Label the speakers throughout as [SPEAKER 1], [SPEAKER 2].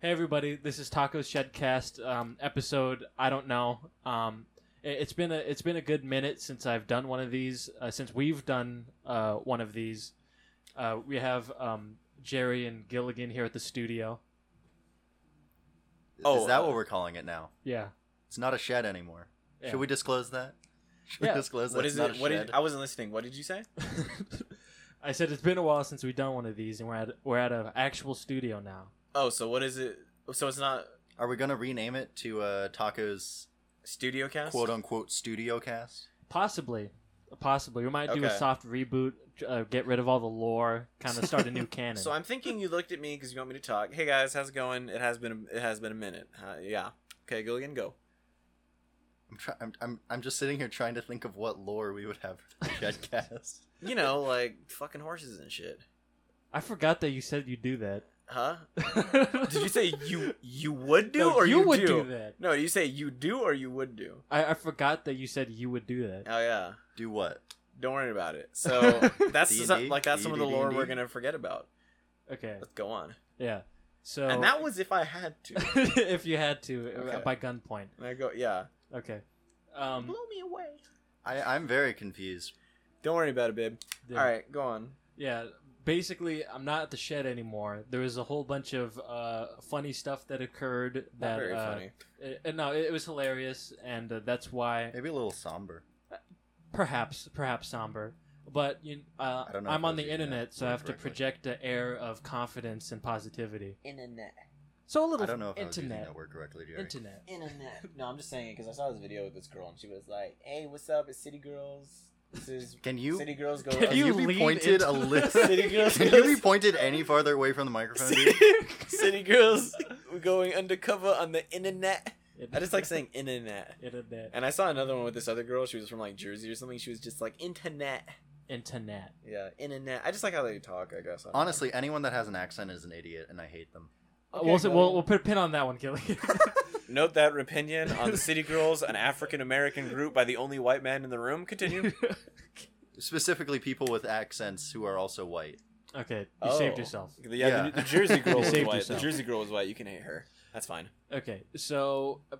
[SPEAKER 1] Hey everybody, this is Taco Shedcast um, episode. I don't know. Um, it, has been a it's been a good minute since I've done one of these. Uh, since we've done uh, one of these, uh, we have um, Jerry and Gilligan here at the studio.
[SPEAKER 2] Oh,
[SPEAKER 3] is that
[SPEAKER 2] uh,
[SPEAKER 3] what we're calling it now?
[SPEAKER 1] Yeah,
[SPEAKER 3] It's not a shed anymore.
[SPEAKER 1] yeah.
[SPEAKER 3] Should we disclose that? Should
[SPEAKER 1] Yeah.
[SPEAKER 3] we disclose that?
[SPEAKER 2] What
[SPEAKER 3] it's
[SPEAKER 2] is
[SPEAKER 3] not
[SPEAKER 2] it?
[SPEAKER 3] a
[SPEAKER 2] What
[SPEAKER 3] shed?
[SPEAKER 2] did I wasn't listening. What did you say?
[SPEAKER 1] I said it's been a while since we've done one of these, and we're at we're at an actual studio now.
[SPEAKER 2] Oh, so what is it? So it's not
[SPEAKER 3] Are we gonna rename it to uh, Taco's
[SPEAKER 2] studio cast.
[SPEAKER 3] quote um, unquote studio cast?
[SPEAKER 1] Possibly, possibly we might do a
[SPEAKER 2] Okay.
[SPEAKER 1] soft reboot, uh, get rid of all the lore, kind of start a new canon.
[SPEAKER 2] So I'm thinking you looked at me because you want me to talk. Hey guys, how's it going? It has been a, it has been a minute. Uh, yeah. Okay, Gilligan, go.
[SPEAKER 3] I'm, try- I'm I'm I'm just sitting here trying to think of what lore we would have for the shed cast.
[SPEAKER 2] You know, like fucking horses and shit.
[SPEAKER 1] I forgot that you said you do that.
[SPEAKER 2] Huh? Did you say you you would do
[SPEAKER 1] No,
[SPEAKER 2] or you,
[SPEAKER 1] would
[SPEAKER 2] do?
[SPEAKER 1] do that?
[SPEAKER 2] No, you say you do or you would do.
[SPEAKER 1] I, I forgot that you said you would do that.
[SPEAKER 2] Oh yeah.
[SPEAKER 3] Do what?
[SPEAKER 2] Don't worry about it. So that's
[SPEAKER 3] D&D?
[SPEAKER 2] some- like that's some of the lore
[SPEAKER 3] D&D?
[SPEAKER 2] we're gonna forget about.
[SPEAKER 1] Okay,
[SPEAKER 2] Let's go on.
[SPEAKER 1] yeah. So
[SPEAKER 2] And that was if I had to.
[SPEAKER 1] if you had to uh,
[SPEAKER 2] Okay.
[SPEAKER 1] by gunpoint.
[SPEAKER 2] And I go, yeah.
[SPEAKER 1] Okay. Um,
[SPEAKER 2] Blow me away.
[SPEAKER 3] I I'm very confused.
[SPEAKER 2] Don't worry about it, babe.
[SPEAKER 1] yeah.
[SPEAKER 2] All right, go on.
[SPEAKER 1] Yeah. Basically, I'm not at the shed anymore. There was a whole bunch of uh, funny stuff that occurred. That
[SPEAKER 2] Not very
[SPEAKER 1] uh,
[SPEAKER 2] funny.
[SPEAKER 1] it- it- no, it, it was hilarious, and uh, that's why
[SPEAKER 3] Maybe a little somber.
[SPEAKER 1] perhaps perhaps somber. But you, uh,
[SPEAKER 3] I don't know if
[SPEAKER 1] I'm on
[SPEAKER 3] those
[SPEAKER 1] the
[SPEAKER 3] are- yeah,
[SPEAKER 1] internet, so I have to
[SPEAKER 3] correctly.
[SPEAKER 1] project an air of confidence and positivity.
[SPEAKER 2] Internet.
[SPEAKER 1] So a little
[SPEAKER 3] I don't know if I was using
[SPEAKER 1] internet,
[SPEAKER 3] that word correctly, Jerry.
[SPEAKER 1] internet.
[SPEAKER 2] Internet. No, I'm just saying it because I saw this video with this girl and she was like, "Hey, what's up? It's City Girls. This is
[SPEAKER 3] Can you
[SPEAKER 2] City Girls go."
[SPEAKER 1] Can
[SPEAKER 3] can you be
[SPEAKER 1] lean
[SPEAKER 3] pointed
[SPEAKER 1] into
[SPEAKER 3] a
[SPEAKER 1] the
[SPEAKER 3] little?
[SPEAKER 2] City Girls.
[SPEAKER 3] Can you be pointed any farther away from the microphone? dude?
[SPEAKER 2] City Girls going undercover on the internet. I just like saying internet.
[SPEAKER 1] internet.
[SPEAKER 2] And I saw another one with this other girl. She was from like Jersey or something. She was just like internet.
[SPEAKER 1] Internet.
[SPEAKER 2] Yeah, internet. I just like how they talk. I guess. I don't know.
[SPEAKER 3] Honestly, anyone that has an accent is an idiot, and I hate them.
[SPEAKER 1] Uh,
[SPEAKER 2] Okay,
[SPEAKER 1] we'll, say-
[SPEAKER 2] go.
[SPEAKER 1] we'll we'll put a pin on that one, Gilly.
[SPEAKER 2] Note that opinion on the City Girls, an African American group by the only white man in the room. Continue.
[SPEAKER 3] Specifically, people with accents who are also white.
[SPEAKER 1] okay, you
[SPEAKER 2] Oh.
[SPEAKER 1] saved yourself.
[SPEAKER 2] The- Yeah,
[SPEAKER 3] Yeah.
[SPEAKER 2] The, the Jersey girl
[SPEAKER 1] You
[SPEAKER 2] was
[SPEAKER 1] saved
[SPEAKER 2] white.
[SPEAKER 1] yourself.
[SPEAKER 2] The Jersey girl was white. You can hate her. That's fine.
[SPEAKER 1] Okay, so uh,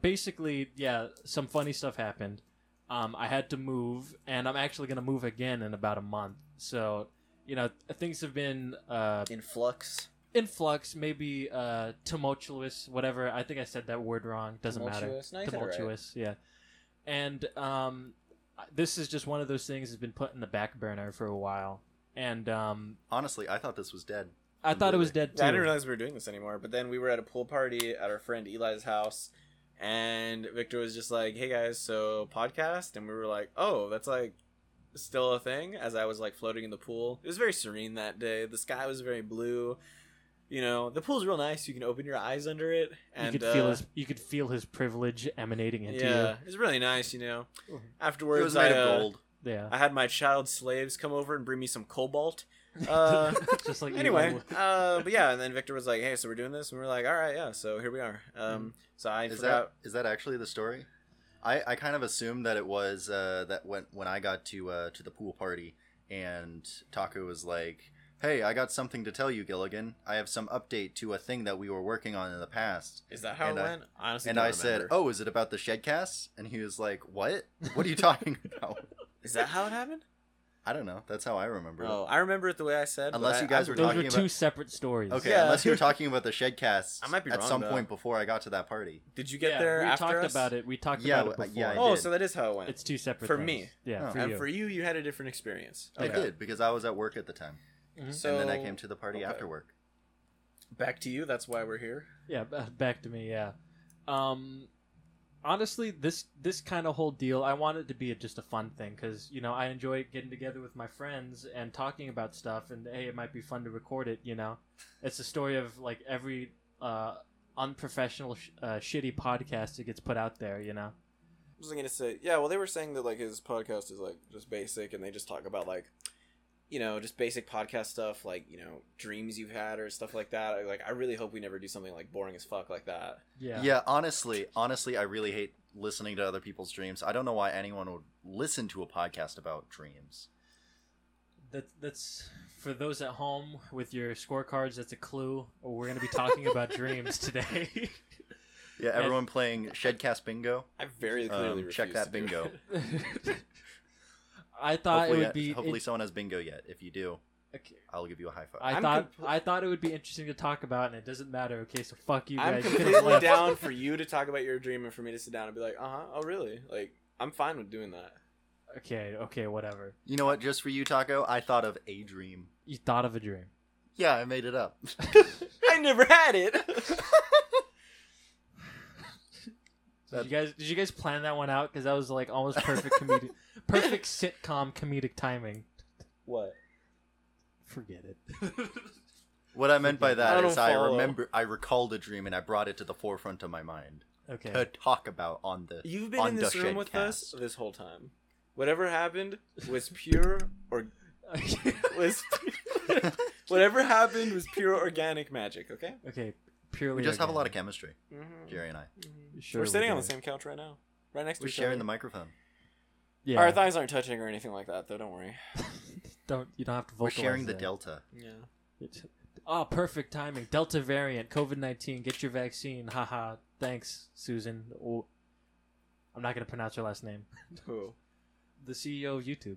[SPEAKER 1] basically, yeah, some funny stuff happened. Um, I had to move, and I'm actually gonna move again in about a month. So, you know, things have been uh,
[SPEAKER 2] In flux.
[SPEAKER 1] in flux, maybe uh, tumultuous, whatever. I think I said that word wrong. Doesn't matter. tumultuous yeah and um this is just one of those things that's been put in the back burner for a while and um
[SPEAKER 3] Honestly, I thought this was dead.
[SPEAKER 1] i thought it was dead too
[SPEAKER 2] I didn't realize we were doing this anymore. But then we were at a pool party at our friend Eli's house, and Victor was just like, "Hey guys, so podcast," and we were like, "Oh, that's like." Still a thing as I was like floating in the pool. It was very serene that day. The sky was very blue. You know, the pool's real nice. You can open your eyes under it. And
[SPEAKER 1] you could feel
[SPEAKER 2] uh,
[SPEAKER 1] his you could feel his privilege emanating into
[SPEAKER 2] Yeah, it's really nice, you know.
[SPEAKER 1] Mhm.
[SPEAKER 2] Afterwards,
[SPEAKER 3] it was made
[SPEAKER 2] I, uh,
[SPEAKER 3] of gold.
[SPEAKER 1] you yeah
[SPEAKER 2] I had my child slaves come over and bring me some cobalt. Uh,
[SPEAKER 1] just like
[SPEAKER 2] anyway,
[SPEAKER 1] Elon-
[SPEAKER 2] uh, but yeah, and then Victor was like, "Hey, so we're doing this," and we were like, "All right, yeah." So here we are. Um, so I
[SPEAKER 3] Is
[SPEAKER 2] forgot.
[SPEAKER 3] that is that actually the story? I, I kind of assumed that it was uh, that when when I got to uh, to the pool party and Taco was like, "Hey, I got something to tell you, Gilligan. I have some update to a thing that we were working on in the past."
[SPEAKER 2] Is that how
[SPEAKER 3] and
[SPEAKER 2] it
[SPEAKER 3] I-
[SPEAKER 2] went? Honestly,
[SPEAKER 3] and
[SPEAKER 2] don't
[SPEAKER 3] I said,
[SPEAKER 2] remember.
[SPEAKER 3] "Oh, is it about the shed casts?" And he was like, "What? What are you talking about?"
[SPEAKER 2] is that how it happened?"
[SPEAKER 3] I don't know. That's how I remember.
[SPEAKER 2] Oh, I remember it the way I said. but
[SPEAKER 3] Unless
[SPEAKER 2] I-
[SPEAKER 3] you guys
[SPEAKER 2] I-
[SPEAKER 3] were
[SPEAKER 1] those were
[SPEAKER 3] talking
[SPEAKER 1] two
[SPEAKER 3] about-
[SPEAKER 1] separate stories
[SPEAKER 3] it. Okay,
[SPEAKER 2] Yeah.
[SPEAKER 3] unless you were talking about the shed casts
[SPEAKER 2] I might be
[SPEAKER 3] at
[SPEAKER 2] wrong,
[SPEAKER 3] some
[SPEAKER 2] though.
[SPEAKER 3] point before I got to that party.
[SPEAKER 2] Did you get
[SPEAKER 1] Yeah,
[SPEAKER 2] there
[SPEAKER 1] we
[SPEAKER 2] after
[SPEAKER 1] talked
[SPEAKER 2] us?
[SPEAKER 1] about it we talked
[SPEAKER 3] Yeah,
[SPEAKER 1] about it
[SPEAKER 3] w-
[SPEAKER 1] before
[SPEAKER 3] yeah, I
[SPEAKER 2] Oh,
[SPEAKER 3] did.
[SPEAKER 2] so that is how it went.
[SPEAKER 1] it's two separate
[SPEAKER 2] for
[SPEAKER 1] things.
[SPEAKER 2] me.
[SPEAKER 1] yeah
[SPEAKER 3] Oh.
[SPEAKER 1] for
[SPEAKER 2] and
[SPEAKER 1] you
[SPEAKER 2] for you, you had a different experience.
[SPEAKER 3] I did because I was at work at the time,
[SPEAKER 2] So
[SPEAKER 3] and then I came to the party
[SPEAKER 2] okay.
[SPEAKER 3] after work.
[SPEAKER 2] back to you. That's why we're here.
[SPEAKER 1] yeah b- back to me yeah um honestly this this kind of whole deal i want it to be a, just a fun thing because you know i enjoy getting together with my friends and talking about stuff and hey it might be fun to record it you know it's the story of like every uh unprofessional sh- uh, shitty podcast that gets put out there you know
[SPEAKER 2] I was gonna say, yeah. Well, they were saying that like his podcast is like just basic, and they just talk about like, you know, just basic podcast stuff, like you know, dreams you've had or stuff like that. I- Like, I really hope we never do something like boring as fuck like that.
[SPEAKER 1] yeah
[SPEAKER 3] Yeah. honestly, honestly, I really hate listening to other people's dreams. I don't know why anyone would listen to a podcast about dreams.
[SPEAKER 1] That that's for those at home with your scorecards. That's a clue. We're going to be talking about dreams today.
[SPEAKER 3] Yeah,
[SPEAKER 1] And-
[SPEAKER 3] everyone playing Shedcast Bingo.
[SPEAKER 2] I very
[SPEAKER 3] Um,
[SPEAKER 2] clearly refuse
[SPEAKER 3] check that
[SPEAKER 2] to do
[SPEAKER 3] bingo.
[SPEAKER 2] it.
[SPEAKER 1] I thought
[SPEAKER 3] Hopefully,
[SPEAKER 1] it
[SPEAKER 3] that-
[SPEAKER 1] would be.
[SPEAKER 3] hopefully someone has bingo yet. If you do,
[SPEAKER 1] okay,
[SPEAKER 3] I'll give you a high five.
[SPEAKER 1] I
[SPEAKER 2] I'm
[SPEAKER 1] thought
[SPEAKER 2] compl-
[SPEAKER 1] I thought it would be interesting to talk about, and it doesn't matter. Okay, so fuck you guys.
[SPEAKER 2] I'm
[SPEAKER 1] You could've
[SPEAKER 2] completely
[SPEAKER 1] left.
[SPEAKER 2] down for you to talk about your dream and for me to sit down and be like, uh huh, oh really? Like, I'm fine with doing that.
[SPEAKER 1] Okay, okay, whatever.
[SPEAKER 3] You know what? Just for you, Taco, I thought of a dream.
[SPEAKER 1] You thought of a dream.
[SPEAKER 3] Yeah, I made it up.
[SPEAKER 2] I never had it.
[SPEAKER 1] Did you guys did you guys plan that one out? Because that was like almost perfect comedic, perfect sitcom comedic timing.
[SPEAKER 2] what?
[SPEAKER 1] Forget it.
[SPEAKER 3] What I meant by
[SPEAKER 2] I
[SPEAKER 3] that
[SPEAKER 2] don't
[SPEAKER 3] is I
[SPEAKER 2] follow.
[SPEAKER 3] remember I recalled a dream and I brought it to the forefront of my mind
[SPEAKER 1] Okay.
[SPEAKER 3] to talk about on the
[SPEAKER 2] You've been
[SPEAKER 3] On
[SPEAKER 2] in this
[SPEAKER 3] the
[SPEAKER 2] room with us
[SPEAKER 3] Shedcast.
[SPEAKER 2] this whole time. Whatever happened was pure or was whatever happened was pure organic magic. Okay.
[SPEAKER 1] okay. Purely.
[SPEAKER 3] We just have a lot of
[SPEAKER 1] organic.
[SPEAKER 3] chemistry, Jerry and I.
[SPEAKER 1] Sure
[SPEAKER 2] We're sitting on
[SPEAKER 1] do.
[SPEAKER 2] the same couch right now, right next
[SPEAKER 3] We're
[SPEAKER 2] to each
[SPEAKER 3] sharing the
[SPEAKER 2] other.
[SPEAKER 3] microphone.
[SPEAKER 1] Yeah.
[SPEAKER 2] Our thighs aren't touching or anything like that, though. Don't worry.
[SPEAKER 1] don't you don't have to
[SPEAKER 3] We're
[SPEAKER 1] vocalize.
[SPEAKER 3] sharing the
[SPEAKER 1] that.
[SPEAKER 3] delta.
[SPEAKER 2] Yeah.
[SPEAKER 1] It's- Ah, perfect timing. Delta variant, COVID nineteen. Get your vaccine. Haha. Thanks, Susan. Oh, I'm not gonna pronounce her last name.
[SPEAKER 2] Who?
[SPEAKER 1] The CEO of YouTube.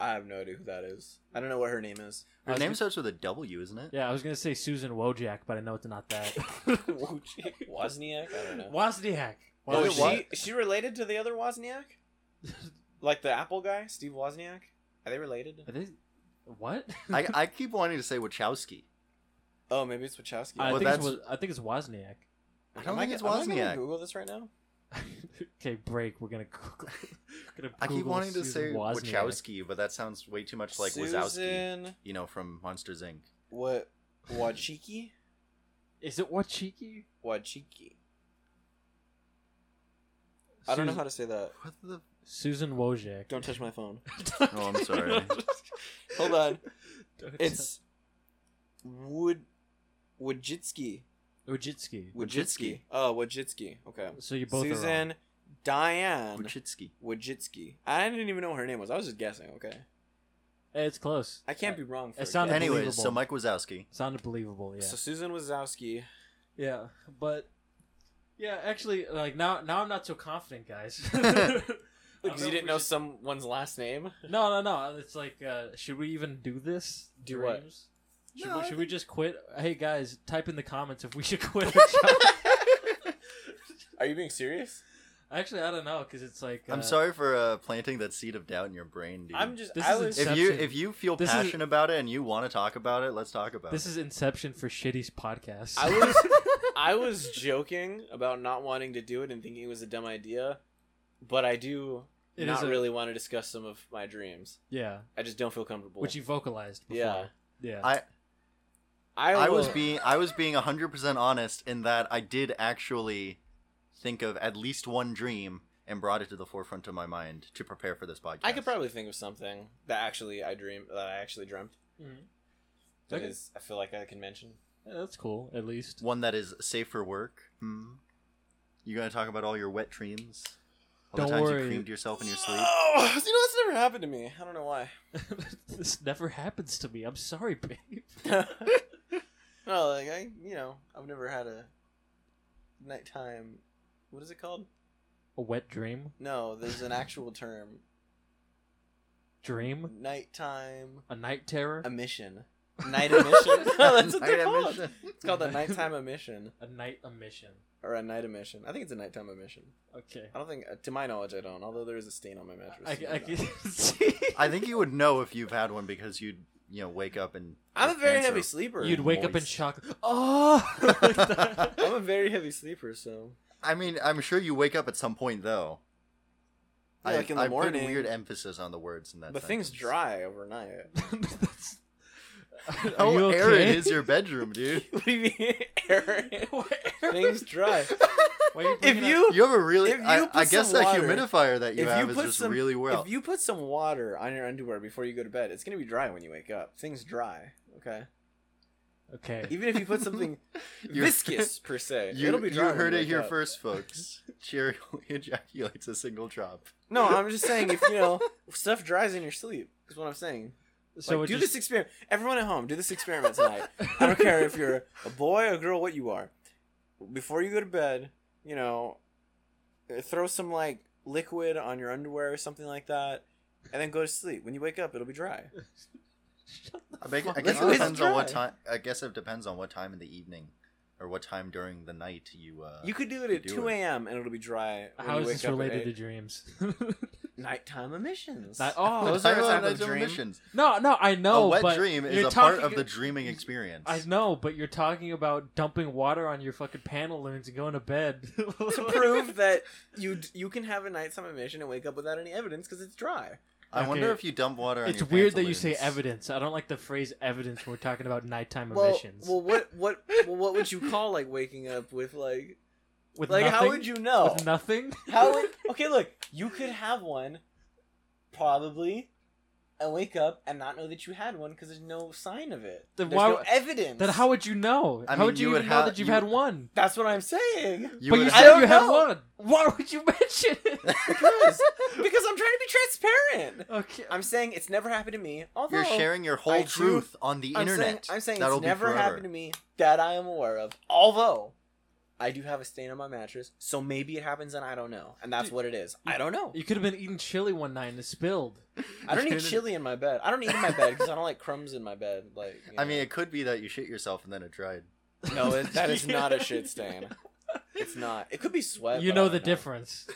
[SPEAKER 2] I have no idea who that is. I don't know what her name is.
[SPEAKER 1] I
[SPEAKER 3] Her
[SPEAKER 1] was
[SPEAKER 3] name
[SPEAKER 1] gonna-
[SPEAKER 3] starts with a W, isn't it?
[SPEAKER 1] Yeah, I was gonna say Susan Wojak, but I know it's not that.
[SPEAKER 2] Wozniak. I don't know.
[SPEAKER 1] Wozniak.
[SPEAKER 3] Well,
[SPEAKER 2] Oh,
[SPEAKER 3] it
[SPEAKER 2] is
[SPEAKER 3] was-
[SPEAKER 2] she, is she related to the other Wozniak? like the Apple guy, Steve Wozniak? Are they related?
[SPEAKER 1] Are they- What?
[SPEAKER 3] I, I keep wanting to say Wachowski.
[SPEAKER 2] Oh, maybe it's Wachowski.
[SPEAKER 1] I
[SPEAKER 3] Well,
[SPEAKER 1] think
[SPEAKER 3] that's-
[SPEAKER 1] it's, Wo- I think it's Wozniak.
[SPEAKER 3] I don't
[SPEAKER 2] Am
[SPEAKER 3] think it's
[SPEAKER 2] am I gonna
[SPEAKER 3] Wozniak.
[SPEAKER 2] Google this right now.
[SPEAKER 1] okay, break. We're gonna Google. gonna
[SPEAKER 3] I keep
[SPEAKER 1] Google
[SPEAKER 3] wanting to
[SPEAKER 1] Susan
[SPEAKER 3] say
[SPEAKER 1] Wozniak.
[SPEAKER 3] Wachowski, but that sounds way too much like Wazowski,
[SPEAKER 2] Susan,
[SPEAKER 3] you know, from Monsters Inc.
[SPEAKER 2] what? Wachiki?
[SPEAKER 1] Is it Wachiki?
[SPEAKER 2] Wachiki. I don't know how to say that.
[SPEAKER 3] What the?
[SPEAKER 1] Susan Wojcik.
[SPEAKER 2] Don't touch my phone.
[SPEAKER 3] Oh, I'm sorry.
[SPEAKER 2] Hold on.
[SPEAKER 1] Don't touch-
[SPEAKER 2] It's Wood Wojcicki.
[SPEAKER 1] Wojcicki.
[SPEAKER 2] Wojcicki. Oh, Wojcicki. Okay.
[SPEAKER 1] So you both are wrong.
[SPEAKER 2] Susan Diane
[SPEAKER 3] Wachitsky.
[SPEAKER 2] Wojcicki. I didn't even know her name was. I was just guessing. Okay.
[SPEAKER 1] Eh, It's close.
[SPEAKER 2] I can't be wrong. For
[SPEAKER 1] It
[SPEAKER 2] a
[SPEAKER 1] sounded
[SPEAKER 2] guess.
[SPEAKER 1] Anyway,
[SPEAKER 3] Anyways, so
[SPEAKER 1] Unbelievable.
[SPEAKER 3] Mike Wazowski.
[SPEAKER 1] Sounded believable. Yeah.
[SPEAKER 2] So Susan Wazowski.
[SPEAKER 1] Yeah, but yeah, actually, like now, now I'm not so confident, guys.
[SPEAKER 2] Because you
[SPEAKER 1] if
[SPEAKER 2] didn't
[SPEAKER 1] we
[SPEAKER 2] know
[SPEAKER 1] should-
[SPEAKER 2] someone's last name.
[SPEAKER 1] No, no, no. It's like, uh, should we even do this?
[SPEAKER 2] Do what?
[SPEAKER 1] Dreams? Should,
[SPEAKER 3] No,
[SPEAKER 1] we,
[SPEAKER 3] I
[SPEAKER 1] should we just quit? Hey guys, type in the comments if we should quit. Our job.
[SPEAKER 2] Are you being serious?
[SPEAKER 1] Actually, I don't know because it's like uh,
[SPEAKER 3] I'm sorry for uh, planting that seed of doubt in your brain, dude.
[SPEAKER 2] I'm just.
[SPEAKER 1] This
[SPEAKER 2] I
[SPEAKER 1] is
[SPEAKER 2] was.
[SPEAKER 1] insane.
[SPEAKER 3] if you
[SPEAKER 1] Inception.
[SPEAKER 3] if you feel
[SPEAKER 1] This is-
[SPEAKER 3] passionate about it and you want to talk about it, let's talk about
[SPEAKER 1] This
[SPEAKER 3] it.
[SPEAKER 1] is Inception for shitties podcast.
[SPEAKER 2] I was. I was joking about not wanting to do it and thinking it was a dumb idea, but I do
[SPEAKER 1] It
[SPEAKER 2] not
[SPEAKER 1] is a-
[SPEAKER 2] really want to discuss some of my dreams.
[SPEAKER 1] yeah,
[SPEAKER 2] I just don't feel comfortable.
[SPEAKER 1] which you vocalized. Before.
[SPEAKER 2] Yeah.
[SPEAKER 1] yeah.
[SPEAKER 3] I
[SPEAKER 2] I,
[SPEAKER 3] I was
[SPEAKER 2] will-
[SPEAKER 3] being I was being 100% honest in that I did actually think of at least one dream and brought it to the forefront of my mind to prepare for this podcast.
[SPEAKER 2] I could probably think of something that actually I dream that I actually dreamt.
[SPEAKER 1] Mhm.
[SPEAKER 2] That is,
[SPEAKER 1] Okay.
[SPEAKER 2] I feel like I can mention.
[SPEAKER 1] Yeah, that's cool. At least
[SPEAKER 3] one that is safe for work. Hmm. You gonna talk about all your wet dreams? All
[SPEAKER 1] Don't
[SPEAKER 3] the times
[SPEAKER 1] worry.
[SPEAKER 3] you creamed yourself in your sleep.
[SPEAKER 2] Oh, you know that's never happened to me. I don't know why.
[SPEAKER 1] this never happens to me. I'm sorry, babe.
[SPEAKER 2] no, like I, you know, I've never had a nighttime. What is it called?
[SPEAKER 1] A wet dream,
[SPEAKER 2] No, there's an actual term.
[SPEAKER 1] dream,
[SPEAKER 2] Nighttime
[SPEAKER 1] a night terror,
[SPEAKER 2] emission. Night emission. No, that's what they're
[SPEAKER 3] Night
[SPEAKER 2] called.
[SPEAKER 3] emission.
[SPEAKER 2] It's called a nighttime emission
[SPEAKER 1] a night emission.
[SPEAKER 2] or a night emission. I think it's a nighttime emission.
[SPEAKER 1] Okay.
[SPEAKER 2] I don't think, to my knowledge, I don't. Although there is a stain on my mattress.
[SPEAKER 1] I,
[SPEAKER 2] so
[SPEAKER 1] I, I
[SPEAKER 2] maybe not.
[SPEAKER 1] can see.
[SPEAKER 3] I think you would know if you've had one because you'd you know wake up and
[SPEAKER 2] I'm
[SPEAKER 3] your
[SPEAKER 2] a very
[SPEAKER 3] pants
[SPEAKER 2] heavy
[SPEAKER 3] are-
[SPEAKER 2] sleeper.
[SPEAKER 1] You'd wake up in
[SPEAKER 3] moist.
[SPEAKER 1] shock. Oh, like that.
[SPEAKER 2] I'm a very heavy sleeper, so
[SPEAKER 3] I mean, I'm sure you wake up at some point though.
[SPEAKER 2] Yeah, like in the
[SPEAKER 3] I
[SPEAKER 2] morning.
[SPEAKER 3] Put weird emphasis on the words in that.
[SPEAKER 2] the thing's
[SPEAKER 3] sentence.
[SPEAKER 2] dry overnight.
[SPEAKER 1] That's- Are
[SPEAKER 3] Oh,
[SPEAKER 1] you okay?
[SPEAKER 3] Aaron is your bedroom, dude.
[SPEAKER 2] what do you mean, Aaron? things dry.
[SPEAKER 1] Why are you
[SPEAKER 2] If
[SPEAKER 1] bringing up-
[SPEAKER 2] you
[SPEAKER 3] You have a really.
[SPEAKER 2] If you
[SPEAKER 3] I, I
[SPEAKER 2] put
[SPEAKER 3] guess
[SPEAKER 2] some
[SPEAKER 3] that
[SPEAKER 2] water-
[SPEAKER 3] humidifier that you
[SPEAKER 2] if you
[SPEAKER 3] have is
[SPEAKER 2] put
[SPEAKER 3] just
[SPEAKER 2] some-
[SPEAKER 3] really well.
[SPEAKER 2] if you put some water on your underwear before you go to bed, it's gonna be dry when you wake up. Things dry. Okay.
[SPEAKER 1] okay,
[SPEAKER 2] Even if you put something
[SPEAKER 3] You're-
[SPEAKER 2] viscous per se,
[SPEAKER 3] You-
[SPEAKER 2] it'll be
[SPEAKER 3] you
[SPEAKER 2] dry. when
[SPEAKER 3] heard
[SPEAKER 2] you
[SPEAKER 3] it
[SPEAKER 2] wake
[SPEAKER 3] here
[SPEAKER 2] up.
[SPEAKER 3] first, folks. Cherry ejaculates a single drop.
[SPEAKER 2] No, I'm just saying if you know stuff dries in your sleep is what I'm saying.
[SPEAKER 1] So
[SPEAKER 2] Like,
[SPEAKER 1] it
[SPEAKER 2] do
[SPEAKER 1] just-
[SPEAKER 2] this experiment. Everyone at home, do this experiment tonight. I don't care if you're a boy, a girl, what you are. Before you go to bed, you know, throw some like liquid on your underwear or something like that, and then go to sleep. When you wake up, it'll be dry.
[SPEAKER 3] Uh,
[SPEAKER 1] Shut the
[SPEAKER 3] I, beg- I
[SPEAKER 1] fuck
[SPEAKER 3] guess
[SPEAKER 2] Let's-
[SPEAKER 1] up.
[SPEAKER 3] it
[SPEAKER 2] let's
[SPEAKER 3] depends on what
[SPEAKER 2] try.
[SPEAKER 3] time. I guess it depends on what time in the evening, or what time during the night you. Uh,
[SPEAKER 2] You could do it
[SPEAKER 3] you
[SPEAKER 2] at
[SPEAKER 3] do
[SPEAKER 2] two
[SPEAKER 3] it.
[SPEAKER 2] a.m. and it'll be dry. When
[SPEAKER 1] How
[SPEAKER 2] you
[SPEAKER 1] is
[SPEAKER 2] wake
[SPEAKER 1] this
[SPEAKER 2] up at
[SPEAKER 1] related to
[SPEAKER 2] eight.
[SPEAKER 1] dreams?
[SPEAKER 2] nighttime emissions?
[SPEAKER 1] Not- oh,
[SPEAKER 2] those are a type of
[SPEAKER 3] nighttime
[SPEAKER 2] dream.
[SPEAKER 3] emissions.
[SPEAKER 1] no, no, I know.
[SPEAKER 3] a wet
[SPEAKER 1] but
[SPEAKER 3] dream is a
[SPEAKER 1] you're
[SPEAKER 3] part
[SPEAKER 1] talking-
[SPEAKER 3] of the dreaming experience.
[SPEAKER 1] I know, but you're talking about dumping water on your fucking pantaloons and going to bed.
[SPEAKER 2] to prove that you d- you can have a nighttime emission and wake up without any evidence because it's dry.
[SPEAKER 3] I wonder
[SPEAKER 1] Okay.
[SPEAKER 3] if you dump water. on
[SPEAKER 1] It's
[SPEAKER 3] your
[SPEAKER 1] weird that you say
[SPEAKER 3] pantaloons.
[SPEAKER 1] evidence. I don't like the phrase evidence when we're talking about nighttime
[SPEAKER 2] Well,
[SPEAKER 1] emissions.
[SPEAKER 2] well, what what well, what would you call like waking up with like
[SPEAKER 1] with
[SPEAKER 2] like
[SPEAKER 1] nothing,
[SPEAKER 2] how would you know?
[SPEAKER 1] With nothing?
[SPEAKER 2] How would okay? Look, you could have one, probably, and wake up and not know that you had one because there's no sign of it.
[SPEAKER 1] Then
[SPEAKER 2] there's
[SPEAKER 1] why-
[SPEAKER 2] no evidence.
[SPEAKER 1] Then how would you know?
[SPEAKER 3] I
[SPEAKER 1] how
[SPEAKER 3] mean,
[SPEAKER 1] would you,
[SPEAKER 3] you would
[SPEAKER 1] even know
[SPEAKER 3] have-
[SPEAKER 1] that you've
[SPEAKER 3] you-
[SPEAKER 1] had one?
[SPEAKER 2] That's what I'm saying.
[SPEAKER 3] You
[SPEAKER 1] but you
[SPEAKER 3] would
[SPEAKER 2] have-
[SPEAKER 1] said
[SPEAKER 2] I don't
[SPEAKER 1] you had
[SPEAKER 2] know.
[SPEAKER 1] one. Why would you mention it?
[SPEAKER 2] Because because I'm trying to be transparent.
[SPEAKER 1] okay.
[SPEAKER 2] I'm saying it's never happened to me. Although
[SPEAKER 3] You're sharing your whole
[SPEAKER 2] I do-
[SPEAKER 3] truth on the
[SPEAKER 2] I'm saying,
[SPEAKER 3] internet.
[SPEAKER 2] I'm saying
[SPEAKER 3] That'll
[SPEAKER 2] it's
[SPEAKER 3] be
[SPEAKER 2] never
[SPEAKER 3] forever.
[SPEAKER 2] happened to me that I am aware of. Although I do have a stain on my mattress, so maybe it happens and I don't know. And that's
[SPEAKER 1] Dude,
[SPEAKER 2] what it is. I don't know.
[SPEAKER 1] You could have been eating chili one night and it spilled.
[SPEAKER 2] I don't
[SPEAKER 3] You
[SPEAKER 2] eat
[SPEAKER 3] shouldn't-
[SPEAKER 2] chili in my bed. I don't eat in my bed because I don't like crumbs in my bed. Like you
[SPEAKER 3] I mean,
[SPEAKER 2] know.
[SPEAKER 3] it could be that you shit yourself and then it dried.
[SPEAKER 2] No, it, that is not a shit stain. It's not. It could be sweat.
[SPEAKER 1] you
[SPEAKER 2] but I
[SPEAKER 1] know
[SPEAKER 2] don't
[SPEAKER 1] the difference.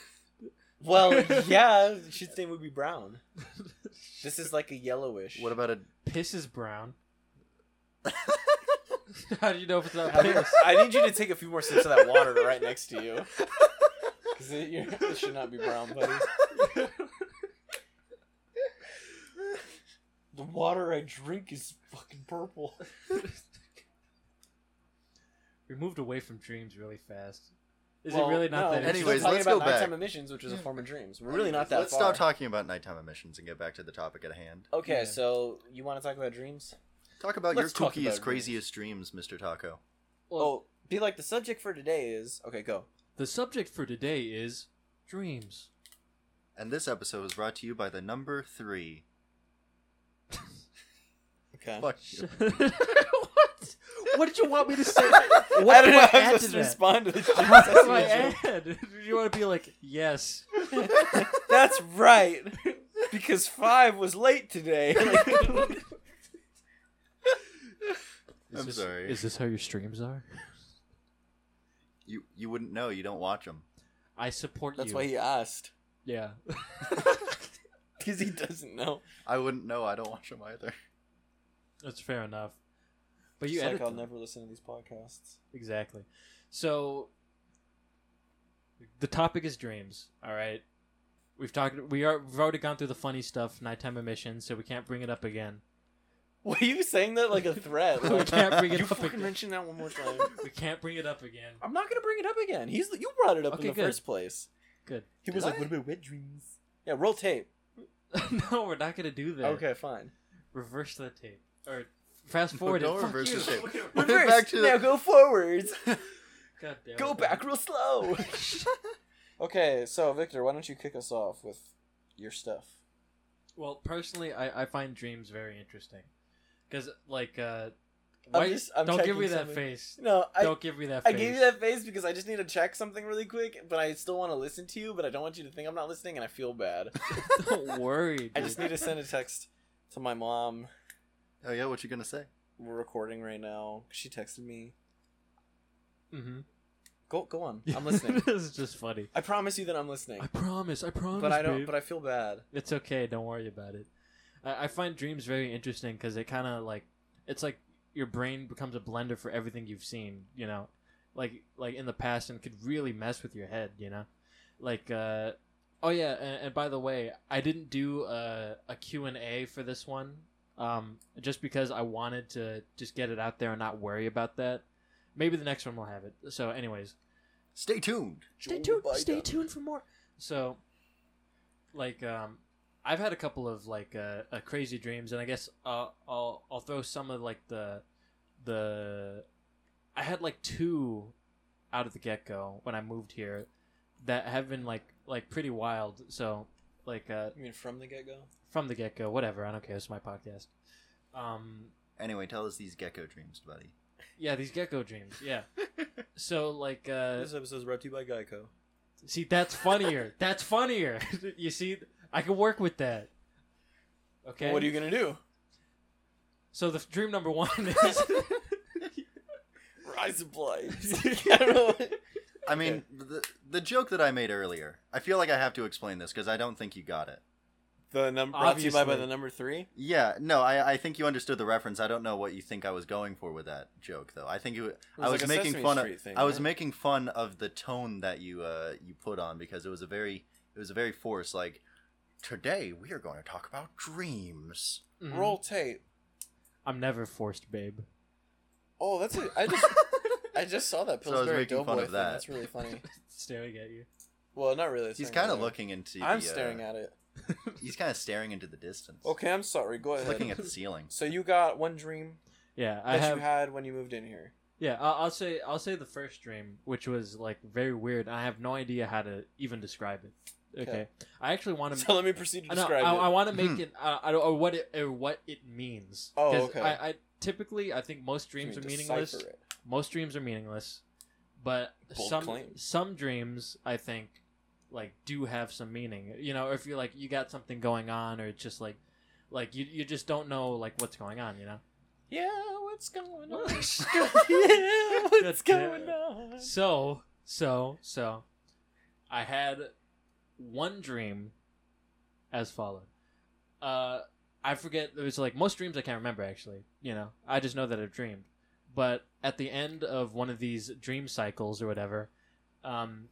[SPEAKER 2] Well, yeah, shit stain would be brown. This is like a yellowish.
[SPEAKER 3] What about a?
[SPEAKER 1] Piss is brown. How do you know if it's not
[SPEAKER 2] Have you-
[SPEAKER 1] piss?
[SPEAKER 2] I need you to take a few more sips of that water right next to you. Because it, you're- it should not be brown, buddy. The water I drink is fucking purple.
[SPEAKER 1] we moved away from dreams really fast. Is
[SPEAKER 2] Well,
[SPEAKER 1] it really not that?
[SPEAKER 2] no, we're still
[SPEAKER 3] Anyways,
[SPEAKER 1] interesting?
[SPEAKER 2] talking
[SPEAKER 3] let's
[SPEAKER 2] about
[SPEAKER 3] go back.
[SPEAKER 2] nighttime emissions, which is a form of dreams. We're really not that
[SPEAKER 3] Let's stop
[SPEAKER 2] far.
[SPEAKER 3] talking about nighttime emissions and get back to the topic at hand.
[SPEAKER 2] Okay,
[SPEAKER 1] Yeah.
[SPEAKER 2] so you want to talk about dreams?
[SPEAKER 3] Talk about
[SPEAKER 2] Let's
[SPEAKER 3] your
[SPEAKER 2] talk
[SPEAKER 3] kookiest,
[SPEAKER 2] about
[SPEAKER 3] craziest dreams, Mr. Taco.
[SPEAKER 1] Well,
[SPEAKER 2] Oh, be like the subject for today is okay. Go.
[SPEAKER 1] the subject for today is dreams.
[SPEAKER 3] And this episode is brought to you by the number three.
[SPEAKER 2] Okay.
[SPEAKER 3] Fuck you.
[SPEAKER 1] what? What did you want me to say?
[SPEAKER 2] I
[SPEAKER 1] What
[SPEAKER 2] don't
[SPEAKER 1] do
[SPEAKER 2] know.
[SPEAKER 1] I
[SPEAKER 2] how I'm
[SPEAKER 1] add to
[SPEAKER 2] supposed to
[SPEAKER 1] that?
[SPEAKER 2] respond to this.
[SPEAKER 1] What do I
[SPEAKER 2] Jesus.
[SPEAKER 1] add? Do you want to be like yes?
[SPEAKER 2] That's right. Because five was late today.
[SPEAKER 3] I'm
[SPEAKER 1] this,
[SPEAKER 3] sorry.
[SPEAKER 1] Is this how your streams are?
[SPEAKER 3] You you wouldn't know. You don't watch them.
[SPEAKER 1] I support
[SPEAKER 2] That's
[SPEAKER 1] you.
[SPEAKER 2] why he asked.
[SPEAKER 1] Yeah.
[SPEAKER 2] Because he doesn't know.
[SPEAKER 3] I wouldn't know. I don't watch them either.
[SPEAKER 1] That's fair enough. But
[SPEAKER 2] Just
[SPEAKER 1] you
[SPEAKER 2] like
[SPEAKER 1] edit
[SPEAKER 2] I'll
[SPEAKER 1] them.
[SPEAKER 2] never listen to these podcasts.
[SPEAKER 1] Exactly. So the topic is dreams. All right. We've talked. We are. We've already gone through the funny stuff, nighttime emissions, so we can't bring it up again.
[SPEAKER 2] Why are you saying that like a threat?
[SPEAKER 1] We
[SPEAKER 2] Like,
[SPEAKER 1] can't bring it
[SPEAKER 2] you
[SPEAKER 1] up
[SPEAKER 2] fucking
[SPEAKER 1] again.
[SPEAKER 2] mention that one more time.
[SPEAKER 1] We can't bring it up again.
[SPEAKER 2] I'm not gonna bring it up again. He's you brought it up
[SPEAKER 1] Okay,
[SPEAKER 2] in the
[SPEAKER 1] good.
[SPEAKER 2] first place.
[SPEAKER 1] Good.
[SPEAKER 2] He was
[SPEAKER 3] Did
[SPEAKER 2] like,
[SPEAKER 3] I?
[SPEAKER 2] "What about wet dreams?" Yeah, roll tape.
[SPEAKER 1] no, we're not gonna do that.
[SPEAKER 2] Okay, fine.
[SPEAKER 1] Reverse that tape or fast forward.
[SPEAKER 3] don't
[SPEAKER 1] it. Fuck
[SPEAKER 3] reverse
[SPEAKER 1] you.
[SPEAKER 3] the tape.
[SPEAKER 2] Reverse.
[SPEAKER 3] back to the-
[SPEAKER 2] now go forwards.
[SPEAKER 1] God damn
[SPEAKER 2] go
[SPEAKER 1] it.
[SPEAKER 2] back real slow. okay, so Victor, why don't you kick us off with your stuff?
[SPEAKER 1] Well, personally, I, I find dreams very interesting because like uh,
[SPEAKER 2] I'm
[SPEAKER 1] why
[SPEAKER 2] just- I'm
[SPEAKER 1] don't give
[SPEAKER 2] checking
[SPEAKER 1] me that
[SPEAKER 2] something.
[SPEAKER 1] face.
[SPEAKER 2] No, I
[SPEAKER 1] don't give me that
[SPEAKER 2] I
[SPEAKER 1] face.
[SPEAKER 2] gave you that face because I just need to check something really quick, but I still want to listen to you, but I don't want you to think I'm not listening, and I feel bad.
[SPEAKER 1] don't worry.
[SPEAKER 2] I
[SPEAKER 1] dude.
[SPEAKER 2] just need to send a text to my mom.
[SPEAKER 3] Oh yeah, what you gonna say?
[SPEAKER 2] We're recording right now. She texted me.
[SPEAKER 1] Mhm.
[SPEAKER 2] Go go on. Mm-hmm. I'm listening.
[SPEAKER 1] this is just funny.
[SPEAKER 2] I promise you that I'm listening,
[SPEAKER 1] I promise. I promise.
[SPEAKER 2] but I don't.
[SPEAKER 1] babe.
[SPEAKER 2] But I feel bad.
[SPEAKER 1] It's okay. Don't worry about it. I, I find dreams very interesting because it kind of like it's like your brain becomes a blender for everything you've seen. You know, like like in the past and could really mess with your head. You know, like uh, oh yeah. And, and by the way, I didn't do a a Q and A for this one. Um, just because I wanted to just get it out there and not worry about that. Maybe the next one will have it. So, anyways.
[SPEAKER 3] Stay tuned.
[SPEAKER 1] stay
[SPEAKER 2] Joe
[SPEAKER 1] tuned stay
[SPEAKER 2] Biden.
[SPEAKER 1] tuned for more so like um i've had a couple of like uh, uh crazy dreams and i guess uh, i'll i'll throw some of like the the i had like two out of the get-go when i moved here that have been like like pretty wild so like uh,
[SPEAKER 2] You mean from the get go?
[SPEAKER 1] from the get go. Whatever, I don't care. It's my podcast. Um,
[SPEAKER 3] Anyway, tell us these gecko dreams, buddy.
[SPEAKER 1] yeah, these gecko dreams. Yeah. so like, uh,
[SPEAKER 2] this episode is brought to you by Geico.
[SPEAKER 1] see, that's funnier. that's funnier. you see, I can work with that. Okay.
[SPEAKER 2] What are you gonna do?
[SPEAKER 1] So the f- dream number one is
[SPEAKER 2] Rise of Blight. I don't know.
[SPEAKER 3] I mean, the, the joke that I made earlier. I feel like I have to explain this because I don't think you got it.
[SPEAKER 2] The number brought to you by, by
[SPEAKER 1] Obviously.
[SPEAKER 2] the number three.
[SPEAKER 3] Yeah, no, I, I think you understood the reference. I don't know what you think I was going for with that joke, though. I think you, I was
[SPEAKER 2] like a
[SPEAKER 3] making
[SPEAKER 2] Sesame
[SPEAKER 3] fun of,
[SPEAKER 2] Street thing,
[SPEAKER 3] I was
[SPEAKER 2] right?
[SPEAKER 3] making fun of the tone that you uh, you put on because it was a very it was a very forced like today we are going to talk about dreams.
[SPEAKER 1] Mhm.
[SPEAKER 2] roll tape.
[SPEAKER 1] I'm never forced, babe.
[SPEAKER 2] Oh, that's a, I just I just saw that
[SPEAKER 3] So I was
[SPEAKER 2] Pillsbury
[SPEAKER 3] making fun
[SPEAKER 2] Doughboy
[SPEAKER 3] of
[SPEAKER 2] thing.
[SPEAKER 3] that.
[SPEAKER 2] That's really funny.
[SPEAKER 1] Staring at you.
[SPEAKER 2] Well, not really.
[SPEAKER 3] He's kind of looking into.
[SPEAKER 2] I'm
[SPEAKER 3] the,
[SPEAKER 2] staring
[SPEAKER 3] uh,
[SPEAKER 2] at it.
[SPEAKER 3] He's kind of staring into the distance.
[SPEAKER 2] Okay, I'm sorry. Go
[SPEAKER 3] He's
[SPEAKER 2] ahead.
[SPEAKER 3] looking at the ceiling.
[SPEAKER 2] So you got one dream
[SPEAKER 1] Yeah, I
[SPEAKER 2] that
[SPEAKER 1] have.
[SPEAKER 2] you had when you moved in here.
[SPEAKER 1] yeah, I'll, I'll say I'll say the first dream, which was like very weird. I have no idea how to even describe it. Okay,
[SPEAKER 2] Okay.
[SPEAKER 1] I actually want to.
[SPEAKER 2] So let me proceed to
[SPEAKER 1] I know,
[SPEAKER 2] describe
[SPEAKER 1] I,
[SPEAKER 2] it.
[SPEAKER 1] I want to make
[SPEAKER 3] Hmm.
[SPEAKER 1] it. Uh, I don't, or what it or what it means.
[SPEAKER 2] Oh,
[SPEAKER 1] 'Cause
[SPEAKER 2] okay.
[SPEAKER 1] I, I typically I think most dreams
[SPEAKER 2] Let
[SPEAKER 1] are
[SPEAKER 2] me
[SPEAKER 1] meaningless.
[SPEAKER 2] decipher it.
[SPEAKER 1] Most dreams are meaningless, but
[SPEAKER 2] Bold
[SPEAKER 1] some
[SPEAKER 2] claim.
[SPEAKER 1] some dreams I think like do have some meaning. You know, if you're like you got something going on, or it's just like like you you just don't know like what's going on. You know.
[SPEAKER 2] Yeah, what's going on?
[SPEAKER 1] yeah,
[SPEAKER 2] what's going on?
[SPEAKER 1] So, so, so, I had one dream as followed. Uh, I forget. It was like most dreams I can't remember actually. You know, I just know that I've dreamed. But at the end of one of these dream cycles or whatever, um,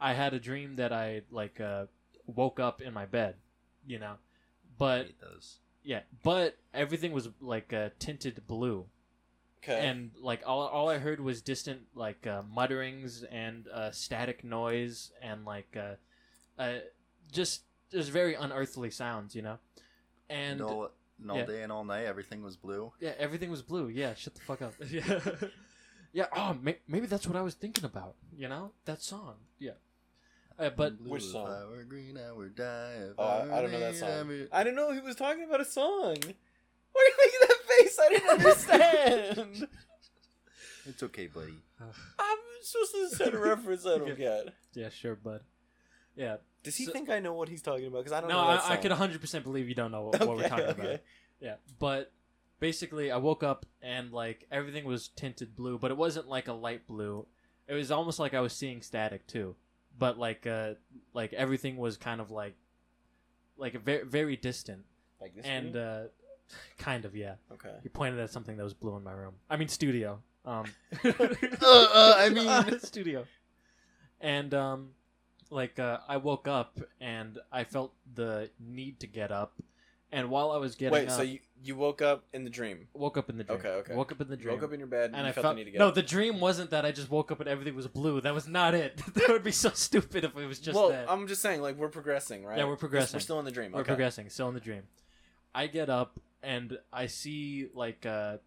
[SPEAKER 1] I had a dream that I like uh, woke up in my bed. You know,
[SPEAKER 3] I
[SPEAKER 1] but
[SPEAKER 3] hate those.
[SPEAKER 1] yeah, but everything was like uh, tinted blue
[SPEAKER 2] Okay.
[SPEAKER 1] and like all, all I heard was distant like uh, mutterings and uh, static noise and like uh, uh, just just very unearthly sounds, you know. And
[SPEAKER 3] And all, and all
[SPEAKER 1] yeah.
[SPEAKER 3] day and all night, everything was blue.
[SPEAKER 1] yeah, everything was blue. Yeah, shut the fuck up. yeah, yeah. Oh, may- maybe that's what I was thinking about. You know that song. Yeah, uh, but
[SPEAKER 3] Blue
[SPEAKER 2] Which
[SPEAKER 3] if
[SPEAKER 2] song?
[SPEAKER 3] I were green, I would die. if
[SPEAKER 2] Oh, I I don't know
[SPEAKER 3] were
[SPEAKER 2] that
[SPEAKER 3] made
[SPEAKER 2] song.
[SPEAKER 3] of it.
[SPEAKER 2] I didn't know he was talking about a song. Why are you making that face? I didn't understand.
[SPEAKER 3] It's okay, buddy.
[SPEAKER 2] I'm supposed to set a reference I
[SPEAKER 1] Yeah.
[SPEAKER 2] don't get.
[SPEAKER 1] yeah, sure, bud. Yeah,
[SPEAKER 2] Does he
[SPEAKER 1] So-
[SPEAKER 2] think I know what he's talking about? Because I don't
[SPEAKER 1] no,
[SPEAKER 2] know. That
[SPEAKER 1] I, I
[SPEAKER 2] song.
[SPEAKER 1] could 100 percent believe you don't know what, what we're
[SPEAKER 2] Okay,
[SPEAKER 1] talking about.
[SPEAKER 2] okay.
[SPEAKER 1] Yeah, but basically, I woke up and like everything was tinted blue, but it wasn't like a light blue. It was almost like I was seeing static too, but like uh, like everything was kind of like like very very distant
[SPEAKER 2] Like this
[SPEAKER 1] and
[SPEAKER 2] one?
[SPEAKER 1] uh, kind of yeah.
[SPEAKER 2] okay.
[SPEAKER 1] He pointed at something that was blue in my room. I mean studio. Um,
[SPEAKER 3] uh, I mean-
[SPEAKER 1] studio. And um, like uh, I woke up and I felt the need to get up, and while I was getting
[SPEAKER 2] Wait,
[SPEAKER 1] up,
[SPEAKER 2] so you, you woke up in the dream?
[SPEAKER 1] woke up in the dream.
[SPEAKER 2] Okay, okay.
[SPEAKER 1] Woke up in the
[SPEAKER 2] You
[SPEAKER 1] dream.
[SPEAKER 2] woke up in your bed and,
[SPEAKER 1] and
[SPEAKER 2] you
[SPEAKER 1] I
[SPEAKER 2] felt
[SPEAKER 1] felt
[SPEAKER 2] the need to get
[SPEAKER 1] no.
[SPEAKER 2] up.
[SPEAKER 1] The dream wasn't that I just woke up and everything was blue. That was not it. that would be so stupid if it was just
[SPEAKER 2] well,
[SPEAKER 1] that.
[SPEAKER 2] I'm just saying, like we're progressing, right?
[SPEAKER 1] Yeah, we're progressing.
[SPEAKER 2] We're still in the dream.
[SPEAKER 1] We're
[SPEAKER 2] okay.
[SPEAKER 1] progressing, still in the dream. I get up and I see like uh,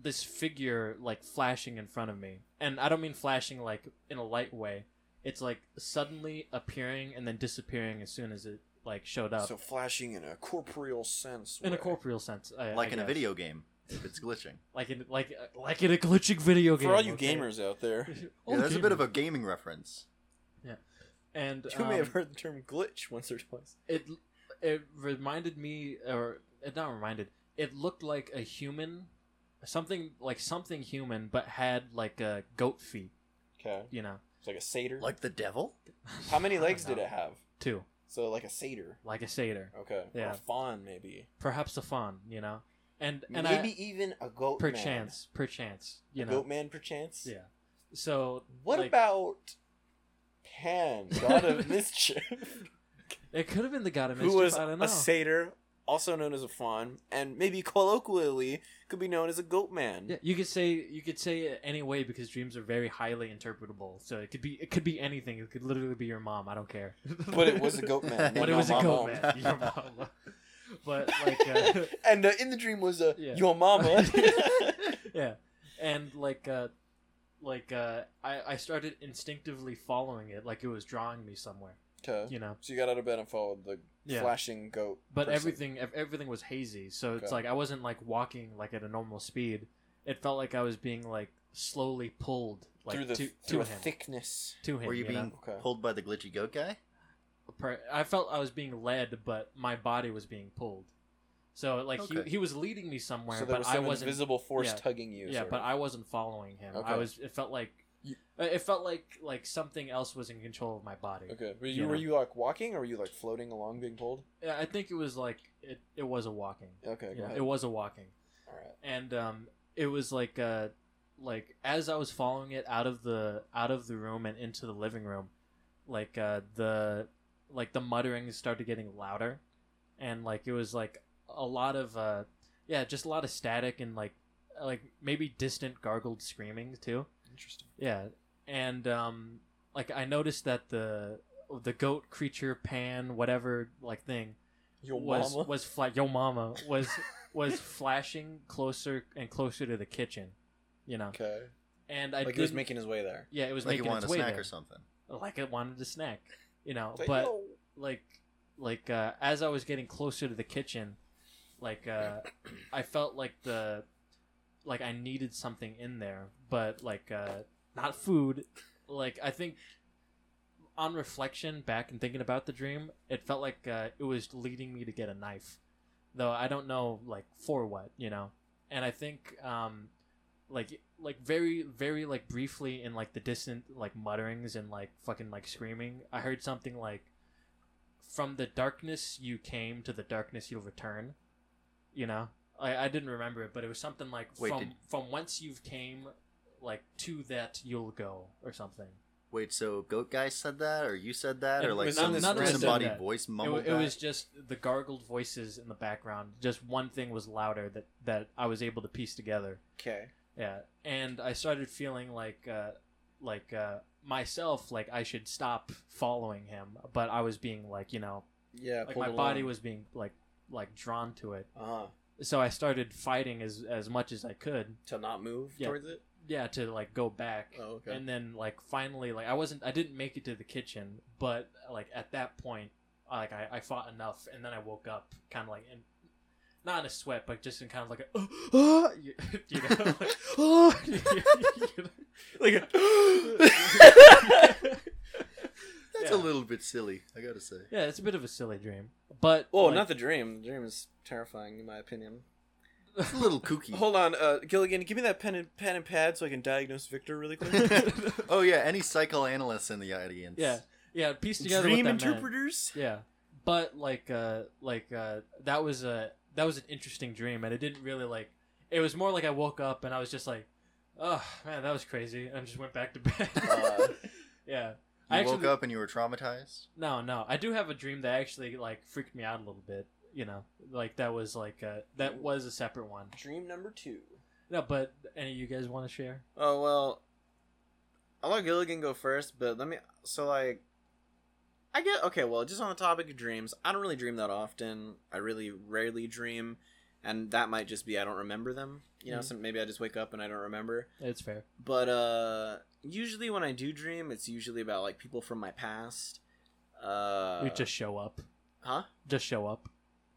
[SPEAKER 1] this figure like flashing in front of me, and I don't mean flashing like in a light way. It's like suddenly appearing and then disappearing as soon as it like showed up
[SPEAKER 2] So flashing in a corporeal sense.
[SPEAKER 1] in a
[SPEAKER 2] way.
[SPEAKER 1] corporeal sense, I, I
[SPEAKER 3] Like in a
[SPEAKER 1] guess.
[SPEAKER 3] video game, if it's glitching.
[SPEAKER 1] like in like like in a glitching video game.
[SPEAKER 2] For all you
[SPEAKER 1] okay?
[SPEAKER 2] gamers out there,
[SPEAKER 1] All
[SPEAKER 3] yeah, that's a bit
[SPEAKER 1] gamers.
[SPEAKER 3] of a gaming reference.
[SPEAKER 1] and
[SPEAKER 2] you may
[SPEAKER 1] um,
[SPEAKER 2] have heard the term glitch once or twice.
[SPEAKER 1] it it reminded me or it not reminded it looked like a human something like something human but had like a goat feet
[SPEAKER 2] Okay,
[SPEAKER 1] you know
[SPEAKER 2] it's like a satyr.
[SPEAKER 3] Like the devil?
[SPEAKER 2] how many legs
[SPEAKER 1] I don't
[SPEAKER 2] did it
[SPEAKER 1] know.
[SPEAKER 2] have?
[SPEAKER 1] two
[SPEAKER 2] So like a satyr.
[SPEAKER 1] like a satyr
[SPEAKER 2] Okay. Or
[SPEAKER 1] Yeah.
[SPEAKER 2] a fawn, maybe.
[SPEAKER 1] perhaps a fawn you know and and
[SPEAKER 2] maybe
[SPEAKER 1] I,
[SPEAKER 2] even a goat.
[SPEAKER 1] perchance perchance
[SPEAKER 2] Man.
[SPEAKER 1] you
[SPEAKER 2] a
[SPEAKER 1] know
[SPEAKER 2] goat man, perchance.
[SPEAKER 1] yeah so
[SPEAKER 2] What
[SPEAKER 1] like,
[SPEAKER 2] about Pan, god of mischief,
[SPEAKER 1] it could have been the god of
[SPEAKER 2] who
[SPEAKER 1] mischief
[SPEAKER 2] was
[SPEAKER 1] i don't know
[SPEAKER 2] a satyr, also known as a fawn, and maybe colloquially could be known as a goat man?
[SPEAKER 1] yeah, you could say you could say it any way because dreams are very highly interpretable. So it could be it could be anything. It could literally be your mom. I don't care.
[SPEAKER 2] But it was a goat man.
[SPEAKER 1] But
[SPEAKER 3] But
[SPEAKER 2] named
[SPEAKER 1] it was a
[SPEAKER 2] Mama.
[SPEAKER 1] goat man. Your mama. But like, uh,
[SPEAKER 2] and uh, in the dream was uh,
[SPEAKER 1] Yeah.
[SPEAKER 2] your mama.
[SPEAKER 1] yeah, and like, uh, like uh, I I started instinctively following it, like it was drawing me somewhere.
[SPEAKER 2] Okay.
[SPEAKER 1] you know.
[SPEAKER 2] So you got out of bed and followed the
[SPEAKER 1] Yeah.
[SPEAKER 2] flashing goat.
[SPEAKER 1] But
[SPEAKER 2] person.
[SPEAKER 1] everything ev- everything was hazy, so it's
[SPEAKER 2] Okay.
[SPEAKER 1] like I wasn't like walking like at a normal speed. It felt like I was being like slowly pulled like
[SPEAKER 2] through the
[SPEAKER 1] to,
[SPEAKER 2] through
[SPEAKER 1] to
[SPEAKER 2] a
[SPEAKER 1] him.
[SPEAKER 2] thickness.
[SPEAKER 1] to him.
[SPEAKER 3] Were you
[SPEAKER 1] know?
[SPEAKER 3] being
[SPEAKER 2] Okay.
[SPEAKER 3] pulled by the glitchy goat guy?
[SPEAKER 1] per- I felt I was being led, but my body was being pulled. So like
[SPEAKER 3] Okay.
[SPEAKER 1] he, he was leading me somewhere,
[SPEAKER 2] so there
[SPEAKER 1] but
[SPEAKER 2] was
[SPEAKER 1] I
[SPEAKER 2] some
[SPEAKER 1] wasn't.
[SPEAKER 2] invisible force
[SPEAKER 1] yeah.
[SPEAKER 2] tugging you.
[SPEAKER 1] Yeah,
[SPEAKER 2] sort
[SPEAKER 1] but
[SPEAKER 2] of.
[SPEAKER 1] I wasn't following him.
[SPEAKER 2] Okay.
[SPEAKER 1] I was. It felt like.
[SPEAKER 2] You-
[SPEAKER 1] uh, It felt like like something else was in control of my body.
[SPEAKER 2] Okay. Were you,
[SPEAKER 1] you know.
[SPEAKER 2] were you like walking or were you like floating along being pulled?
[SPEAKER 1] Yeah, I think it was like it. It was a walking.
[SPEAKER 2] Okay. Go
[SPEAKER 1] Yeah,
[SPEAKER 2] ahead.
[SPEAKER 1] it was a walking,
[SPEAKER 2] All right.
[SPEAKER 1] and um, it was like uh, like as I was following it out of the out of the room and into the living room, like uh the like the muttering started getting louder, and like it was like a lot of uh, yeah, just a lot of static and like like maybe distant gargled screaming too.
[SPEAKER 2] Interesting.
[SPEAKER 1] Yeah, and um, like I noticed that the the goat creature pan whatever like thing
[SPEAKER 2] Your
[SPEAKER 1] was
[SPEAKER 2] mama.
[SPEAKER 1] was fla- yo mama was was flashing closer and closer to the kitchen, you know.
[SPEAKER 2] okay.
[SPEAKER 1] And I
[SPEAKER 2] like
[SPEAKER 1] didn't,
[SPEAKER 2] he was making his way there.
[SPEAKER 1] yeah, it was
[SPEAKER 3] like you
[SPEAKER 1] making
[SPEAKER 3] wanted
[SPEAKER 1] its
[SPEAKER 3] a
[SPEAKER 1] way
[SPEAKER 3] snack
[SPEAKER 1] there.
[SPEAKER 3] or something.
[SPEAKER 1] like it wanted a snack, you know.
[SPEAKER 2] Like,
[SPEAKER 1] But
[SPEAKER 2] yo.
[SPEAKER 1] like like uh, as I was getting closer to the kitchen, like uh, I felt like the like I needed something in there, but like uh, not food. Like I think on reflection, back and thinking about the dream, it felt like uh, it was leading me to get a knife, though I don't know like for what you know. And I think um, like like very very like briefly in like the distant like mutterings and like fucking like screaming, I heard something like from the darkness you came to the darkness you'll return. You know, I, I didn't remember it, but it was something like
[SPEAKER 3] Wait,
[SPEAKER 1] from
[SPEAKER 3] did-
[SPEAKER 1] from whence you've came, like to that you'll go or something.
[SPEAKER 3] Wait, so goat guy said that, or you said that,
[SPEAKER 1] It
[SPEAKER 3] or like
[SPEAKER 2] was
[SPEAKER 3] some
[SPEAKER 2] none of us
[SPEAKER 3] random
[SPEAKER 2] said
[SPEAKER 3] body
[SPEAKER 1] that.
[SPEAKER 3] voice
[SPEAKER 1] It,
[SPEAKER 3] mumbled
[SPEAKER 1] wa- it
[SPEAKER 3] that?
[SPEAKER 1] was just the gargled voices in the background. Just one thing was louder that that I was able to piece together.
[SPEAKER 2] Okay.
[SPEAKER 1] Yeah, and I started feeling like uh, like uh, myself, like I should stop following him, but I was being like you know
[SPEAKER 2] Yeah.
[SPEAKER 1] like
[SPEAKER 2] pulled
[SPEAKER 1] my body
[SPEAKER 2] along.
[SPEAKER 1] was being like like drawn to it
[SPEAKER 2] Uh-huh.
[SPEAKER 1] so i started fighting as as much as i could
[SPEAKER 2] To not move
[SPEAKER 1] Yeah.
[SPEAKER 2] towards it.
[SPEAKER 1] yeah to like go back
[SPEAKER 2] Oh, okay.
[SPEAKER 1] and then like finally like i wasn't i didn't make it to the kitchen but like at that point like i, I fought enough and then i woke up kind of like in not in a sweat but just in kind of like a, you, you know like, you, know?
[SPEAKER 2] like a
[SPEAKER 3] That's a
[SPEAKER 1] Yeah.
[SPEAKER 3] little bit silly, I gotta say.
[SPEAKER 1] yeah it's a bit of a silly dream but
[SPEAKER 2] Well,
[SPEAKER 1] like-
[SPEAKER 2] not the dream. The dream is terrifying in my opinion.
[SPEAKER 3] It's a little kooky.
[SPEAKER 2] Hold on, uh, Gilligan, give me that pen and pen and pad so I can diagnose Victor really quick.
[SPEAKER 3] oh yeah, any psychoanalysts in the audience?
[SPEAKER 1] yeah yeah piece together what that meant. Yeah, but like, uh, like uh, that was a that was an interesting dream, and it didn't really like. It was more like I woke up and I was just like, "Oh man, that was crazy," and just went back to bed.
[SPEAKER 2] Uh,
[SPEAKER 1] yeah,
[SPEAKER 3] You
[SPEAKER 1] I
[SPEAKER 3] woke
[SPEAKER 1] actually-
[SPEAKER 3] up and you were traumatized.
[SPEAKER 1] no, no, I do have a dream that actually like freaked me out a little bit. You know, like that was like uh, that was a separate one.
[SPEAKER 2] Dream number two.
[SPEAKER 1] No, but any of you guys want to share?
[SPEAKER 2] Oh well, I'll let Gilligan go first, but let me. So like, I get okay. Well, just on the topic of dreams, I don't really dream that often. I really rarely dream, and that might just be I don't remember them. You know,
[SPEAKER 1] Mhm.
[SPEAKER 2] some, maybe I just wake up and I don't remember.
[SPEAKER 1] It's fair.
[SPEAKER 2] But uh, usually when I do dream, it's usually about like people from my past. Uh,
[SPEAKER 1] we just show up,
[SPEAKER 2] huh?
[SPEAKER 1] just show up,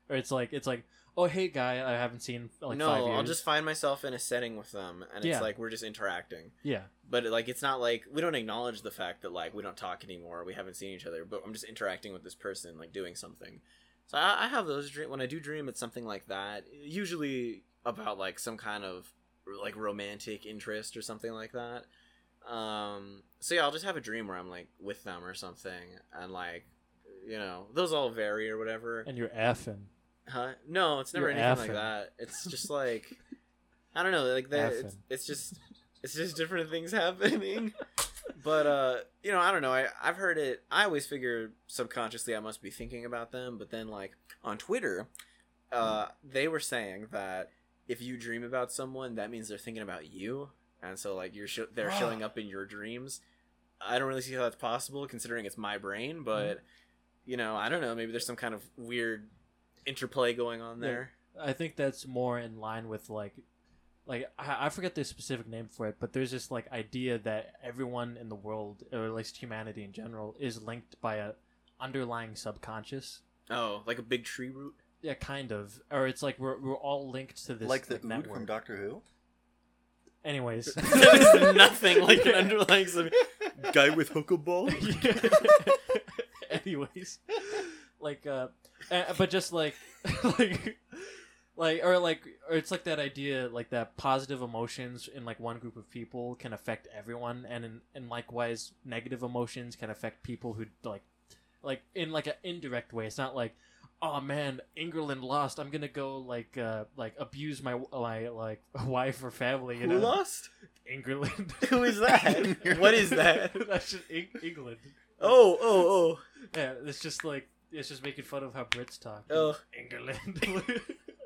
[SPEAKER 1] or it's like it's like, oh hey guy, I haven't seen for, like
[SPEAKER 2] no,
[SPEAKER 1] five years.
[SPEAKER 2] I'll just find myself in a setting with them, and it's
[SPEAKER 1] Yeah.
[SPEAKER 2] like we're just interacting.
[SPEAKER 1] yeah.
[SPEAKER 2] But like, it's not like we don't acknowledge the fact that like we don't talk anymore, we haven't seen each other. But I'm just interacting with this person, like doing something. So I, I have those dream when I do dream, it's something like that. Usually about like some kind of like romantic interest or something like that. Um, so yeah, I'll just have a dream where I'm like with them or something, and like you know those all vary or whatever.
[SPEAKER 1] And you're effing.
[SPEAKER 2] Huh? No, it's never
[SPEAKER 1] You're
[SPEAKER 2] anything like
[SPEAKER 1] effing.
[SPEAKER 2] that. It's just like I don't know, like that. It's,
[SPEAKER 1] Effing.
[SPEAKER 2] it's just it's just different things happening. But uh, you know, I don't know. I I've heard it. I always figure subconsciously I must be thinking about them. But then like on Twitter,
[SPEAKER 1] Hmm.
[SPEAKER 2] uh, they were saying that if you dream about someone, that means they're thinking about you, and so like you're sho- they're showing up in your dreams. I don't really see how that's possible, considering it's my brain. But you know, I don't know. Maybe there's some kind of weird interplay going on
[SPEAKER 1] Yeah.
[SPEAKER 2] there.
[SPEAKER 1] I think that's more in line with like, like I, I forget the specific name for it, but there's this like idea that everyone in the world, or at least humanity in general, is linked by a underlying subconscious.
[SPEAKER 2] Oh, like a big tree root.
[SPEAKER 1] Yeah, kind of. Or it's like we're, we're all linked to this
[SPEAKER 3] like the
[SPEAKER 1] like,
[SPEAKER 3] Ood
[SPEAKER 1] network.
[SPEAKER 3] from Doctor Who.
[SPEAKER 1] Anyways,
[SPEAKER 2] There's nothing like an underlying sub- guy with hookah ball.
[SPEAKER 1] anyways like uh uh, but just like like like or like or it's like that idea like that positive emotions in like one group of people can affect everyone and in, and likewise negative emotions can affect people who like like in like an indirect way it's not like oh man england lost i'm gonna go like uh like abuse my my like wife or family you
[SPEAKER 2] Who
[SPEAKER 1] know
[SPEAKER 2] lost?
[SPEAKER 1] england
[SPEAKER 2] Who is that? what is that?
[SPEAKER 1] that's just Eng- england
[SPEAKER 2] Oh, oh,
[SPEAKER 1] yeah, it's just like it's just making fun of how Brits talk.
[SPEAKER 2] Oh.
[SPEAKER 1] England.
[SPEAKER 2] oh.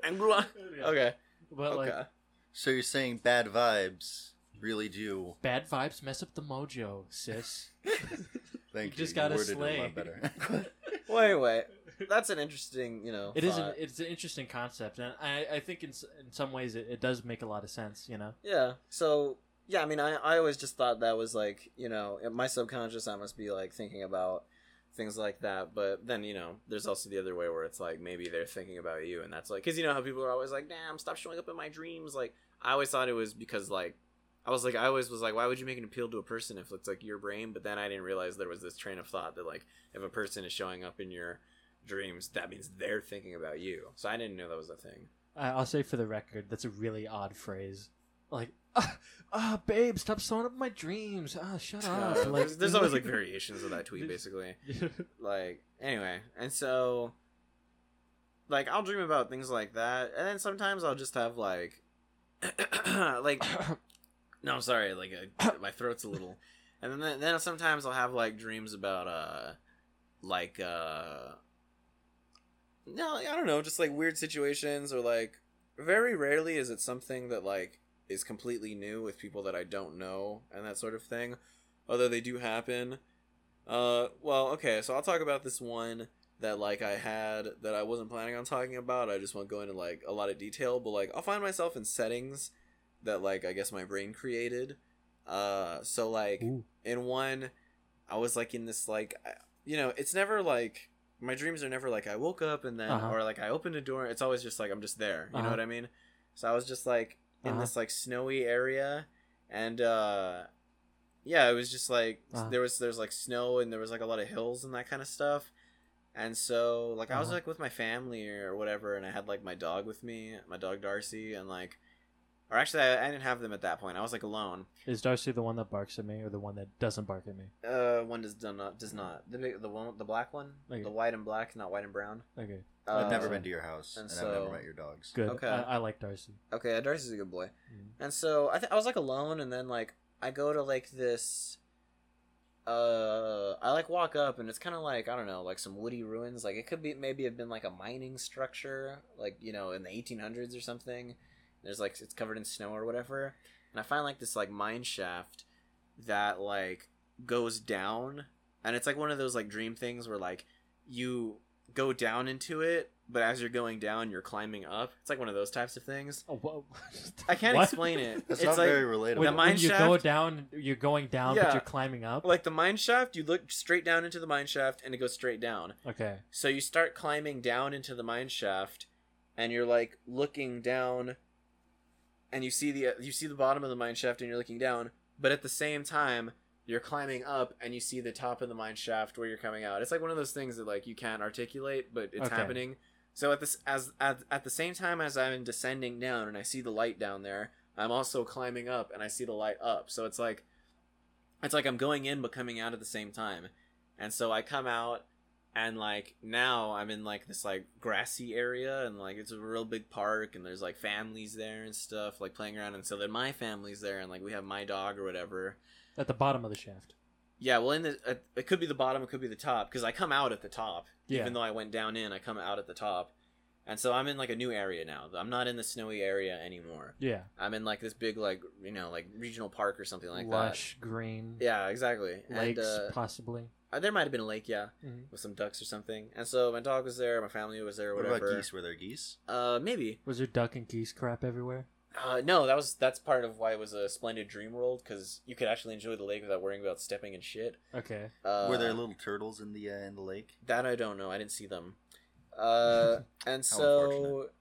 [SPEAKER 2] Angua.
[SPEAKER 1] Yeah.
[SPEAKER 2] Okay.
[SPEAKER 1] But
[SPEAKER 2] Okay.
[SPEAKER 1] like
[SPEAKER 3] So you're saying bad vibes really do.
[SPEAKER 1] bad vibes mess up the mojo, sis.
[SPEAKER 3] Thank you.
[SPEAKER 1] You just gotta
[SPEAKER 3] worded it a lot
[SPEAKER 1] slay.
[SPEAKER 3] better.
[SPEAKER 2] Wait, wait. That's an interesting, you know.
[SPEAKER 1] It is an
[SPEAKER 2] thought.
[SPEAKER 1] it's an interesting concept, and I, I think in s- in some ways it, it does make a lot of sense. You know,
[SPEAKER 2] Yeah. So yeah, I mean, I I always just thought that was like you know in my subconscious I must be like thinking about things like that but then you know there's also the other way where it's like maybe they're thinking about you and that's like because you know how people are always like damn stop showing up in my dreams like i always thought it was because like i was like i always was like why would you make an appeal to a person if it's like your brain but then i didn't realize there was this train of thought that like if a person is showing up in your dreams that means they're thinking about you so i didn't know that was a thing
[SPEAKER 1] I, I'll say for the record, that's a really odd phrase. Like, ah, ah, babe, stop sewing up my dreams. Ah, shut up.
[SPEAKER 2] Uh,
[SPEAKER 1] Like-
[SPEAKER 2] there's, there's always like variations of that tweet basically
[SPEAKER 1] Yeah.
[SPEAKER 2] like anyway and so like i'll dream about things like that and then sometimes i'll just have like like no i'm sorry like uh my throat's a little and then then sometimes i'll have like dreams about uh like uh no i don't know just like weird situations or like very rarely is it something that like is completely new with people that i don't know and that sort of thing although they do happen uh, well, okay, so I'll talk about this one that like I had that I wasn't planning on talking about. I just won't go into like a lot of detail, but like I'll find myself in settings that like I guess my brain created. Uh, so like
[SPEAKER 1] Ooh.
[SPEAKER 2] in one, I was like in this like I- you know it's never like my dreams are never like I woke up and then
[SPEAKER 1] Uh-huh.
[SPEAKER 2] or like I opened a door. It's always just like I'm just there. You know
[SPEAKER 1] Uh-huh.
[SPEAKER 2] what I mean? So I was just like in
[SPEAKER 1] Uh-huh.
[SPEAKER 2] this like snowy area and uh yeah it was just like
[SPEAKER 1] Uh-huh.
[SPEAKER 2] there was there's like snow and there was like a lot of hills and that kind of stuff and so like i was
[SPEAKER 1] Uh-huh.
[SPEAKER 2] like with my family or whatever and i had like my dog with me my dog darcy and like or actually i, I didn't have them at that point i was like alone
[SPEAKER 1] Is Darcy the one that barks at me or the one that doesn't bark at me?
[SPEAKER 2] uh one does done not does not the big the one the black one
[SPEAKER 1] Okay.
[SPEAKER 2] the white and black not white and brown
[SPEAKER 1] Okay,
[SPEAKER 2] uh,
[SPEAKER 3] I've never
[SPEAKER 1] so-
[SPEAKER 3] been to your house,
[SPEAKER 2] and
[SPEAKER 3] and, I've never
[SPEAKER 2] so-
[SPEAKER 3] met your dogs.
[SPEAKER 1] Um, good.
[SPEAKER 2] Okay.
[SPEAKER 1] I, I like Darcy.
[SPEAKER 2] okay darcy's a good boy
[SPEAKER 1] Mm.
[SPEAKER 2] And so I, th- I was like alone, and then like I go to like this. Uh, I like walk up, and it's kind of like I don't know, like some woody ruins. Like it could be maybe have been like a mining structure, like you know, in the 1800s or something. There's like it's covered in snow or whatever, and I find like this like mine shaft that like goes down, and it's like one of those like dream things where like you go down into it, but as you're going down, you're climbing up. It's like one of those types of things.
[SPEAKER 1] Oh, whoa.
[SPEAKER 2] I can't
[SPEAKER 1] What?
[SPEAKER 2] explain it.
[SPEAKER 3] That's
[SPEAKER 2] it's
[SPEAKER 3] not
[SPEAKER 2] like,
[SPEAKER 3] very relatable.
[SPEAKER 2] With
[SPEAKER 1] When,
[SPEAKER 2] the mine
[SPEAKER 1] when you go
[SPEAKER 2] shaft-
[SPEAKER 1] down, you're going down,
[SPEAKER 2] Yeah.
[SPEAKER 1] but you're climbing up.
[SPEAKER 2] like the mine shaft you look straight down into the mine shaft and it goes straight down
[SPEAKER 1] okay.
[SPEAKER 2] so you start climbing down into the mine shaft and you're like looking down and you see the uh, you see the bottom of the mine shaft and you're looking down but at the same time you're climbing up and you see the top of the mine shaft where you're coming out it's like one of those things that like you can't articulate but it's
[SPEAKER 1] Okay.
[SPEAKER 2] happening so at this as at, at the same time as i'm descending down and i see the light down there i'm also climbing up and i see the light up so it's like it's like i'm going in but coming out at the same time and so i come out and like now i'm in like this like grassy area and like it's a real big park and there's like families there and stuff like playing around and so then my family's there and like we have my dog or whatever
[SPEAKER 1] At the bottom of the shaft.
[SPEAKER 2] yeah well in the uh, it could be the bottom it could be the top because i come out at the top
[SPEAKER 1] Yeah.
[SPEAKER 2] even though i went down in i come out at the top and so i'm in like a new area now i'm not in the snowy area anymore
[SPEAKER 1] yeah.
[SPEAKER 2] i'm in like this big like you know like regional park or something like
[SPEAKER 1] Lush, green,
[SPEAKER 2] that yeah exactly
[SPEAKER 1] lakes,
[SPEAKER 2] and
[SPEAKER 1] possibly.
[SPEAKER 2] uh, there might have been a lake yeah
[SPEAKER 3] Mm-hmm.
[SPEAKER 1] Mhm.
[SPEAKER 2] with some ducks or something and so my dog was there my family was there
[SPEAKER 3] what
[SPEAKER 2] whatever
[SPEAKER 3] about geese? Were there geese?
[SPEAKER 2] uh, maybe.
[SPEAKER 1] Was there duck and geese crap everywhere?
[SPEAKER 2] Uh, no, that was that's part of why it was a splendid dream world because you could actually enjoy the lake without worrying about stepping and shit.
[SPEAKER 1] Okay.
[SPEAKER 2] Uh,
[SPEAKER 3] Were there little turtles in the uh, in the lake?
[SPEAKER 2] That I don't know. I didn't see them. Uh, and
[SPEAKER 3] How
[SPEAKER 2] so,
[SPEAKER 3] unfortunate.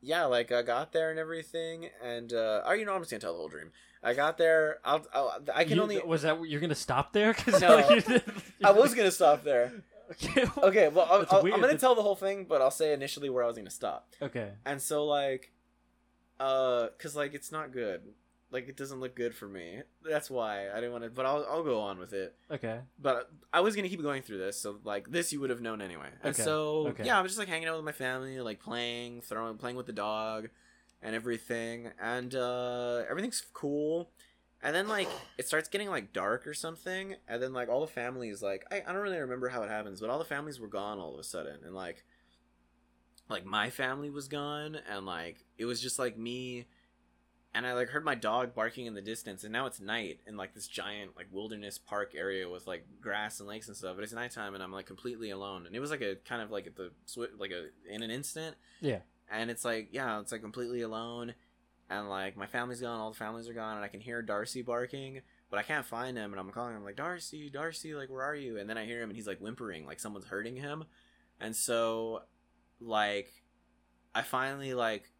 [SPEAKER 2] yeah, like I got there and everything, and uh, oh, you know, I'm just gonna tell the whole dream. I got there. I'll. I'll I can
[SPEAKER 1] You-
[SPEAKER 2] only.
[SPEAKER 1] was that you're gonna stop there? 'Cause,
[SPEAKER 2] No.
[SPEAKER 1] like, you did-
[SPEAKER 2] I was gonna stop there.
[SPEAKER 1] Okay. well-
[SPEAKER 2] Okay, well, I'll,
[SPEAKER 1] That's
[SPEAKER 2] I'll,
[SPEAKER 1] weird.
[SPEAKER 2] I'm gonna tell the whole thing, but I'll say initially where I was gonna stop.
[SPEAKER 1] Okay.
[SPEAKER 2] And so, like, uh, cause like it's not good. Like it doesn't look good for me. That's why I didn't want to. But I'll I'll go on with it.
[SPEAKER 1] Okay.
[SPEAKER 2] but I was gonna keep going through this, so like this you would have known anyway. And
[SPEAKER 1] Okay,
[SPEAKER 2] so
[SPEAKER 1] okay.
[SPEAKER 2] yeah, I'm just like hanging out with my family, like playing, throwing, playing with the dog, and everything, and uh, everything's cool. And then like it starts getting like dark or something, and then like all the families like I, I don't really remember how it happens, but all the families were gone all of a sudden, and like like my family was gone, and like it was just like me and I like heard my dog barking in the distance, and now it's night in like this giant like wilderness park area with like grass and lakes and stuff. But it's nighttime, and I'm like completely alone. And it was like a kind of like at the swi- like a in an instant.
[SPEAKER 1] Yeah.
[SPEAKER 2] And it's like yeah, it's like completely alone, and like my family's gone, all the families are gone, and I can hear Darcy barking, but I can't find him, and I'm calling him like Darcy, Darcy, like where are you? And then I hear him, and he's like whimpering, like someone's hurting him, and so like I finally like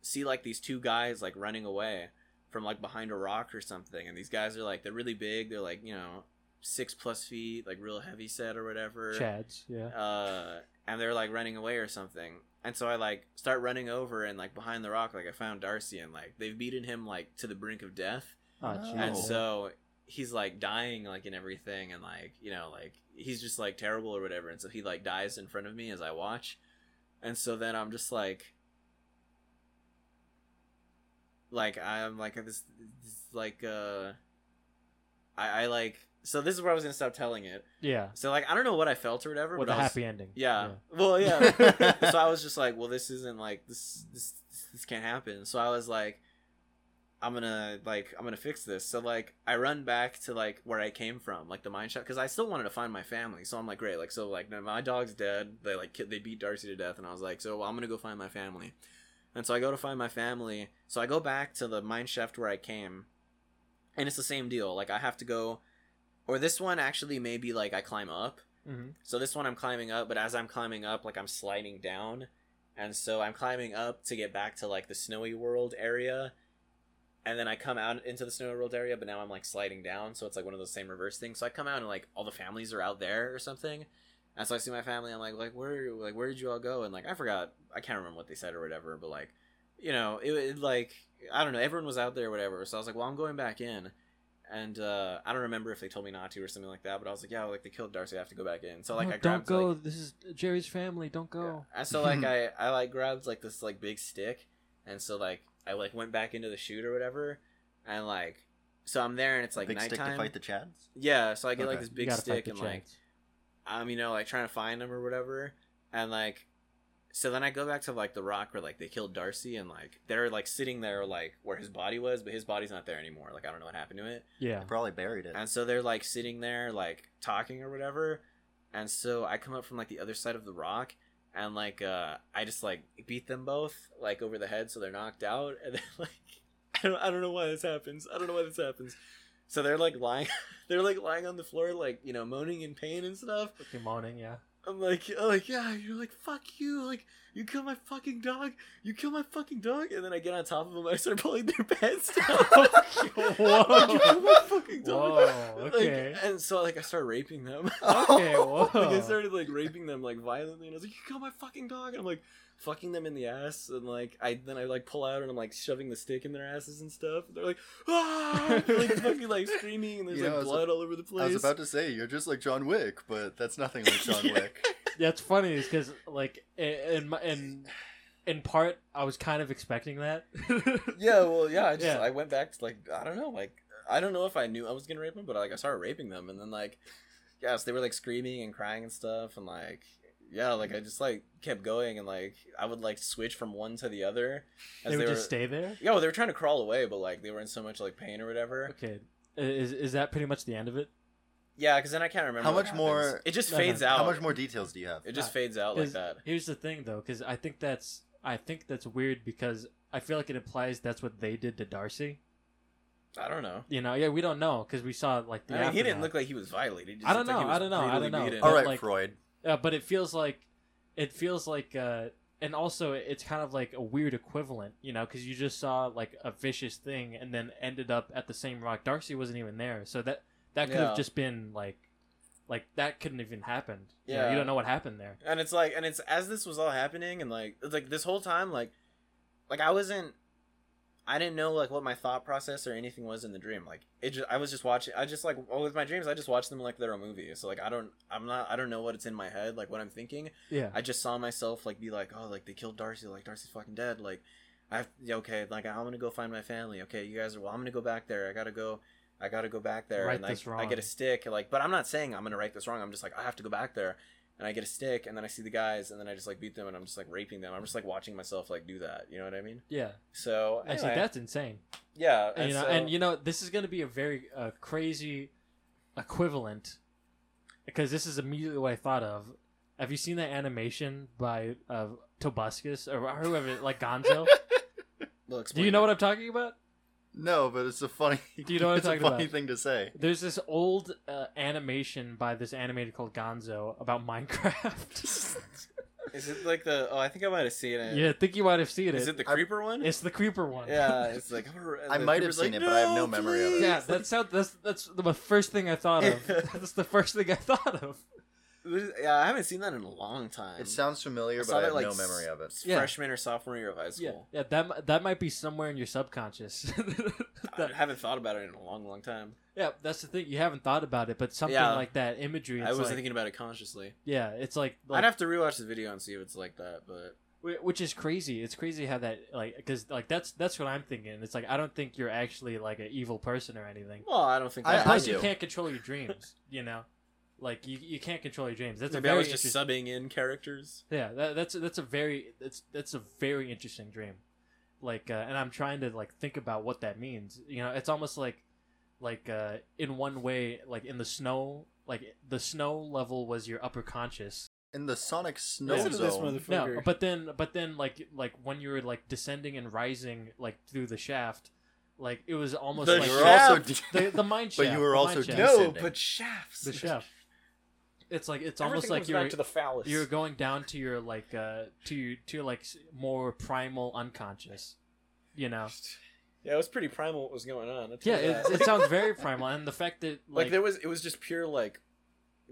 [SPEAKER 2] see like these two guys like running away from like behind a rock or something and these guys are like they're really big they're like you know six plus feet like real heavy set or whatever
[SPEAKER 1] Chad's. Yeah.
[SPEAKER 2] uh and they're like running away or something and so i like start running over and like behind the rock like i found darcy and like they've beaten him like to the brink of death
[SPEAKER 1] Oh,
[SPEAKER 3] no.
[SPEAKER 1] jeez.
[SPEAKER 2] and so he's like dying like and everything and like you know like he's just like terrible or whatever and so he like dies in front of me as i watch and so then i'm just like like i'm like this, this like uh i i like so this is where i was gonna stop telling it
[SPEAKER 1] yeah.
[SPEAKER 2] so like i don't know what i felt or whatever
[SPEAKER 1] With
[SPEAKER 2] but
[SPEAKER 1] a
[SPEAKER 2] I was,
[SPEAKER 1] happy ending.
[SPEAKER 2] yeah. Well, yeah. so I was just like, well, this isn't like this, this this can't happen. So I was like, I'm gonna like I'm gonna fix this. So like I run back to like where I came from, like the mine shop, because I still wanted to find my family. So I'm like, great, like so like now my dog's dead. They like ki- they beat Darcy to death, and I was like, so I'm gonna go find my family. And so I go to find my family. So I go back to the mine shaft where I came, and it's the same deal. Like I have to go, or this one actually maybe like I climb up.
[SPEAKER 1] hmm
[SPEAKER 2] So this one I'm climbing up, but as I'm climbing up, like I'm sliding down. And so I'm climbing up to get back to like the snowy world area. And then I come out into the snowy world area, but now I'm like sliding down, so it's like one of those same reverse things. So I come out and like all the families are out there or something. And so I see my family, I'm like, like where like where did you all go? And like I forgot I can't remember what they said or whatever, but like you know, it, it like I don't know, everyone was out there or whatever. So I was like, Well I'm going back in and uh, I don't remember if they told me not to or something like that, but I was like, yeah, like they killed Darcy, I have to go back in. So like
[SPEAKER 1] No,
[SPEAKER 2] I
[SPEAKER 1] don't
[SPEAKER 2] grabbed
[SPEAKER 1] go.
[SPEAKER 2] like,
[SPEAKER 1] this is Jerry's family. Don't go.
[SPEAKER 2] yeah. And so like I I like grabbed like this like big stick, and so like I like went back into the chute or whatever, and like so I'm there and it's like
[SPEAKER 3] Big
[SPEAKER 2] nighttime.
[SPEAKER 3] stick to fight the Chads.
[SPEAKER 2] yeah, so I get like
[SPEAKER 3] Okay.
[SPEAKER 2] this
[SPEAKER 1] You
[SPEAKER 2] big
[SPEAKER 1] gotta fight
[SPEAKER 2] stick
[SPEAKER 1] the
[SPEAKER 2] and like
[SPEAKER 1] Chads.
[SPEAKER 2] I'm you know like trying to find him or whatever, and like so then I go back to like the rock where like they killed Darcy and like they're like sitting there like where his body was, but his body's not there anymore. Like I don't know what happened to it.
[SPEAKER 1] Yeah.
[SPEAKER 3] They probably buried it.
[SPEAKER 2] And so they're like sitting there, like talking or whatever. And so I come up from like the other side of the rock, and like uh, I just like beat them both like over the head, so they're knocked out. And then like I don't I don't know why this happens. I don't know why this happens. So they're like lying, they're like lying on the floor, like you know, moaning in pain and stuff.
[SPEAKER 1] Fucking moaning. Yeah.
[SPEAKER 2] I'm like, I'm like, yeah, you're like, fuck you, like, you killed my fucking dog, you killed my fucking dog, and then I get on top of them, I start pulling their pants down.
[SPEAKER 1] Whoa.
[SPEAKER 2] Like, you killed my fucking dog.
[SPEAKER 1] Whoa.
[SPEAKER 2] Like,
[SPEAKER 1] Okay.
[SPEAKER 2] and so like I started raping them.
[SPEAKER 1] Okay, whoa.
[SPEAKER 2] like I started like raping them like violently, and I was like, "You killed my fucking dog!" And I'm like fucking them in the ass, and like I then I like pull out and I'm like shoving the stick in their asses and stuff. And they're like, "Ah!" They're, like fucking like screaming, and there's
[SPEAKER 3] You know, I
[SPEAKER 2] like
[SPEAKER 3] was-
[SPEAKER 2] blood all over the place.
[SPEAKER 3] I was about to say you're just like John Wick, but that's nothing like John
[SPEAKER 2] Yeah.
[SPEAKER 3] Wick.
[SPEAKER 1] That's funny because like i- in my, in in part I was kind of expecting that.
[SPEAKER 2] yeah, well, yeah. I just
[SPEAKER 1] Yeah.
[SPEAKER 2] I went back to like I don't know, like I don't know if I knew I was gonna rape them, but like I started raping them, and then like yeah, so they were like screaming and crying and stuff, and like yeah, like I just like kept going, and like I would like switch from one to the other
[SPEAKER 1] they would just stay there.
[SPEAKER 2] Yeah, well, they were trying to crawl away, but like they were in so much like pain or whatever.
[SPEAKER 1] Okay. I- Is is that pretty much the end of it?
[SPEAKER 2] Yeah, because then I can't remember
[SPEAKER 3] How
[SPEAKER 2] what
[SPEAKER 3] much
[SPEAKER 2] happens.
[SPEAKER 3] more-
[SPEAKER 2] It just
[SPEAKER 1] No, no.
[SPEAKER 2] fades out.
[SPEAKER 3] How much more details do you have?
[SPEAKER 1] Ah,
[SPEAKER 2] It just fades out like
[SPEAKER 1] Because
[SPEAKER 2] that.
[SPEAKER 1] Here's the thing though, because I think that's I think that's weird because I feel like it implies that's what they did to Darcy.
[SPEAKER 2] I don't know.
[SPEAKER 1] You know, yeah, we don't know because we saw like the.
[SPEAKER 2] I mean, he didn't
[SPEAKER 1] aftermath.
[SPEAKER 2] look like he was violated. He just
[SPEAKER 1] I don't
[SPEAKER 2] looked like he
[SPEAKER 1] know,
[SPEAKER 2] was
[SPEAKER 1] I don't know, I
[SPEAKER 2] brutally
[SPEAKER 1] don't know.
[SPEAKER 2] beaten.
[SPEAKER 1] But,
[SPEAKER 3] All right,
[SPEAKER 1] like-
[SPEAKER 3] Freud.
[SPEAKER 1] uh, but it feels like it feels like uh and also it's kind of like a weird equivalent you know because you just saw like a vicious thing and then ended up at the same rock darcy wasn't even there so that that could
[SPEAKER 2] Yeah.
[SPEAKER 1] have just been like like that couldn't even happened yeah you,
[SPEAKER 2] Yeah.
[SPEAKER 1] don't know what happened there
[SPEAKER 2] and it's like and it's as this was all happening and like it's like this whole time like like i wasn't i didn't know like what my thought process or anything was in the dream like it just i was just watching i just like well, with my dreams i just watch them like they're a movie so like i don't i'm not i don't know what it's in my head like what i'm thinking
[SPEAKER 1] yeah
[SPEAKER 2] i just saw myself like be like oh like they killed darcy like darcy's fucking dead like i have yeah, okay like i'm gonna go find my family okay you guys are well i'm gonna go back there i gotta go i gotta go back there
[SPEAKER 1] Right
[SPEAKER 2] and
[SPEAKER 1] this
[SPEAKER 2] I, I
[SPEAKER 1] wrong.
[SPEAKER 2] get a stick like but i'm not saying i'm gonna right this wrong i'm just like i have to go back there and I get a stick, and then I see the guys, and then I just like beat them, and I'm just like raping them. I'm just like watching myself like do that. You know what I mean?
[SPEAKER 1] yeah
[SPEAKER 2] So
[SPEAKER 1] actually
[SPEAKER 2] anyway,
[SPEAKER 1] that's insane
[SPEAKER 2] yeah, uh,
[SPEAKER 1] and, you know
[SPEAKER 2] so-
[SPEAKER 1] and you know this is going to be a very uh, crazy equivalent because this is immediately what i thought of have you seen that animation by uh, Tobuscus or whoever like gonzo
[SPEAKER 2] We'll
[SPEAKER 1] Do
[SPEAKER 2] explain
[SPEAKER 1] you know
[SPEAKER 2] it.
[SPEAKER 1] what I'm talking about?
[SPEAKER 3] No, but it's a funny.
[SPEAKER 1] Do you know what I'm
[SPEAKER 3] it's a
[SPEAKER 1] talking
[SPEAKER 3] funny
[SPEAKER 1] about?
[SPEAKER 3] thing to say.
[SPEAKER 1] There's this old uh, animation by this animator called Gonzo about Minecraft.
[SPEAKER 2] Is it like the? Oh, I think I might have seen it.
[SPEAKER 1] yeah, I think you might have seen it.
[SPEAKER 2] Is it the
[SPEAKER 3] I-
[SPEAKER 2] creeper one?
[SPEAKER 1] It's the creeper one.
[SPEAKER 2] yeah, it's like the
[SPEAKER 3] I might have
[SPEAKER 2] creeper's
[SPEAKER 3] seen
[SPEAKER 2] like,
[SPEAKER 3] it, but I have no memory of it."
[SPEAKER 2] please."
[SPEAKER 1] yeah. That sound, that's that's the first thing I thought of. that's the first thing I thought of.
[SPEAKER 2] yeah, I haven't seen that in a long time.
[SPEAKER 3] It sounds familiar,
[SPEAKER 2] I
[SPEAKER 3] but
[SPEAKER 2] saw
[SPEAKER 3] I
[SPEAKER 2] that,
[SPEAKER 3] have
[SPEAKER 2] like,
[SPEAKER 3] no memory of it.
[SPEAKER 2] It's
[SPEAKER 1] Yeah.
[SPEAKER 2] freshman or sophomore year of high
[SPEAKER 1] Yeah,
[SPEAKER 2] school.
[SPEAKER 1] yeah. That mi- that might be somewhere in your subconscious.
[SPEAKER 2] I
[SPEAKER 1] That-
[SPEAKER 2] haven't thought about it in a long, long time.
[SPEAKER 1] yeah, that's the thing. You haven't thought about it, but something
[SPEAKER 2] Yeah.
[SPEAKER 1] like that imagery. It's
[SPEAKER 2] I wasn't
[SPEAKER 1] like,
[SPEAKER 2] thinking about it consciously.
[SPEAKER 1] Yeah, it's like, like
[SPEAKER 2] I'd have to rewatch the video and see if it's like that, but
[SPEAKER 1] Wh- which is crazy it's crazy how that like because like that's that's what i'm thinking it's like i don't think you're actually like an evil person or anything
[SPEAKER 2] well, I don't think
[SPEAKER 3] I-
[SPEAKER 1] And
[SPEAKER 2] that-
[SPEAKER 1] plus
[SPEAKER 3] do.
[SPEAKER 1] you can't control your dreams you know like you, you can't control your dreams that's
[SPEAKER 2] Maybe
[SPEAKER 1] a
[SPEAKER 2] I
[SPEAKER 1] very
[SPEAKER 2] was just
[SPEAKER 1] interesting
[SPEAKER 2] subbing in characters.
[SPEAKER 1] yeah that, that's that's a very that's that's a very interesting dream like uh, and i'm trying to like think about what that means you know it's almost like like uh in one way like in the snow like the snow level was your upper conscious
[SPEAKER 3] In the Sonic Snow
[SPEAKER 1] Listen
[SPEAKER 2] to this
[SPEAKER 3] Zone,
[SPEAKER 2] motherfucker.
[SPEAKER 1] No, but then but then like like when you were like descending and rising like through the shaft, like it was almost
[SPEAKER 2] The
[SPEAKER 1] like
[SPEAKER 3] you
[SPEAKER 2] shaft.
[SPEAKER 3] were also
[SPEAKER 1] the, the mind
[SPEAKER 3] But
[SPEAKER 1] shaft.
[SPEAKER 3] you were
[SPEAKER 1] the
[SPEAKER 3] also
[SPEAKER 1] mind shaft.
[SPEAKER 3] No, descending. but
[SPEAKER 2] shafts.
[SPEAKER 1] the shaft. It's like it's almost like you're
[SPEAKER 2] the phallus.
[SPEAKER 1] you're going down to your like uh to your- to your, like s- more primal unconscious, you know.
[SPEAKER 2] Yeah, it was pretty primal what was going on. I'll tell
[SPEAKER 1] Yeah,
[SPEAKER 2] you
[SPEAKER 1] it,
[SPEAKER 2] that.
[SPEAKER 1] it sounds very primal, and the fact that
[SPEAKER 2] like,
[SPEAKER 1] like,
[SPEAKER 2] there was. It was just pure like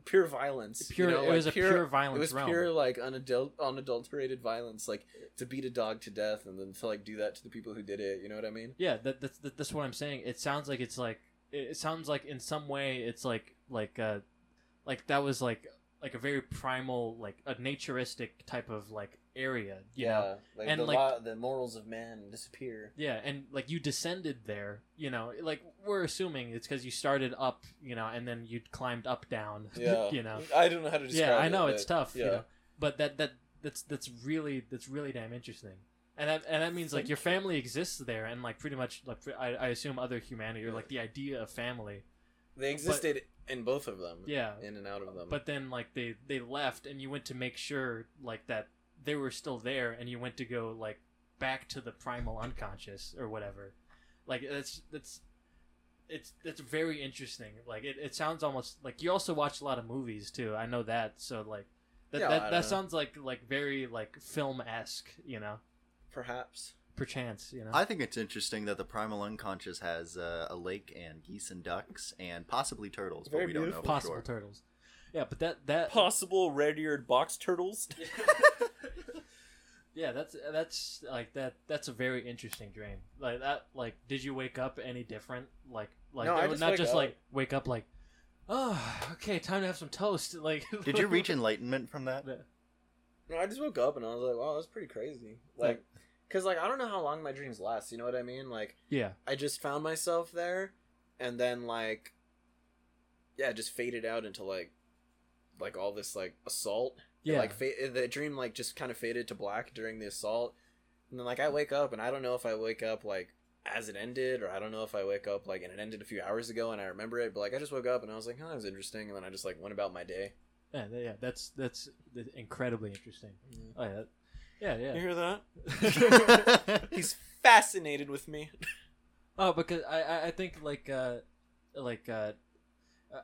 [SPEAKER 2] pure violence. you
[SPEAKER 1] pure
[SPEAKER 2] know,
[SPEAKER 1] it
[SPEAKER 2] like,
[SPEAKER 1] was a pure, violent
[SPEAKER 2] It was
[SPEAKER 1] realm.
[SPEAKER 2] pure like unadul- unadulterated violence, like to beat a dog to death and then to like do that to the people who did it. You know what I mean?
[SPEAKER 1] Yeah, that, that's that, that's what I'm saying. It sounds like it's like it it sounds like in some way it's like like uh like that was like like a very primal like a naturistic type of like area. You Know?
[SPEAKER 2] like
[SPEAKER 1] And,
[SPEAKER 2] the
[SPEAKER 1] like-
[SPEAKER 2] law, the morals of man disappear.
[SPEAKER 1] Yeah, and like you descended there, you know, like we're assuming it's because you started up, you know, and then you climbed up down,
[SPEAKER 2] Yeah,
[SPEAKER 1] you know.
[SPEAKER 2] I don't know how to describe.
[SPEAKER 1] Yeah, I
[SPEAKER 2] it,
[SPEAKER 1] know
[SPEAKER 2] but-
[SPEAKER 1] it's tough,
[SPEAKER 2] Yeah,
[SPEAKER 1] you know, but that that that's that's really that's really damn interesting, and that and that means like your family exists there, and like pretty much like I, I assume other humanity or like the idea of family
[SPEAKER 2] they existed in both of them.
[SPEAKER 1] Yeah,
[SPEAKER 2] in and out of them.
[SPEAKER 1] but then like they they left, and you went to make sure like that they were still there, and you went to go like back to the primal unconscious or whatever. Like that's that's it's that's very interesting. Like it, it sounds almost like you also watch a lot of movies too. I know that, so like that
[SPEAKER 2] Yeah, I
[SPEAKER 1] that,
[SPEAKER 2] don't
[SPEAKER 1] that
[SPEAKER 2] know.
[SPEAKER 1] sounds like like very like film esque, you know,
[SPEAKER 2] perhaps
[SPEAKER 1] perchance, you know.
[SPEAKER 3] I think it's interesting that the primal unconscious has uh, a lake and geese and ducks and possibly turtles, but
[SPEAKER 2] Very
[SPEAKER 3] we don't know
[SPEAKER 2] beautiful.
[SPEAKER 3] for
[SPEAKER 1] Possible
[SPEAKER 3] sure.
[SPEAKER 1] turtles. Yeah, but that that
[SPEAKER 2] possible red-eared box turtles.
[SPEAKER 1] Yeah, that's that's like that. That's a very interesting dream. Like that. Like, did you wake up any different? Like, like
[SPEAKER 2] No, I
[SPEAKER 1] it-
[SPEAKER 2] just
[SPEAKER 1] not
[SPEAKER 2] wake
[SPEAKER 1] just
[SPEAKER 2] up.
[SPEAKER 1] like wake up like, oh, okay, time to have some toast. Like,
[SPEAKER 3] Did you reach enlightenment from that?
[SPEAKER 2] No, I just woke up and I was like, wow, that's pretty crazy. Like, because, like, I don't know how long my dreams last. You know what I mean? Like,
[SPEAKER 1] Yeah,
[SPEAKER 2] I just found myself there and then, like, yeah, it just faded out into, like, like all this, like, assault. It,
[SPEAKER 1] yeah,
[SPEAKER 2] like, fa- the dream, like, just kind of faded to black during the assault. And then, like, I wake up and I don't know if I wake up, like, as it ended or I don't know if I wake up, like, and it ended a few hours ago and I remember it. But, like, I just woke up and I was like, oh, that was interesting. And then I just, like, went about my day.
[SPEAKER 1] yeah, yeah. That's that's incredibly interesting. Oh, yeah. Yeah, yeah.
[SPEAKER 2] You hear that?
[SPEAKER 3] He's
[SPEAKER 2] He's fascinated with me.
[SPEAKER 1] Oh, because I- I I think like uh like uh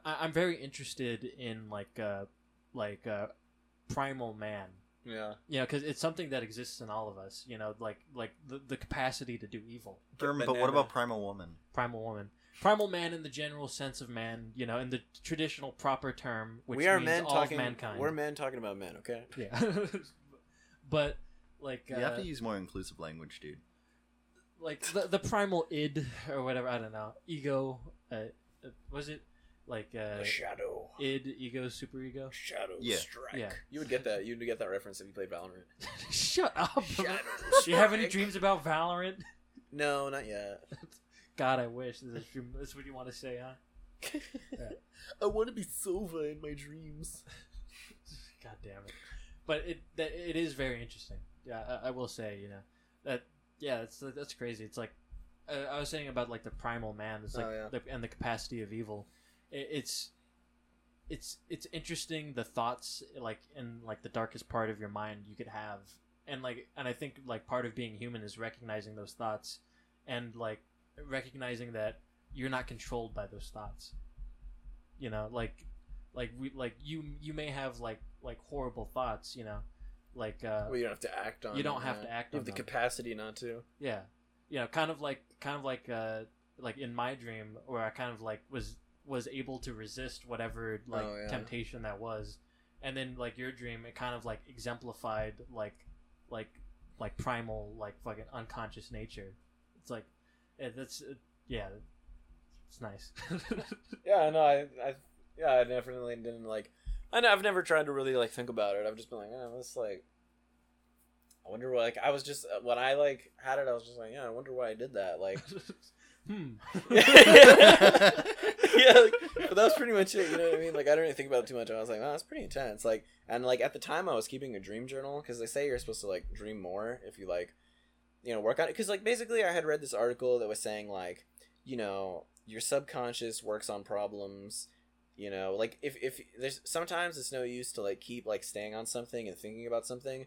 [SPEAKER 1] I, I'm very interested in like uh like uh primal man.
[SPEAKER 2] Yeah.
[SPEAKER 1] You know, because it's something that exists in all of us. You know, like like the the capacity to do evil.
[SPEAKER 3] but what
[SPEAKER 2] banana.
[SPEAKER 3] about Primal Woman?
[SPEAKER 1] Primal woman. Primal man in the general sense of man, you know, in the traditional proper term, which
[SPEAKER 2] we are
[SPEAKER 1] means
[SPEAKER 2] men
[SPEAKER 1] all
[SPEAKER 2] talking.
[SPEAKER 1] of mankind.
[SPEAKER 2] We're men talking about men. Okay.
[SPEAKER 1] Yeah. but like
[SPEAKER 3] You have
[SPEAKER 1] uh,
[SPEAKER 3] to use more inclusive language, dude.
[SPEAKER 1] like the, the primal id or whatever, I don't know. Ego uh, uh, was it like uh
[SPEAKER 2] shadow.
[SPEAKER 1] id ego super ego?
[SPEAKER 2] Oh, Shadow
[SPEAKER 3] Yeah.
[SPEAKER 2] strike.
[SPEAKER 1] Yeah.
[SPEAKER 2] You would get that. You would get that reference if you played Valorant.
[SPEAKER 1] Shut up.
[SPEAKER 2] Shadow
[SPEAKER 1] Do you have any
[SPEAKER 2] strike.
[SPEAKER 1] dreams about Valorant?
[SPEAKER 2] No, not yet.
[SPEAKER 1] God, I wish. This is, dream- this is what you want to say, huh?
[SPEAKER 2] I want to be Silva in my dreams.
[SPEAKER 1] God damn it. But it that, it is very interesting. Yeah, I, I will say, you know, that yeah, that's that's crazy. It's like uh, I was saying about like the primal man. It's like
[SPEAKER 2] Oh, yeah.
[SPEAKER 1] the, and the capacity of evil. It, it's it's it's interesting the thoughts like in like the darkest part of your mind you could have and like and I think like part of being human is recognizing those thoughts and like recognizing that you're not controlled by those thoughts. You know, like like we like you you may have like like horrible thoughts, you know, like uh
[SPEAKER 2] Well, you don't have to act on.
[SPEAKER 1] You don't
[SPEAKER 2] them,
[SPEAKER 1] have
[SPEAKER 2] yeah.
[SPEAKER 1] to act
[SPEAKER 2] You
[SPEAKER 1] on
[SPEAKER 2] have the
[SPEAKER 1] them.
[SPEAKER 2] capacity not to.
[SPEAKER 1] yeah, you know, kind of like kind of like uh like in my dream where I kind of like was was able to resist whatever like
[SPEAKER 2] Oh, yeah.
[SPEAKER 1] temptation that was, and then like your dream it kind of like exemplified like like like primal like fucking unconscious nature. It's like eh, that's eh, yeah, it's nice.
[SPEAKER 2] Yeah, no, I, I, yeah, I definitely didn't like. I know, I've never tried to really like think about it. I've just been like, oh, that's like. I wonder why. Like, I was just uh, when I like had it, I was just like, yeah, I wonder why I did that. Like,
[SPEAKER 1] hmm.
[SPEAKER 2] yeah, like, but that was pretty much it. You know what I mean? Like, I didn't really think about it too much. I was like, oh, that's pretty intense. Like, and like at the time, I was keeping a dream journal because they say you're supposed to like dream more if you like, you know, work on it. Because like basically, I had read this article that was saying like, you know, your subconscious works on problems. You know, like if if there's sometimes it's no use to like keep like staying on something and thinking about something.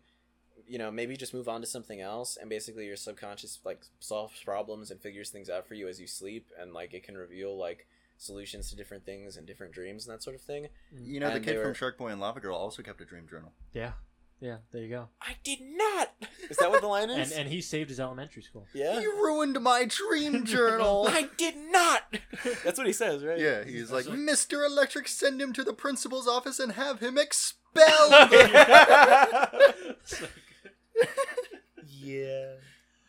[SPEAKER 2] You know, maybe just move on to something else, and basically your subconscious like solves problems and figures things out for you as you sleep, and like it can reveal like solutions to different things and different dreams and that sort of thing.
[SPEAKER 3] You know, the
[SPEAKER 2] And
[SPEAKER 3] kid
[SPEAKER 2] they
[SPEAKER 3] from
[SPEAKER 2] were-
[SPEAKER 3] Shark Boy and Lava Girl also kept a dream journal.
[SPEAKER 1] Yeah, yeah. There you go.
[SPEAKER 2] I did not. Is that what the line
[SPEAKER 1] And
[SPEAKER 2] is?
[SPEAKER 1] and he saved his elementary school.
[SPEAKER 2] yeah.
[SPEAKER 3] You ruined my dream journal.
[SPEAKER 2] I did not. That's what he says, right?
[SPEAKER 3] yeah, he's like,
[SPEAKER 1] like-
[SPEAKER 3] Mr. Electric, send him to the principal's office and have him expelled.
[SPEAKER 2] yeah.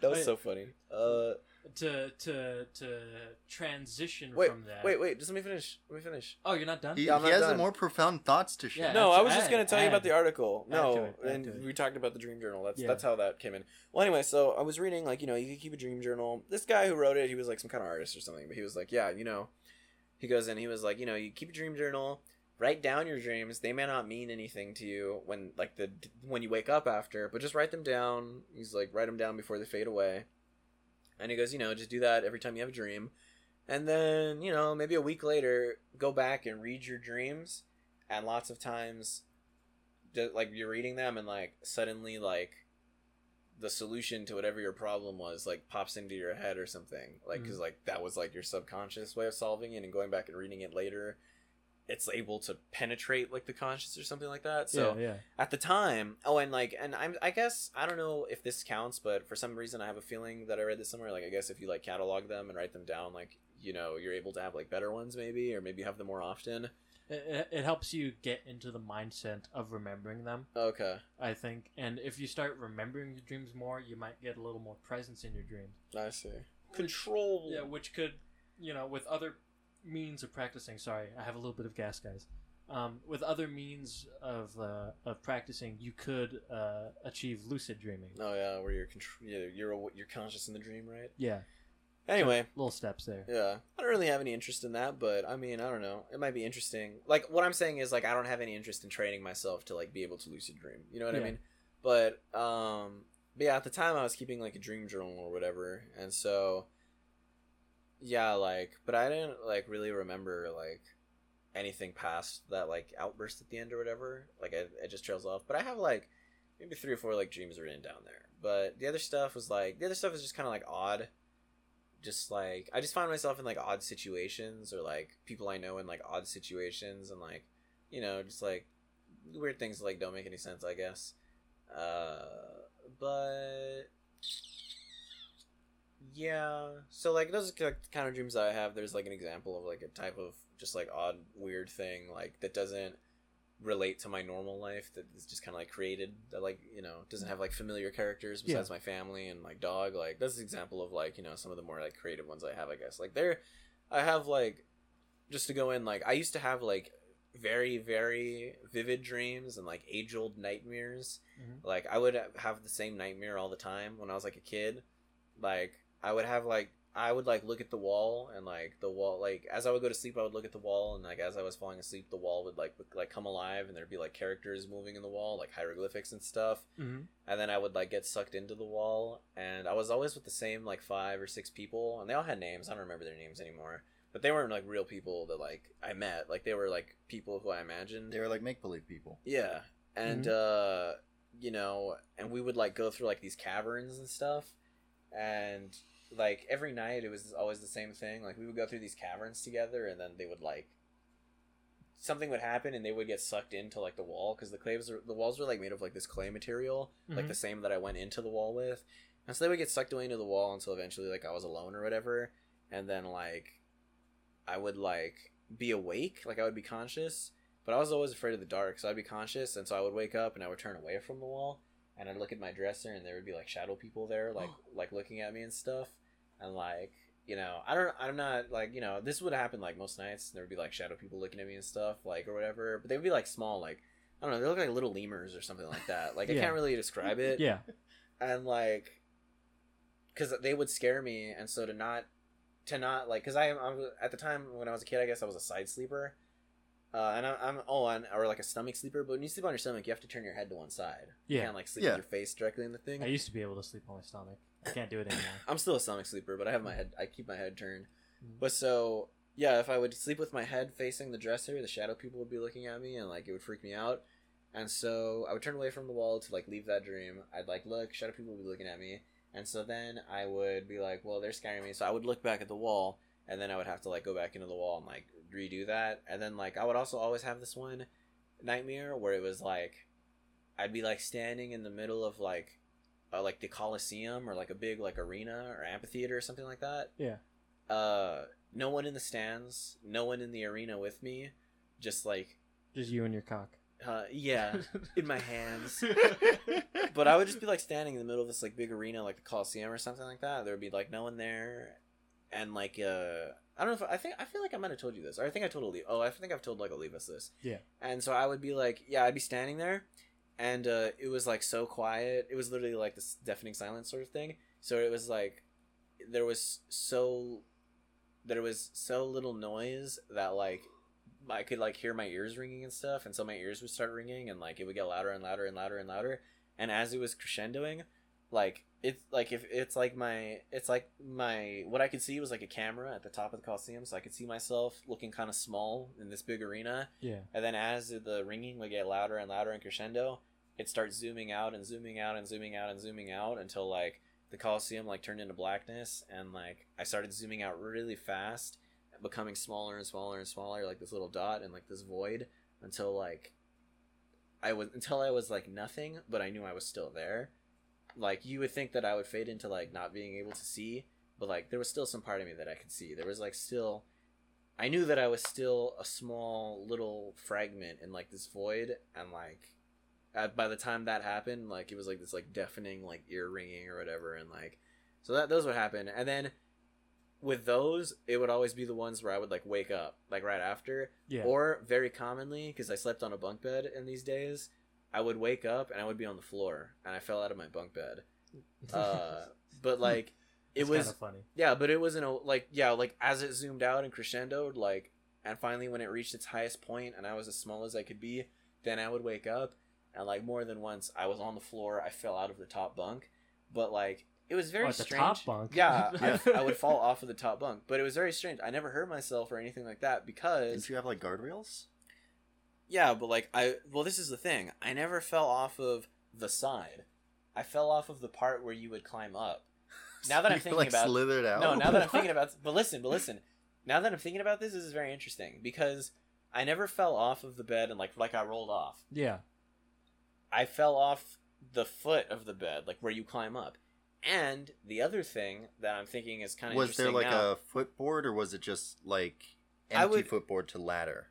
[SPEAKER 2] That was
[SPEAKER 1] Wait.
[SPEAKER 2] so funny. Uh,
[SPEAKER 1] to to to transition
[SPEAKER 2] wait,
[SPEAKER 1] from that.
[SPEAKER 2] wait, wait. Just let me finish. Let me finish.
[SPEAKER 1] Oh, you're not done.
[SPEAKER 3] he he
[SPEAKER 2] Yeah, I'm not
[SPEAKER 3] has
[SPEAKER 2] done.
[SPEAKER 3] more profound thoughts to share.
[SPEAKER 1] Yeah,
[SPEAKER 2] no, I
[SPEAKER 1] add-
[SPEAKER 2] was just gonna
[SPEAKER 1] add-
[SPEAKER 2] tell you about the
[SPEAKER 1] add.
[SPEAKER 2] article.
[SPEAKER 1] Add to
[SPEAKER 2] No,
[SPEAKER 1] it, add to
[SPEAKER 2] and
[SPEAKER 1] it.
[SPEAKER 2] we talked about the dream journal. That's
[SPEAKER 1] Yeah.
[SPEAKER 2] that's how that came in. Well, anyway, so I was reading like you know you could keep a dream journal. This guy who wrote it, he was like some kind of artist or something, but he was like, yeah, you know, he goes in, he was like, you know, you keep a dream journal, write down your dreams. They may not mean anything to you when like the when you wake up after, but just write them down. He's like, write them down before they fade away. And he goes, you know, just do that every time you have a dream. And then, you know, maybe a week later, go back and read your dreams. And lots of times, ju- like, you're reading them and, like, suddenly, like, the solution to whatever your problem was, like, pops into your head or something. Like, because, like, that was, like, your subconscious way of solving it. And going back and reading it later, it's able to penetrate, like, the conscious or something like that. So,
[SPEAKER 1] yeah, yeah.
[SPEAKER 2] at the time oh and like and i'm i guess i don't know if this counts but for some reason i have a feeling that i read this somewhere like i guess if you like catalog them and write them down like you know you're able to have like better ones maybe or maybe have them more often
[SPEAKER 1] It, it- it helps you get into the mindset of remembering them,
[SPEAKER 2] okay
[SPEAKER 1] I think. And if you start remembering your dreams more, you might get a little more presence in your dreams.
[SPEAKER 2] i see control
[SPEAKER 1] Yeah, which could, you know, with other means of practicing. Sorry, I have a little bit of gas, guys. Um, with other means of uh, of practicing, you could uh, achieve lucid dreaming.
[SPEAKER 2] oh yeah where you're control yeah, you're aw- you're conscious in the dream right
[SPEAKER 1] Yeah,
[SPEAKER 2] anyway
[SPEAKER 1] little steps there.
[SPEAKER 2] Yeah. I don't really have any interest in that, but I mean, I don't know. It might be interesting. Like what I'm saying is like I don't have any interest in training myself to like be able to lucid dream. You know what I
[SPEAKER 1] Yeah.
[SPEAKER 2] mean? But um but yeah, at the time I was keeping like a dream journal or whatever. And so yeah, like but I didn't like really remember like anything past that like outburst at the end or whatever. Like I it just trails off. But I have like maybe three or four like dreams are written down there. But the other stuff was like the other stuff is just kind of like odd. Just like I just find myself in like odd situations or like people I know in like odd situations and like you know just like weird things that, like don't make any sense I guess. Uh, but yeah, so like those are like, the kind of dreams that I have. There's like an example of like a type of just like odd weird thing like that doesn't relate to my normal life that is just kind of like created that like you know doesn't have like familiar characters
[SPEAKER 1] Yeah.
[SPEAKER 2] besides my family and my dog like that's an example of like you know some of the more like creative ones i have i guess like there i have like just to go in like i used to have like very very vivid dreams and like age old nightmares
[SPEAKER 1] Mhm.
[SPEAKER 2] like i would have the same nightmare all the time when i was like a kid like i would have like i would like look at the wall and like the wall like as i would go to sleep i would look at the wall and like as i was falling asleep the wall would like look- like come alive and there'd be like characters moving in the wall like hieroglyphics and stuff
[SPEAKER 1] Mm-hmm.
[SPEAKER 2] and then i would like get sucked into the wall and i was always with the same like five or six people and they all had names i don't remember their names anymore but they weren't like real people that like i met like they were like people who i imagined
[SPEAKER 3] They were like make believe people.
[SPEAKER 2] yeah. And uh you know, and we would like go through like these caverns and stuff and like every night it was always the same thing. Like we would go through these caverns together and then they would like something would happen and they would get sucked into like the wall cuz the clays were, the walls were like made of like this clay material, like
[SPEAKER 1] Mhm.
[SPEAKER 2] the same that I went into the wall with. And so they would get sucked away into the wall until eventually like I was alone or whatever and then like I would like be awake, like I would be conscious, but I was always afraid of the dark, so I'd be conscious, and so I would wake up and I would turn away from the wall, and I'd look at my dresser, and there would be like shadow people there, like like looking at me and stuff, and like you know, I don't, I'm not like you know, this would happen like most nights. There would be like shadow people looking at me and stuff, like or whatever, but they would be like small, like I don't know, they look like little lemurs or something like that. Like I
[SPEAKER 1] Yeah.
[SPEAKER 2] can't really describe it
[SPEAKER 1] Yeah.
[SPEAKER 2] and like because they would scare me and so to not to not like because I, I was- at the time when i was a kid i guess i was a side sleeper uh, and I, i'm oh and, or like a stomach sleeper but when you sleep on your stomach you have to turn your head to one side you
[SPEAKER 1] Yeah.
[SPEAKER 2] can't like sleep
[SPEAKER 3] Yeah.
[SPEAKER 2] with your face directly in the thing
[SPEAKER 1] I used to be able to sleep on my stomach. I can't do it anymore.
[SPEAKER 2] i'm still a stomach sleeper but i have my head i keep my head turned
[SPEAKER 1] Mm-hmm.
[SPEAKER 2] but so yeah if i would sleep with my head facing the dresser the shadow people would be looking at me and like it would freak me out and so I would turn away from the wall to like leave that dream. I'd like look, shadow people would be looking at me. And so then I would be like, well, they're scaring me. So I would look back at the wall and then I would have to like go back into the wall and like redo that. And then like I would also always have this one nightmare where it was like I'd be like standing in the middle of like uh, like the Coliseum or like a big like arena or amphitheater or something like that.
[SPEAKER 1] Yeah.
[SPEAKER 2] Uh no one in the stands, no one in the arena with me, just like
[SPEAKER 1] Just you and your cock.
[SPEAKER 2] uh yeah, in my hands. but I would just be like standing in the middle of this like big arena, like the Coliseum or something like that. There would be like no one there, and like uh, I don't know if I think I feel like I might have told you this, or I think I told Ali. Oh, I think I've told like Olivas this.
[SPEAKER 1] Yeah.
[SPEAKER 2] And so I would be like, yeah, I'd be standing there, and uh, it was like so quiet. It was literally like this deafening silence sort of thing. So it was like there was so there was so little noise that like I could like hear my ears ringing and stuff, and so my ears would start ringing, and like it would get louder and louder and louder and louder. And as it was crescendoing, like it's like if it's like my it's like my what I could see was like a camera at the top of the coliseum, so I could see myself looking kind of small in this big arena.
[SPEAKER 1] Yeah.
[SPEAKER 2] And then as the ringing would get louder and louder and crescendo, it starts zooming out and zooming out and zooming out and zooming out until like the coliseum like turned into blackness, and like I started zooming out really fast becoming smaller and smaller and smaller, like this little dot and like this void, until like I was until I was like nothing, but I knew I was still there. Like you would think that I would fade into like not being able to see, but like there was still some part of me that I could see. There was like still I knew that I was still a small little fragment in like this void and like at, by the time that happened, like it was like this like deafening like ear ringing or whatever and like so that those would happen and then with those it would always be the ones where I would like wake up like right after
[SPEAKER 1] Yeah.
[SPEAKER 2] or very commonly because i slept on a bunk bed in these days i would wake up and i would be on the floor and i fell out of my bunk bed uh, but like it
[SPEAKER 1] It's
[SPEAKER 2] was
[SPEAKER 1] kinda funny.
[SPEAKER 2] yeah but it was in a like yeah like as it zoomed out and crescendoed like and finally when it reached its highest point and i was as small as i could be then i would wake up and like more than once i was on the floor i fell out of the top bunk but like it was very
[SPEAKER 1] Oh, at the
[SPEAKER 2] strange
[SPEAKER 1] top bunk.
[SPEAKER 2] yeah, I, I would fall off of the top bunk but it was very strange i never hurt myself or anything like that because
[SPEAKER 3] Didn't you have like guardrails?
[SPEAKER 2] yeah, but like I well this is the thing. I never fell off of the side. I fell off of the part where you would climb up. Now that I'm
[SPEAKER 3] You,
[SPEAKER 2] thinking
[SPEAKER 3] like,
[SPEAKER 2] about-
[SPEAKER 3] slithered out.
[SPEAKER 2] No, now that I'm thinking about but listen, but listen. Now that I'm thinking about this, this is very interesting because I never fell off of the bed and like like I rolled off.
[SPEAKER 1] Yeah.
[SPEAKER 2] I fell off the foot of the bed, like where you climb up. And the other thing that I'm thinking is kind of
[SPEAKER 3] was there
[SPEAKER 2] interesting
[SPEAKER 3] like
[SPEAKER 2] now,
[SPEAKER 3] a footboard or was it just like
[SPEAKER 2] I
[SPEAKER 3] empty
[SPEAKER 2] would-
[SPEAKER 3] footboard to ladder?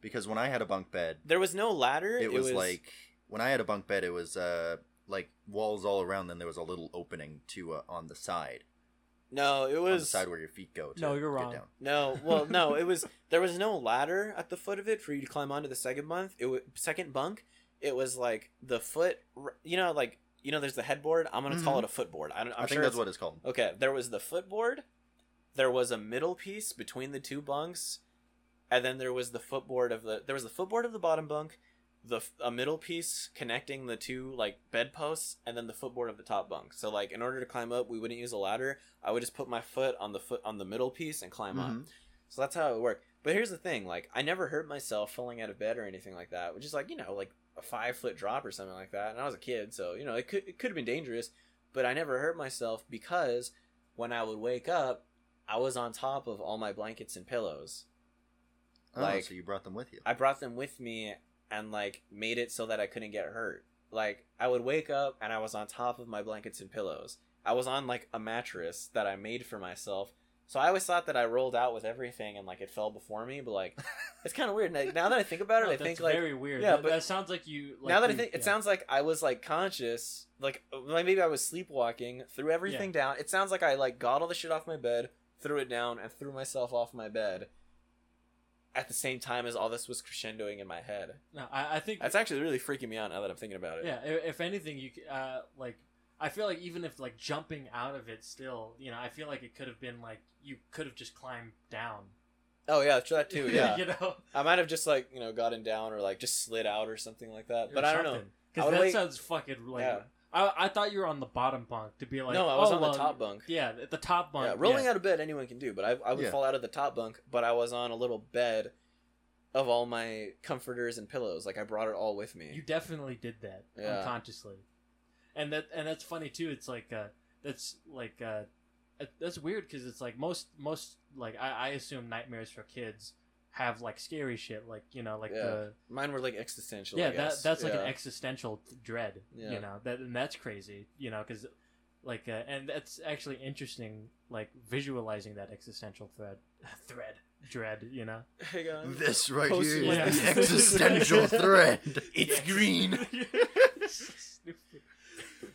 [SPEAKER 3] Because when I had a bunk bed,
[SPEAKER 2] there was no ladder.
[SPEAKER 3] it, was, like when I had a bunk bed, it was uh like walls all around. Then there was a little opening to uh, on the side,
[SPEAKER 2] no, it
[SPEAKER 3] on the
[SPEAKER 2] was
[SPEAKER 3] side where your feet go. To
[SPEAKER 1] No, you're
[SPEAKER 3] get
[SPEAKER 1] wrong.
[SPEAKER 3] down.
[SPEAKER 2] no. Well, no, it was there was no ladder at the foot of it for you to climb onto the second bunk. It was second bunk. It was like the foot. r- You know, like you know, there's the headboard. I'm gonna call
[SPEAKER 3] Mhm.
[SPEAKER 2] it a footboard. I don't, I'm
[SPEAKER 3] i think
[SPEAKER 2] sure
[SPEAKER 3] that's
[SPEAKER 2] it's-
[SPEAKER 3] what it's called.
[SPEAKER 2] Okay, there was the footboard, there was a middle piece between the two bunks, and then there was the footboard of the there was the footboard of the bottom bunk, the f- a middle piece connecting the two like bedposts, and then the footboard of the top bunk. So like in order to climb up, we wouldn't use a ladder. I would just put my foot on the foot on the middle piece and climb up.
[SPEAKER 3] Mhm.
[SPEAKER 2] So that's how it worked. But here's the thing: like, I never hurt myself falling out of bed or anything like that, which is like you know, like a five foot drop or something like that. And I was a kid, so you know, it could it could have been dangerous, but I never hurt myself because when I would wake up, I was on top of all my blankets and pillows.
[SPEAKER 3] Oh,
[SPEAKER 2] like-
[SPEAKER 3] so you brought them with you.
[SPEAKER 2] I brought them with me and like made it so that I couldn't get hurt. Like I would wake up and I was on top of my blankets and pillows. I was on like a mattress that I made for myself. So I always thought that I rolled out with everything and like it fell before me, but like it's kind of weird. Now now that I think about it,
[SPEAKER 1] No,
[SPEAKER 2] I
[SPEAKER 1] that's
[SPEAKER 2] think like
[SPEAKER 1] very weird.
[SPEAKER 2] yeah,
[SPEAKER 1] Yeah, that,
[SPEAKER 2] but-
[SPEAKER 1] that sounds like you. Like
[SPEAKER 2] now that I
[SPEAKER 1] you-
[SPEAKER 2] think, it
[SPEAKER 1] yeah.
[SPEAKER 2] sounds like I was like conscious, like like, maybe I was sleepwalking, threw everything down. It sounds like I like got all the shit off my bed, threw it down, and threw myself off my bed. At the same time as all this was crescendoing in my head,
[SPEAKER 1] No, I, I think
[SPEAKER 2] that's actually really freaking me out now that I'm thinking about it.
[SPEAKER 1] Yeah, i- if anything, you c- uh, like. I feel like even if like jumping out of it, still, you know, I feel like it could have been like you could have just climbed down.
[SPEAKER 2] Oh yeah, try that too. Yeah,
[SPEAKER 1] you know,
[SPEAKER 2] I might have just like you know gotten down or like just slid out or something like that. But I don't know. I
[SPEAKER 1] because
[SPEAKER 2] would
[SPEAKER 1] that
[SPEAKER 2] wait-
[SPEAKER 1] sounds fucking like.
[SPEAKER 2] Yeah.
[SPEAKER 1] I, I thought you were on the bottom bunk to be like.
[SPEAKER 2] no, I was
[SPEAKER 1] oh,
[SPEAKER 2] on
[SPEAKER 1] well,
[SPEAKER 2] the top bunk.
[SPEAKER 1] Yeah, at the top bunk.
[SPEAKER 2] Yeah, rolling out of bed anyone can do, but I, I would
[SPEAKER 3] Yeah.
[SPEAKER 2] fall out of the top bunk, but I was on a little bed of all my comforters and pillows. Like I brought it all with me.
[SPEAKER 1] You definitely did that
[SPEAKER 2] Yeah.
[SPEAKER 1] unconsciously, and that and that's funny too. It's like uh, that's like uh, it- that's weird because it's like most most like I, I assume nightmares for kids have like scary shit like you know like
[SPEAKER 2] Yeah.
[SPEAKER 1] the
[SPEAKER 2] Mine were like existential.
[SPEAKER 1] yeah
[SPEAKER 2] I
[SPEAKER 1] that
[SPEAKER 2] guess.
[SPEAKER 1] that's like
[SPEAKER 2] Yeah.
[SPEAKER 1] an existential dread
[SPEAKER 2] Yeah.
[SPEAKER 1] you know that and that's crazy you know because like uh, and that's actually interesting like visualizing that existential thread thread dread you know
[SPEAKER 2] Hang on.
[SPEAKER 3] This right
[SPEAKER 2] Post-
[SPEAKER 3] here
[SPEAKER 1] yeah.
[SPEAKER 3] is the existential thread. It's green.
[SPEAKER 1] Stupid.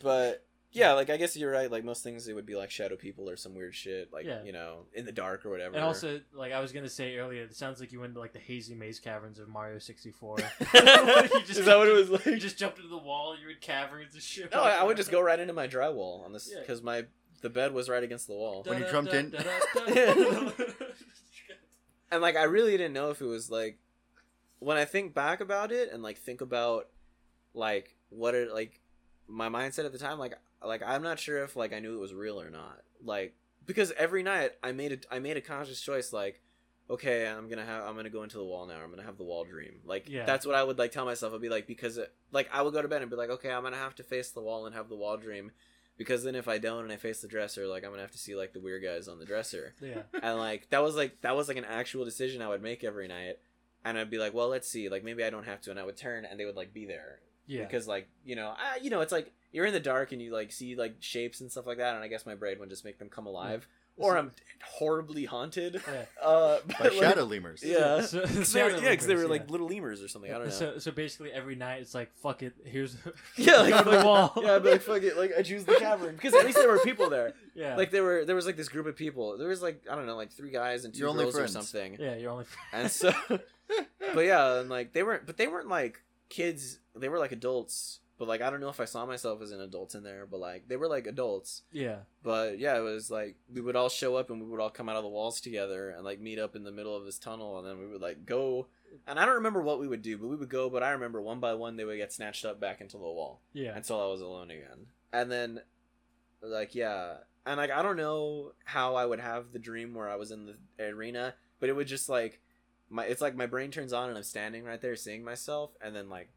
[SPEAKER 2] But yeah, like I guess you're right. Like most things, it would be like shadow people or some weird shit. Like
[SPEAKER 1] Yeah.
[SPEAKER 2] you know, in the dark or whatever.
[SPEAKER 1] And also, like I was gonna say earlier, it sounds like you went to like the hazy maze caverns of Mario sixty four.
[SPEAKER 2] is that what it was like?
[SPEAKER 1] You just jumped into the wall. You're in caverns and shit.
[SPEAKER 2] no, I, I would just go right into my drywall on this
[SPEAKER 1] Yeah.
[SPEAKER 2] because my the bed was right against the wall.
[SPEAKER 3] When you jumped in.
[SPEAKER 2] and like I really didn't know if it was like when I think back about it and like think about like what it like my mindset at the time like like I'm not sure if like I knew it was real or not like because every night I made a I made a conscious choice like okay I'm gonna have I'm gonna go into the wall now I'm gonna have the wall dream like
[SPEAKER 1] Yeah.
[SPEAKER 2] that's what I would like tell myself I'd be like because it, like I would go to bed and be like okay I'm gonna have to face the wall and have the wall dream because then if I don't and I face the dresser like I'm gonna have to see like the weird guys on the dresser
[SPEAKER 1] yeah,
[SPEAKER 2] and like that was like that was like an actual decision I would make every night, and I'd be like, well, let's see, like maybe I don't have to, and I would turn, and they would like be there
[SPEAKER 1] yeah.
[SPEAKER 2] because like you know, I, you know, it's like you're in the dark and you like see like shapes and stuff like that, and I guess my brain would just make them come alive, or I'm horribly haunted.
[SPEAKER 1] Yeah.
[SPEAKER 2] Uh,
[SPEAKER 3] By
[SPEAKER 2] but, like,
[SPEAKER 3] shadow lemurs.
[SPEAKER 2] Yeah,
[SPEAKER 1] So-
[SPEAKER 2] Cause uh, they were, yeah,
[SPEAKER 1] shadow
[SPEAKER 2] 'cause they were
[SPEAKER 1] lurkers,
[SPEAKER 2] like
[SPEAKER 1] yeah.
[SPEAKER 2] little lemurs or something. I don't know.
[SPEAKER 1] So, so basically, every night it's like, fuck it. Here's
[SPEAKER 2] yeah, like,
[SPEAKER 1] go to the
[SPEAKER 2] like
[SPEAKER 1] wall.
[SPEAKER 2] yeah, I'd be like, fuck it, like I choose the cavern because at least there were people there.
[SPEAKER 1] yeah,
[SPEAKER 2] Like there were, there was like this group of people. There was like I don't know, like three guys and two
[SPEAKER 3] You're only
[SPEAKER 2] girls or
[SPEAKER 3] friends.
[SPEAKER 2] something.
[SPEAKER 1] yeah. You're only
[SPEAKER 2] and so but yeah and like they weren't but they weren't like kids they were like adults but like i don't know if i saw myself as an adult in there but like they were like adults
[SPEAKER 1] yeah.
[SPEAKER 2] but yeah it was like we would all show up and we would all come out of the walls together and like meet up in the middle of this tunnel and then we would like go and i don't remember what we would do but we would go but i remember one by one they would get snatched up back into the wall
[SPEAKER 1] Yeah,
[SPEAKER 2] until I was alone again. And then, like, yeah, and like I don't know how I would have the dream where I was in the arena, but it would just like my it's like my brain turns on and I'm standing right there seeing myself, and then like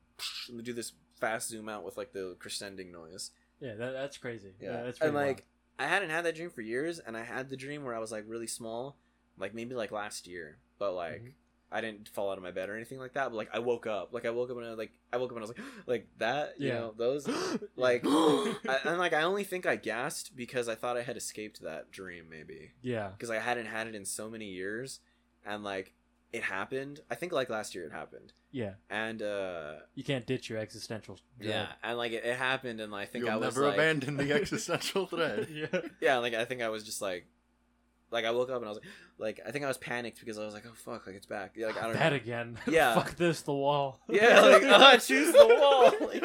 [SPEAKER 2] do this fast zoom out with like the crescending noise.
[SPEAKER 1] Yeah, that, that's crazy. Yeah,
[SPEAKER 2] Yeah,
[SPEAKER 1] that's
[SPEAKER 2] and
[SPEAKER 1] pretty wild.
[SPEAKER 2] like I hadn't had that dream for years, and I had the dream where I was like really small, like maybe like last year, but like
[SPEAKER 1] Mhm.
[SPEAKER 2] I didn't fall out of my bed or anything like that. But like I woke up, like I woke up and I like I woke up and I was like like that, you
[SPEAKER 1] Yeah.
[SPEAKER 2] know, those. like- I, and like I only think I gasped because I thought I had escaped that dream maybe
[SPEAKER 1] yeah,
[SPEAKER 2] because I hadn't had it in so many years, and like it happened. I think like last year it happened,
[SPEAKER 1] yeah.
[SPEAKER 2] and uh
[SPEAKER 1] You can't ditch your existential.
[SPEAKER 2] yeah, and like it, it happened, and I think
[SPEAKER 3] You'll
[SPEAKER 2] I was
[SPEAKER 3] never
[SPEAKER 2] like,
[SPEAKER 3] abandon the existential
[SPEAKER 1] dread.
[SPEAKER 3] thread.
[SPEAKER 1] yeah.
[SPEAKER 2] yeah like i think i was just like like i woke up and i was like like i think i was panicked because i was like oh fuck like it's back yeah like i don't
[SPEAKER 1] that
[SPEAKER 2] know
[SPEAKER 1] again.
[SPEAKER 2] Yeah.
[SPEAKER 1] Fuck this, the wall.
[SPEAKER 2] Yeah, like, ah, choose the wall. Like,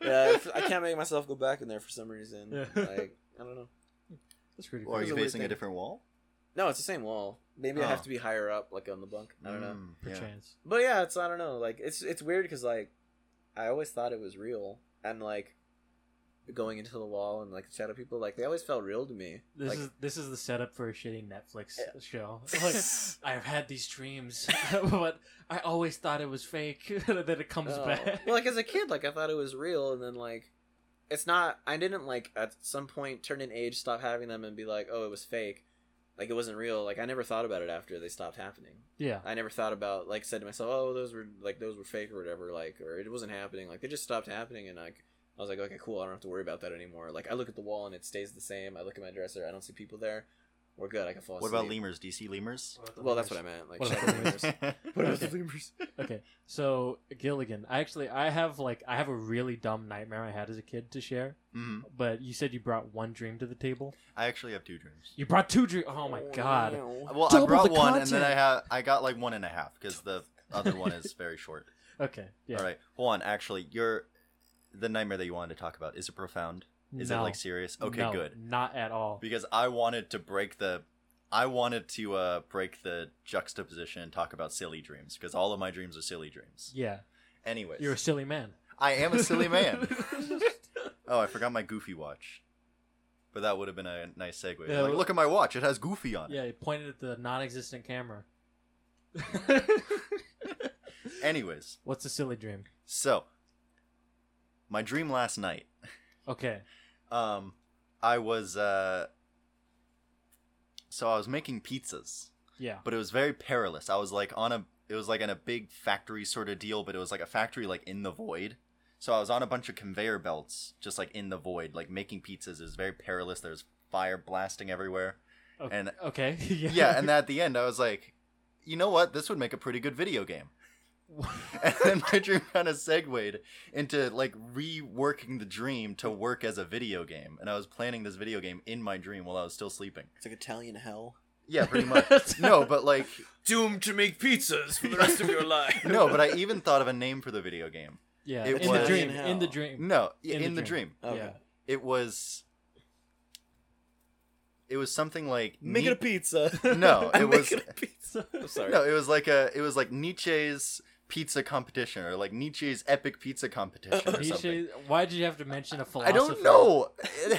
[SPEAKER 2] yeah if- i can't make myself go back in there for some reason
[SPEAKER 1] Yeah.
[SPEAKER 2] like i don't know
[SPEAKER 1] That's pretty.
[SPEAKER 3] Or are
[SPEAKER 2] It was
[SPEAKER 1] Cool.
[SPEAKER 3] you
[SPEAKER 2] a weird
[SPEAKER 3] facing a
[SPEAKER 2] thing.
[SPEAKER 3] different wall?
[SPEAKER 2] no it's the same wall maybe i
[SPEAKER 3] Oh.
[SPEAKER 2] have to be higher up like on the bunk i don't know
[SPEAKER 3] Mm, yeah.
[SPEAKER 1] Perchance.
[SPEAKER 2] but yeah it's i don't know like it's it's weird because like i always thought it was real and like going into the wall and like the shadow people like they always felt real to me
[SPEAKER 1] This
[SPEAKER 2] like
[SPEAKER 1] is this is the setup for a shitty Netflix
[SPEAKER 2] Yeah.
[SPEAKER 1] show. Like, I've had these dreams, but I always thought it was fake. that it comes
[SPEAKER 2] Oh.
[SPEAKER 1] back.
[SPEAKER 2] Well, like as a kid, like I thought it was real, and then like it's not. I didn't like at some point turn in age, stop having them, and be like, oh, it was fake. Like it wasn't real. Like I never thought about it after they stopped happening.
[SPEAKER 1] yeah,
[SPEAKER 2] I never thought about like said to myself, oh, those were like those were fake or whatever. Like or it wasn't happening. Like they just stopped happening, and like I was like, okay, cool. I don't have to worry about that anymore. Like I look at the wall and it stays the same. I look at my dresser. I don't see people there. We're good. I can fall
[SPEAKER 3] What
[SPEAKER 2] asleep.
[SPEAKER 3] about lemurs? Do you see lemurs?
[SPEAKER 2] Well, that's what I meant. Like
[SPEAKER 1] What about
[SPEAKER 2] shadow lemurs. What about the
[SPEAKER 1] Okay.
[SPEAKER 2] lemurs?
[SPEAKER 1] okay so gilligan i actually i have like i have a really dumb nightmare i had as a kid to share
[SPEAKER 3] hmm
[SPEAKER 1] but you said you brought one dream to the table
[SPEAKER 3] I actually have two dreams.
[SPEAKER 1] you brought two dreams oh my god
[SPEAKER 2] no.
[SPEAKER 3] Well,
[SPEAKER 1] Double
[SPEAKER 3] I brought
[SPEAKER 1] the
[SPEAKER 3] one, and then I
[SPEAKER 1] content.
[SPEAKER 3] have I got like one and a half because the other one is very short.
[SPEAKER 1] okay yeah
[SPEAKER 3] All right, hold on. Actually, your the nightmare that you wanted to talk about is it profound? Is
[SPEAKER 1] No.
[SPEAKER 3] it like serious? Okay,
[SPEAKER 1] No,
[SPEAKER 3] good.
[SPEAKER 1] not at all
[SPEAKER 3] Because I wanted to break the, I wanted to uh, break the juxtaposition and talk about silly dreams because all of my dreams are silly dreams.
[SPEAKER 1] yeah
[SPEAKER 3] Anyways,
[SPEAKER 1] you're a silly man
[SPEAKER 3] I am a silly man. oh, I forgot my Goofy watch, but that would have been a nice segue.
[SPEAKER 1] Yeah,
[SPEAKER 3] like,
[SPEAKER 1] well-
[SPEAKER 3] look at my watch; it has Goofy on it.
[SPEAKER 1] yeah he pointed at the non-existent camera
[SPEAKER 3] Anyways,
[SPEAKER 1] what's a silly dream
[SPEAKER 3] so my dream last night
[SPEAKER 1] okay
[SPEAKER 3] um i was uh so i was making pizzas
[SPEAKER 1] yeah
[SPEAKER 3] but it was very perilous i was like on a it was like in a big factory sort of deal but it was like a factory like in the void so i was on a bunch of conveyor belts just like in the void like making pizzas it was very perilous there's fire blasting everywhere
[SPEAKER 1] O-
[SPEAKER 3] and
[SPEAKER 1] okay yeah,
[SPEAKER 3] yeah and at the end i was like you know what this would make a pretty good video game and then my dream kind of segued into like reworking the dream to work as a video game and i was planning this video game in my dream while i was still sleeping
[SPEAKER 2] It's like Italian hell.
[SPEAKER 3] yeah pretty much no but like
[SPEAKER 2] doomed to make pizzas for the rest of your life.
[SPEAKER 3] no but i even thought of a name for the video game
[SPEAKER 1] yeah
[SPEAKER 3] It
[SPEAKER 1] in the
[SPEAKER 3] was-
[SPEAKER 1] dream
[SPEAKER 2] Hell.
[SPEAKER 1] in the dream
[SPEAKER 3] no
[SPEAKER 1] In
[SPEAKER 3] in,
[SPEAKER 1] the
[SPEAKER 3] in the
[SPEAKER 1] dream.
[SPEAKER 3] dream.
[SPEAKER 2] Okay.
[SPEAKER 1] yeah
[SPEAKER 3] it was it was something like
[SPEAKER 2] Make it a pizza.
[SPEAKER 3] No,
[SPEAKER 2] I'm
[SPEAKER 3] it was-
[SPEAKER 2] making a pizza. I'm sorry.
[SPEAKER 3] no it was like a it was like nietzsche's pizza competition or like nietzsche's epic pizza competition or Mm, something
[SPEAKER 1] Nietzsche, why did you have to mention a
[SPEAKER 3] I
[SPEAKER 1] philosopher?
[SPEAKER 3] don't know.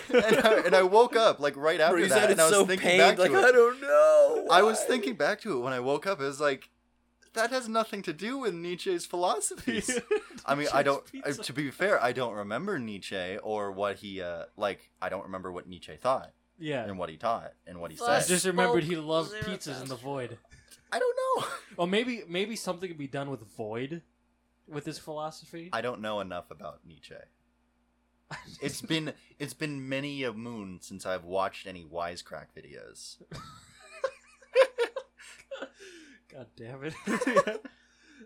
[SPEAKER 3] and, I, and I woke up like right after
[SPEAKER 2] Bro, you
[SPEAKER 3] that,
[SPEAKER 2] sounded
[SPEAKER 3] and I was
[SPEAKER 2] so
[SPEAKER 3] thinking
[SPEAKER 2] pained.
[SPEAKER 3] back
[SPEAKER 2] Like
[SPEAKER 3] to it.
[SPEAKER 2] I don't know.
[SPEAKER 3] I was
[SPEAKER 2] why."
[SPEAKER 3] thinking back to it when I woke up. It was like that has nothing to do with Nietzsche's philosophies. I mean, I don't. uh,
[SPEAKER 1] Pizza.
[SPEAKER 3] To be fair, I don't remember Nietzsche or what he uh like. I don't remember what Nietzsche thought
[SPEAKER 1] yeah.
[SPEAKER 3] and what he taught and what he
[SPEAKER 1] I
[SPEAKER 2] Fuck.
[SPEAKER 3] said.
[SPEAKER 1] just remembered he
[SPEAKER 2] Smoke
[SPEAKER 1] loved
[SPEAKER 2] zero
[SPEAKER 1] pizzas in the
[SPEAKER 2] thousand.
[SPEAKER 1] void.
[SPEAKER 3] I don't know.
[SPEAKER 1] Well, maybe maybe something could be done with void, with his philosophy.
[SPEAKER 3] I don't know enough about Nietzsche. It's been it's been many a moon since I've watched any wisecrack videos.
[SPEAKER 1] God damn it.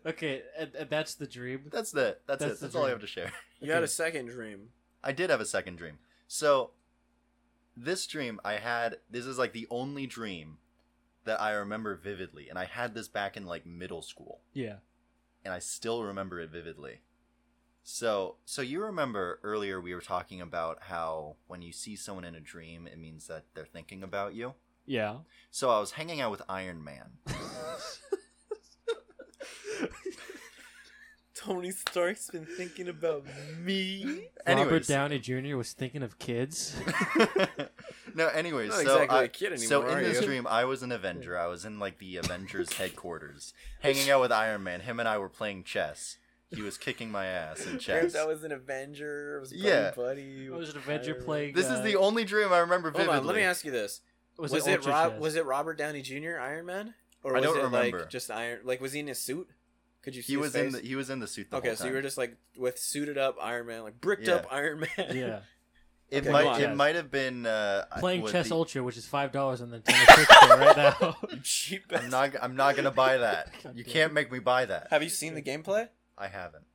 [SPEAKER 1] okay, and, and that's the dream.
[SPEAKER 3] That's the that's,
[SPEAKER 1] That's
[SPEAKER 3] it.
[SPEAKER 1] the
[SPEAKER 3] That's all I
[SPEAKER 1] dream.
[SPEAKER 3] have to share.
[SPEAKER 2] You had
[SPEAKER 1] Okay.
[SPEAKER 2] a second dream.
[SPEAKER 3] I did have a second dream. So this dream I had this is like the only dream that I remember vividly and I had this back in like middle school
[SPEAKER 1] Yeah.
[SPEAKER 3] and I still remember it vividly. So so you remember earlier we were talking about how when you see someone in a dream it means that they're thinking about you.
[SPEAKER 1] Yeah.
[SPEAKER 3] So I was hanging out with Iron Man.
[SPEAKER 2] Tony Stark's been thinking about me.
[SPEAKER 1] Robert
[SPEAKER 3] Anyways.
[SPEAKER 1] Downey Jr. was thinking of kids.
[SPEAKER 3] no, anyways,
[SPEAKER 2] Not
[SPEAKER 3] so
[SPEAKER 2] exactly
[SPEAKER 3] I-
[SPEAKER 2] a kid anymore.
[SPEAKER 3] So
[SPEAKER 2] are
[SPEAKER 3] in this
[SPEAKER 2] you?
[SPEAKER 3] dream, I was an Avenger. I was in like the Avengers headquarters, hanging out with Iron Man. Him and I were playing chess. He was kicking my ass in
[SPEAKER 2] Or if
[SPEAKER 3] chess.
[SPEAKER 2] that was an Avenger. It was Buddy
[SPEAKER 3] Yeah.
[SPEAKER 2] Buddy.
[SPEAKER 1] It was an Avenger uh, plague.
[SPEAKER 3] This is the only dream I remember
[SPEAKER 2] uh, Hold
[SPEAKER 3] vividly.
[SPEAKER 2] on, let me ask you this: Was, it,
[SPEAKER 1] Ultra
[SPEAKER 2] Rob?
[SPEAKER 1] Chest?
[SPEAKER 2] Was it Robert Downey Jr. Iron Man? Or
[SPEAKER 3] I
[SPEAKER 2] was
[SPEAKER 3] don't
[SPEAKER 2] it
[SPEAKER 3] remember.
[SPEAKER 2] like just Iron? Like was he in his suit? Could you
[SPEAKER 3] he
[SPEAKER 2] see his
[SPEAKER 3] was in
[SPEAKER 2] face?
[SPEAKER 3] the he was in the suit. The
[SPEAKER 2] okay,
[SPEAKER 3] whole
[SPEAKER 2] so you
[SPEAKER 3] time.
[SPEAKER 2] were just like with suited up Iron Man, like bricked
[SPEAKER 3] Yeah.
[SPEAKER 2] up Iron Man.
[SPEAKER 1] Yeah,
[SPEAKER 3] It
[SPEAKER 2] Okay,
[SPEAKER 3] might
[SPEAKER 2] why?
[SPEAKER 3] it might have been uh, I-
[SPEAKER 1] playing
[SPEAKER 3] was
[SPEAKER 1] Chess
[SPEAKER 3] the-
[SPEAKER 1] Ultra, which is five dollars on the Nintendo Switch store right now.
[SPEAKER 2] You cheap.
[SPEAKER 3] I'm
[SPEAKER 2] bastard.
[SPEAKER 3] not I'm not gonna buy that.
[SPEAKER 1] God
[SPEAKER 3] You
[SPEAKER 1] damn
[SPEAKER 3] can't make me buy that.
[SPEAKER 2] Have you seen the gameplay?
[SPEAKER 3] I haven't.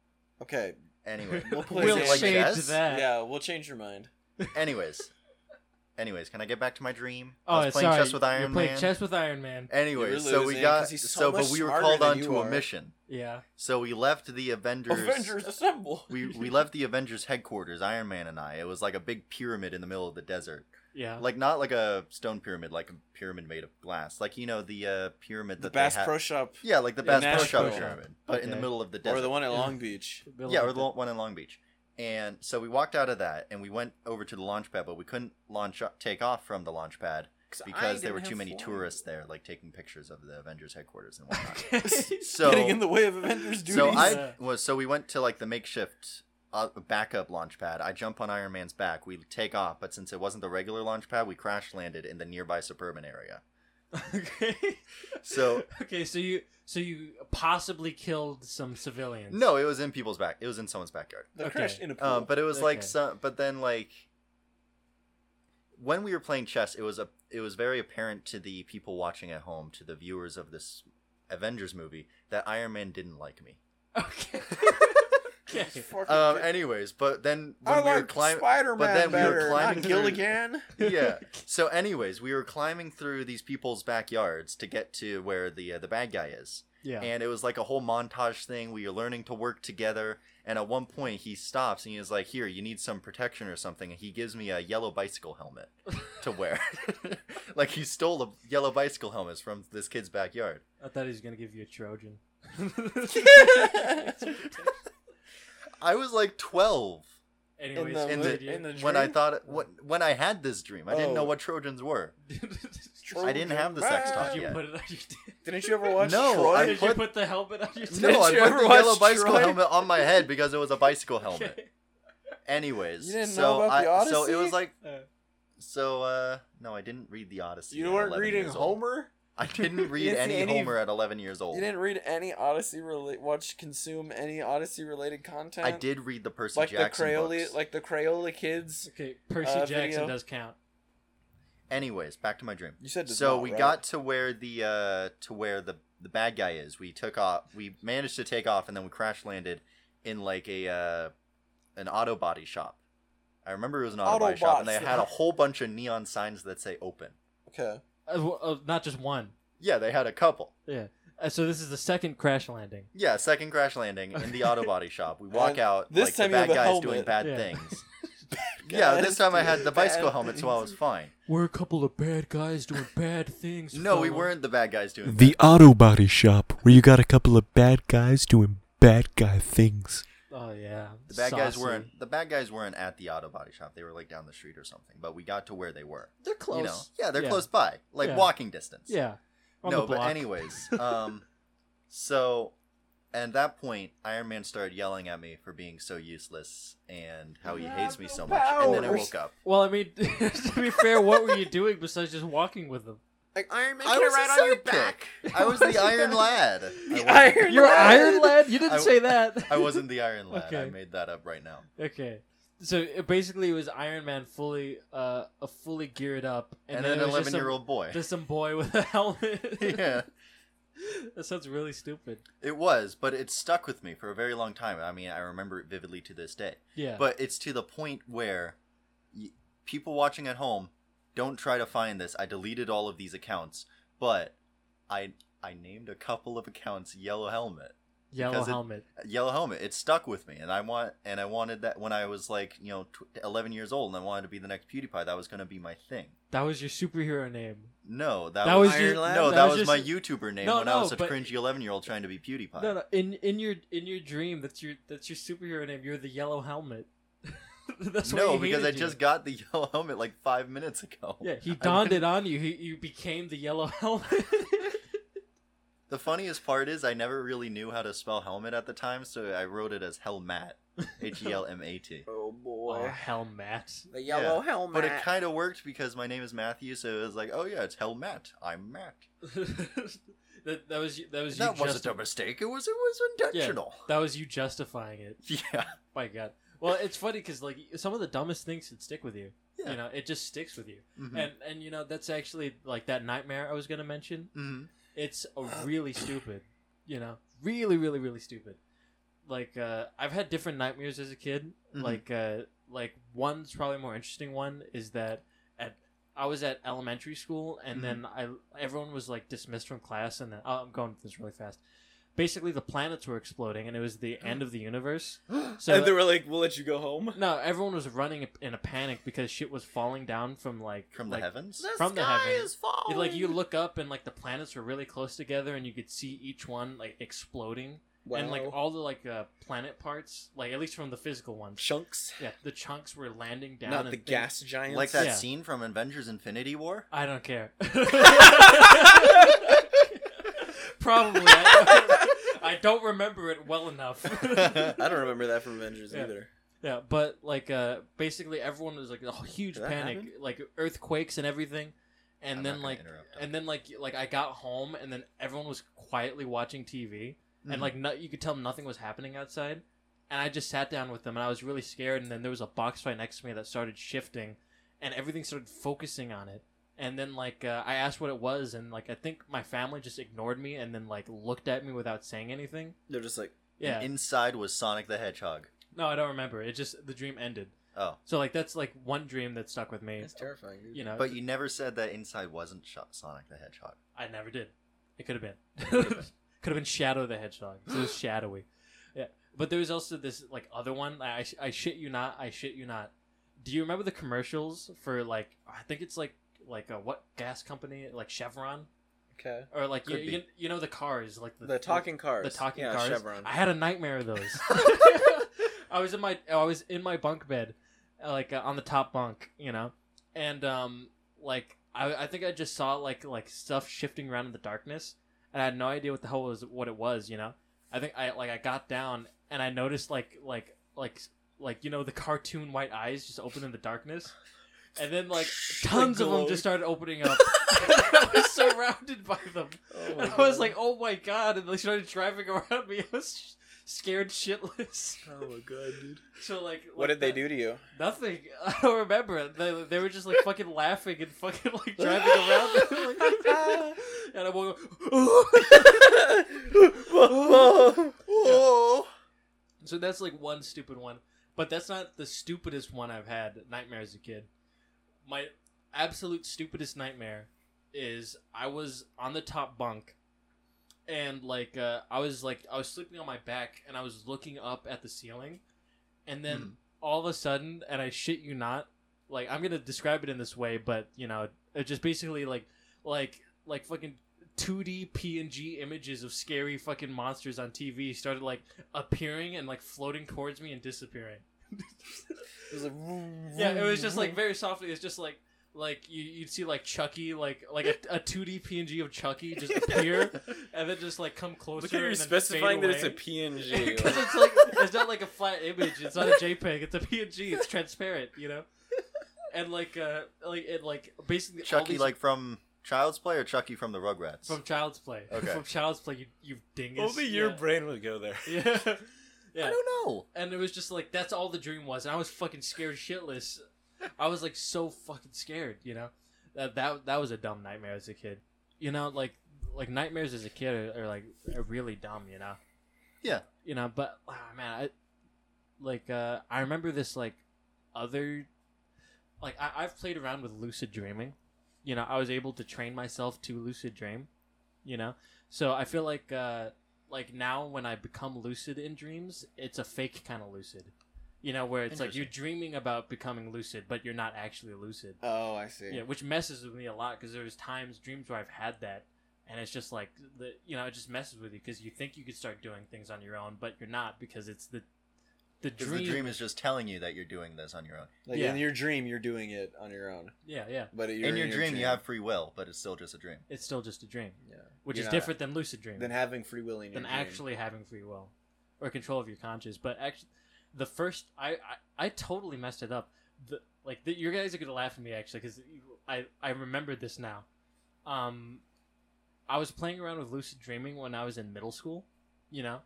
[SPEAKER 2] Okay.
[SPEAKER 3] Anyway,
[SPEAKER 2] We'll play
[SPEAKER 1] we'll
[SPEAKER 2] it like
[SPEAKER 1] change
[SPEAKER 3] chess?
[SPEAKER 1] that.
[SPEAKER 2] Yeah, we'll change your mind.
[SPEAKER 3] Anyways, anyways, can I get back to my dream?
[SPEAKER 1] Oh,
[SPEAKER 3] I was playing
[SPEAKER 1] sorry.
[SPEAKER 3] chess with Iron
[SPEAKER 1] You're playing
[SPEAKER 3] Man.
[SPEAKER 1] chess with Iron Man.
[SPEAKER 3] Anyways,
[SPEAKER 2] You were
[SPEAKER 3] so we
[SPEAKER 2] losing,
[SPEAKER 3] got
[SPEAKER 2] 'cause he's so
[SPEAKER 3] so,
[SPEAKER 2] much
[SPEAKER 3] but we were
[SPEAKER 2] smarter
[SPEAKER 3] called
[SPEAKER 2] than
[SPEAKER 3] on
[SPEAKER 2] you
[SPEAKER 3] to
[SPEAKER 2] are.
[SPEAKER 3] a mission.
[SPEAKER 1] Yeah.
[SPEAKER 3] So we left the Avengers.
[SPEAKER 2] Avengers assemble.
[SPEAKER 3] We we left the Avengers headquarters, Iron Man and I. It was like a big pyramid in the middle of the desert.
[SPEAKER 1] Yeah.
[SPEAKER 3] Like not like a stone pyramid, like a pyramid made of glass. Like you know the uh, pyramid
[SPEAKER 2] the
[SPEAKER 3] that
[SPEAKER 2] Bass
[SPEAKER 3] they had.
[SPEAKER 2] Pro Shop
[SPEAKER 3] Yeah, like the
[SPEAKER 2] in
[SPEAKER 3] Bass Pro Shop
[SPEAKER 2] Nashville.
[SPEAKER 3] pyramid, but in the
[SPEAKER 1] Okay.
[SPEAKER 3] middle of the desert.
[SPEAKER 2] or the one at
[SPEAKER 1] Yeah.
[SPEAKER 2] Long Beach.
[SPEAKER 3] yeah, or the lo- one in Long Beach. And so we walked out of that, and we went over to the launch pad, but we couldn't launch uh, take off from the launch pad because there were too many tourists there, like taking pictures of the Avengers headquarters and whatnot. so
[SPEAKER 2] getting in the way of Avengers duties.
[SPEAKER 3] so
[SPEAKER 1] duties.
[SPEAKER 3] I was so we went to like the makeshift uh, backup launch pad. I jump on Iron Man's back. We take off, but since it wasn't the regular launch pad, we crash landed in the nearby suburban area.
[SPEAKER 1] okay.
[SPEAKER 3] So
[SPEAKER 1] okay, so you so you possibly killed some civilians.
[SPEAKER 3] no, it was in people's back. It was in someone's backyard.
[SPEAKER 2] They
[SPEAKER 1] Okay.
[SPEAKER 2] crashed in a pool.
[SPEAKER 3] Um, but it was like
[SPEAKER 1] Okay.
[SPEAKER 3] some. But then like when we were playing chess, it was a it was very apparent to the people watching at home, to the viewers of this Avengers movie, that Iron Man didn't like me.
[SPEAKER 1] Okay. okay.
[SPEAKER 2] Fucking
[SPEAKER 3] Um,
[SPEAKER 2] dick.
[SPEAKER 3] anyways, but then
[SPEAKER 2] I
[SPEAKER 3] when we were
[SPEAKER 2] like
[SPEAKER 3] climbing,
[SPEAKER 2] Spider-Man
[SPEAKER 3] but then we were
[SPEAKER 2] better. not
[SPEAKER 3] climbing through-
[SPEAKER 2] Gilligan.
[SPEAKER 3] yeah. So, anyways, we were climbing through these people's backyards to get to where the uh, the bad guy is,
[SPEAKER 1] Yeah.
[SPEAKER 3] and it was like a whole montage thing. We were learning to work together, and at one point he stops and he is like, "Here, you need some protection or something," and he gives me a yellow bicycle helmet to wear. like he stole a yellow bicycle helmet from this kid's backyard.
[SPEAKER 1] I thought he was gonna give you a Trojan.
[SPEAKER 3] I was like twelve
[SPEAKER 1] Anyways,
[SPEAKER 2] the-
[SPEAKER 3] in
[SPEAKER 1] what
[SPEAKER 3] the,
[SPEAKER 1] did
[SPEAKER 2] in
[SPEAKER 1] you-
[SPEAKER 3] when I
[SPEAKER 2] dream?
[SPEAKER 3] thought when, when I had this dream. I didn't know
[SPEAKER 2] Oh.
[SPEAKER 3] what Trojans were.
[SPEAKER 2] Trojan
[SPEAKER 3] I didn't have the sex
[SPEAKER 2] man.
[SPEAKER 3] talk
[SPEAKER 1] Did you
[SPEAKER 3] yet.
[SPEAKER 1] put it on your dick?
[SPEAKER 2] Didn't you ever watch
[SPEAKER 3] No,
[SPEAKER 2] Troy?
[SPEAKER 3] I
[SPEAKER 1] Did you
[SPEAKER 3] put-
[SPEAKER 1] put the helmet on your
[SPEAKER 3] No,
[SPEAKER 1] dick?
[SPEAKER 2] Did
[SPEAKER 3] I
[SPEAKER 2] you
[SPEAKER 3] put
[SPEAKER 2] ever
[SPEAKER 3] the
[SPEAKER 2] watch
[SPEAKER 3] yellow bicycle
[SPEAKER 2] Troy?
[SPEAKER 3] helmet on my head because it was a bicycle helmet.
[SPEAKER 1] Okay.
[SPEAKER 3] Anyways,
[SPEAKER 2] You didn't
[SPEAKER 3] so
[SPEAKER 2] know about the
[SPEAKER 3] I, so it
[SPEAKER 2] Odyssey?
[SPEAKER 3] was like
[SPEAKER 1] Uh,
[SPEAKER 3] so uh no, I didn't read the Odyssey.
[SPEAKER 2] You
[SPEAKER 3] at
[SPEAKER 2] weren't
[SPEAKER 3] 11
[SPEAKER 2] reading
[SPEAKER 3] years old.
[SPEAKER 2] Homer.
[SPEAKER 3] I didn't read
[SPEAKER 2] didn't see
[SPEAKER 3] any,
[SPEAKER 2] any-
[SPEAKER 3] Homer at 11 years old.
[SPEAKER 2] You didn't read any Odyssey relate. Watch, consume any Odyssey related content.
[SPEAKER 3] I did read the Percy
[SPEAKER 2] uh, Like
[SPEAKER 3] Jackson
[SPEAKER 2] the Crayola,
[SPEAKER 3] books.
[SPEAKER 2] like the Crayola kids.
[SPEAKER 1] okay, Percy
[SPEAKER 2] Uh,
[SPEAKER 1] Jackson
[SPEAKER 2] video.
[SPEAKER 1] does count.
[SPEAKER 3] Anyways, back to my dream.
[SPEAKER 2] You said does
[SPEAKER 3] So
[SPEAKER 2] not,
[SPEAKER 3] we
[SPEAKER 2] right?
[SPEAKER 3] got to where the uh to where the the bad guy is. We took off. We managed to take off, and then we crash landed in like a uh an auto body shop. I remember it was an auto body shop, and they
[SPEAKER 2] Autobots.
[SPEAKER 3] had a whole bunch of neon signs that say "open."
[SPEAKER 2] okay.
[SPEAKER 1] Uh, w- uh, not just one.
[SPEAKER 3] Yeah, they had a couple.
[SPEAKER 1] Uh, so this is the second crash landing.
[SPEAKER 3] Yeah, second crash landing in the auto body shop. We walk
[SPEAKER 2] And
[SPEAKER 3] out.
[SPEAKER 2] this
[SPEAKER 3] like,
[SPEAKER 2] time
[SPEAKER 3] the
[SPEAKER 2] you
[SPEAKER 3] bad
[SPEAKER 2] have a
[SPEAKER 3] guy's
[SPEAKER 2] helmet.
[SPEAKER 3] doing bad
[SPEAKER 1] Yeah.
[SPEAKER 3] things. yeah, this time I had the bicycle helmet, so I was fine.
[SPEAKER 1] We're a couple of bad guys doing bad things.
[SPEAKER 3] No, we
[SPEAKER 1] fella.
[SPEAKER 3] weren't the bad guys doing.
[SPEAKER 4] The auto body shop where you got a couple of bad guys doing bad guy things.
[SPEAKER 1] Oh yeah.
[SPEAKER 3] The bad guys
[SPEAKER 1] Saucy.
[SPEAKER 3] weren't. The bad guys weren't at the auto body shop. They were like down the street or something. But we got to where they were.
[SPEAKER 1] They're
[SPEAKER 3] You know, yeah, they're
[SPEAKER 1] Yeah.
[SPEAKER 3] close by, like
[SPEAKER 1] Yeah.
[SPEAKER 3] walking distance.
[SPEAKER 1] Yeah. On
[SPEAKER 3] no,
[SPEAKER 1] the block.
[SPEAKER 3] but anyways, um, so at that point, Iron Man started yelling at me for being so useless and how he
[SPEAKER 2] You
[SPEAKER 3] hates
[SPEAKER 2] have
[SPEAKER 3] me
[SPEAKER 2] no
[SPEAKER 3] so much. And then I
[SPEAKER 2] powers.
[SPEAKER 3] woke up.
[SPEAKER 1] Well, I mean, to be fair, what were you doing besides just walking with them?
[SPEAKER 2] Like Iron Man
[SPEAKER 3] I
[SPEAKER 2] can
[SPEAKER 3] was
[SPEAKER 2] ride
[SPEAKER 3] a
[SPEAKER 2] on your
[SPEAKER 3] sidekick.
[SPEAKER 2] back.
[SPEAKER 3] I was the Iron Lad. I wasn't-
[SPEAKER 2] Iron
[SPEAKER 1] You're
[SPEAKER 2] Lad.
[SPEAKER 1] Iron Lad. You didn't
[SPEAKER 3] I-
[SPEAKER 1] say that.
[SPEAKER 3] I wasn't the Iron Lad. I
[SPEAKER 1] Okay.
[SPEAKER 3] made that up right now.
[SPEAKER 1] Okay. So it basically, it was Iron Man fully, uh, a fully geared up,
[SPEAKER 3] And,
[SPEAKER 1] then
[SPEAKER 3] an
[SPEAKER 1] it was just some-
[SPEAKER 3] eleven-year-old boy.
[SPEAKER 1] just some boy with a helmet.
[SPEAKER 3] yeah.
[SPEAKER 1] that sounds really stupid.
[SPEAKER 3] It was, but it stuck with me for a very long time. I mean, I remember it vividly to this day.
[SPEAKER 1] Yeah.
[SPEAKER 3] But it's to the point where y- people watching at home don't try to find this. I deleted all of these accounts, but I I named a couple of accounts Yellow Helmet.
[SPEAKER 1] yellow
[SPEAKER 3] because it-
[SPEAKER 1] helmet.
[SPEAKER 3] Yellow Helmet. It stuck with me, and I want and I wanted that when I was like you know tw- eleven years old, and I wanted to be the next PewDiePie. That was going to be my thing.
[SPEAKER 1] That was your superhero name.
[SPEAKER 3] No, that,
[SPEAKER 1] That
[SPEAKER 3] was,
[SPEAKER 1] was
[SPEAKER 2] your-
[SPEAKER 3] no,
[SPEAKER 2] Ireland?
[SPEAKER 3] that,
[SPEAKER 1] that
[SPEAKER 3] was,
[SPEAKER 1] was
[SPEAKER 3] my YouTuber name
[SPEAKER 1] No,
[SPEAKER 3] when I
[SPEAKER 1] no,
[SPEAKER 3] was a
[SPEAKER 1] but-
[SPEAKER 3] cringy eleven year old trying to be PewDiePie.
[SPEAKER 1] No, no. In in your in your dream, that's your that's your superhero name. You're the yellow helmet. that's why
[SPEAKER 3] No,
[SPEAKER 1] he
[SPEAKER 3] because I
[SPEAKER 1] hated you.
[SPEAKER 3] just got the yellow helmet like five minutes ago.
[SPEAKER 1] Yeah, he donned it on you. He, you became the yellow helmet.
[SPEAKER 3] The funniest part is I never really knew how to spell helmet at the time, so I wrote it as Helmat, H E L M A T.
[SPEAKER 2] Oh
[SPEAKER 1] Oh,
[SPEAKER 2] boy.
[SPEAKER 1] hell, Matt.
[SPEAKER 2] The yellow helmet.
[SPEAKER 3] But it kind of worked because my name is Matthew, so it was like, oh yeah, it's Helmat. I'm Matt.
[SPEAKER 1] that, that was that was you
[SPEAKER 3] That wasn't
[SPEAKER 1] justi-
[SPEAKER 3] a mistake. It was it was intentional.
[SPEAKER 1] that was you justifying it.
[SPEAKER 3] Yeah.
[SPEAKER 1] My God. Well, it's funny because like some of the dumbest things can stick with you.
[SPEAKER 3] Yeah.
[SPEAKER 1] You know, it just sticks with you.
[SPEAKER 3] Mhm.
[SPEAKER 1] And and you know that's actually like that nightmare I was gonna mention.
[SPEAKER 3] Mhm.
[SPEAKER 1] It's a really stupid. You know, really, really, really stupid. Like uh, I've had different nightmares as a kid.
[SPEAKER 3] Mhm.
[SPEAKER 1] Like uh, like one's probably more interesting. One is that at I was at elementary school and
[SPEAKER 3] Mm-hmm.
[SPEAKER 1] then I everyone was like dismissed from class and then oh, I'm going through this really fast. Basically, the planets were exploding and it was the end of the universe. So
[SPEAKER 2] and they were like, "We'll let you go home."
[SPEAKER 1] no, everyone was running in a panic because shit was falling down from like
[SPEAKER 3] From
[SPEAKER 1] like,
[SPEAKER 3] the heavens.
[SPEAKER 1] From the sky heaven. is
[SPEAKER 2] falling.
[SPEAKER 1] Like you look up and like the planets were really close together and you could see each one like exploding and like all the like uh, planet parts, like at least from the physical ones.
[SPEAKER 2] chunks,
[SPEAKER 1] Yeah, the chunks were landing down.
[SPEAKER 2] not the
[SPEAKER 1] and things-
[SPEAKER 2] gas giants.
[SPEAKER 3] Like that
[SPEAKER 1] Yeah.
[SPEAKER 3] scene from Avengers: Infinity War.
[SPEAKER 1] I don't care. Probably. I, I don't remember it well enough.
[SPEAKER 2] I don't remember that from Avengers
[SPEAKER 1] Yeah.
[SPEAKER 2] either.
[SPEAKER 1] Yeah, but like uh basically everyone was like a huge
[SPEAKER 2] Did that
[SPEAKER 1] panic,
[SPEAKER 2] happen?
[SPEAKER 1] like earthquakes and everything. And
[SPEAKER 3] I'm not
[SPEAKER 1] then
[SPEAKER 3] gonna
[SPEAKER 1] like
[SPEAKER 3] interrupt,
[SPEAKER 1] and then like like I got home and then everyone was quietly watching TV
[SPEAKER 3] Mm-hmm.
[SPEAKER 1] and like no, you could tell nothing was happening outside. And I just sat down with them and I was really scared and then there was a box fight next to me that started shifting and everything started focusing on it. And then like uh, I asked what it was and like I think my family just ignored me and then like looked at me without saying anything.
[SPEAKER 2] They're just like,
[SPEAKER 1] Yeah.
[SPEAKER 3] And inside was Sonic the Hedgehog.
[SPEAKER 1] no, I don't remember. It just the dream ended.
[SPEAKER 3] Oh,
[SPEAKER 1] So like that's like one dream that stuck with me.
[SPEAKER 2] "That's terrifying." Dude.
[SPEAKER 1] You know,
[SPEAKER 3] but you never said that inside wasn't Sho- Sonic the Hedgehog.
[SPEAKER 1] I never did. It could have been. could have been Shadow the Hedgehog. 'cause It was shadowy. Yeah. But there was also this like other one. I, I sh- I shit you not. I shit you not. Do you remember the commercials for like I think it's like like a what gas company like Chevron
[SPEAKER 2] Okay.
[SPEAKER 1] or like you,
[SPEAKER 3] Could be.
[SPEAKER 1] you, you know the cars like the,
[SPEAKER 2] The talking cars.
[SPEAKER 1] the talking
[SPEAKER 2] yeah,
[SPEAKER 1] cars.
[SPEAKER 2] Chevron.
[SPEAKER 1] I had a nightmare of those. I was in my I was in my bunk bed, uh, like uh, on the top bunk, you know, and um like I, I think I just saw like like stuff shifting around in the darkness, and I had no idea what the hell was what it was, you know. I think I like I got down and I noticed like like like like you know the cartoon white eyes just open in the darkness. And then, like tons of them,
[SPEAKER 2] glowing.
[SPEAKER 1] just started opening up. I was surrounded by them.
[SPEAKER 2] Oh my
[SPEAKER 1] And I was
[SPEAKER 2] God.
[SPEAKER 1] like, oh my god, and they started driving around me. I was sh- scared shitless.
[SPEAKER 2] "Oh my god, dude!"
[SPEAKER 1] So like,
[SPEAKER 2] What
[SPEAKER 1] like
[SPEAKER 2] did they
[SPEAKER 1] that-
[SPEAKER 2] do to you?
[SPEAKER 1] Nothing. I don't remember. They, they were just like fucking laughing and fucking like driving around. Like- and I woke up.
[SPEAKER 3] Oh,
[SPEAKER 1] So that's like one stupid one, but that's not the stupidest one I've had nightmare as a kid. My absolute stupidest nightmare is I was on the top bunk and like uh, I was like I was sleeping on my back and I was looking up at the ceiling and then
[SPEAKER 3] Mhm.
[SPEAKER 1] all of a sudden and I shit you not like I'm going to describe it in this way but you know it just basically like like like fucking 2D PNG images of scary fucking monsters on TV started like appearing and like floating towards me and disappearing.
[SPEAKER 2] It was like,
[SPEAKER 1] yeah, it was just like very softly. It's just like like you, you'd see like Chucky, like like a two D PNG of Chucky just appear and then just like come closer.
[SPEAKER 2] Look at you
[SPEAKER 1] and then
[SPEAKER 2] specifying
[SPEAKER 1] fade
[SPEAKER 2] that it's a
[SPEAKER 1] away.
[SPEAKER 2] PNG.
[SPEAKER 1] because it's like it's not like a flat image. It's not a JPEG. It's a PNG. It's transparent. You know. And like uh like it like basically all
[SPEAKER 3] Chucky
[SPEAKER 1] these-
[SPEAKER 3] like from Child's Play or Chucky from the Rugrats?
[SPEAKER 1] from Child's Play.
[SPEAKER 3] Okay.
[SPEAKER 1] From Child's Play, you you dingus.
[SPEAKER 2] Only your
[SPEAKER 1] Yeah.
[SPEAKER 2] brain would go there.
[SPEAKER 1] Yeah.
[SPEAKER 3] I
[SPEAKER 1] Yeah.
[SPEAKER 3] don't know.
[SPEAKER 1] And it was just like that's all the dream was, and I was fucking scared shitless. I was like so fucking scared, you know. That that that was a dumb nightmare as a kid. You know, like like nightmares as a kid are, are like are really dumb, you know.
[SPEAKER 3] Yeah.
[SPEAKER 1] You know, but oh, man, I like uh I remember this like other like I, I've played around with lucid dreaming. You know, I was able to train myself to lucid dream. You know, so I feel like uh like now when I become lucid in dreams, it's a fake kind of lucid. You know, where it's like you're dreaming about becoming lucid, but you're not actually lucid.
[SPEAKER 2] Oh, I see.
[SPEAKER 1] Yeah, which messes with me a lot because there's times dreams where I've had that, and it's just like the you know it just messes with you because you think you could start doing things on your own, but you're not because it's the the
[SPEAKER 3] 'Cause
[SPEAKER 1] dream,
[SPEAKER 3] the dream is just telling you that you're doing this on your own.
[SPEAKER 2] Like
[SPEAKER 1] Yeah.
[SPEAKER 2] in your dream, you're doing it on your own.
[SPEAKER 1] yeah, yeah,
[SPEAKER 2] But you're
[SPEAKER 3] in your dream, you have free will, but it's still just a dream.
[SPEAKER 1] it's still just a dream,
[SPEAKER 2] yeah.
[SPEAKER 1] which
[SPEAKER 2] You're
[SPEAKER 1] is
[SPEAKER 2] not-
[SPEAKER 1] different than lucid dreaming.
[SPEAKER 2] than having free will in your
[SPEAKER 1] than
[SPEAKER 2] dream.
[SPEAKER 1] actually having free will or control of your conscience. But actually, the first I I, I totally messed it up. The, like the, you guys are gonna laugh at me actually because I I remembered this now. Um, I was playing around with lucid dreaming when I was in middle school, you know,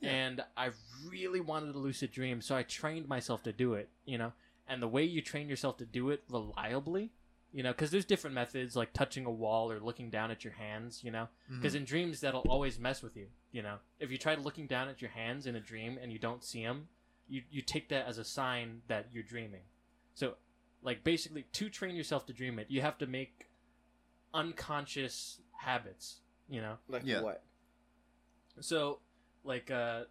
[SPEAKER 2] Yeah.
[SPEAKER 1] and I really wanted a lucid dream, so I trained myself to do it, you know. And the way you train yourself to do it reliably, you know, because there's different methods like touching a wall or looking down at your hands, you know because
[SPEAKER 3] Hmm.
[SPEAKER 1] in dreams that'll always mess with you you know if you try looking down at your hands in a dream and you don't see them you, you take that as a sign that you're dreaming so like basically to train yourself to dream it you have to make unconscious habits you know
[SPEAKER 2] Like
[SPEAKER 3] Yeah.
[SPEAKER 2] what?
[SPEAKER 1] so like uh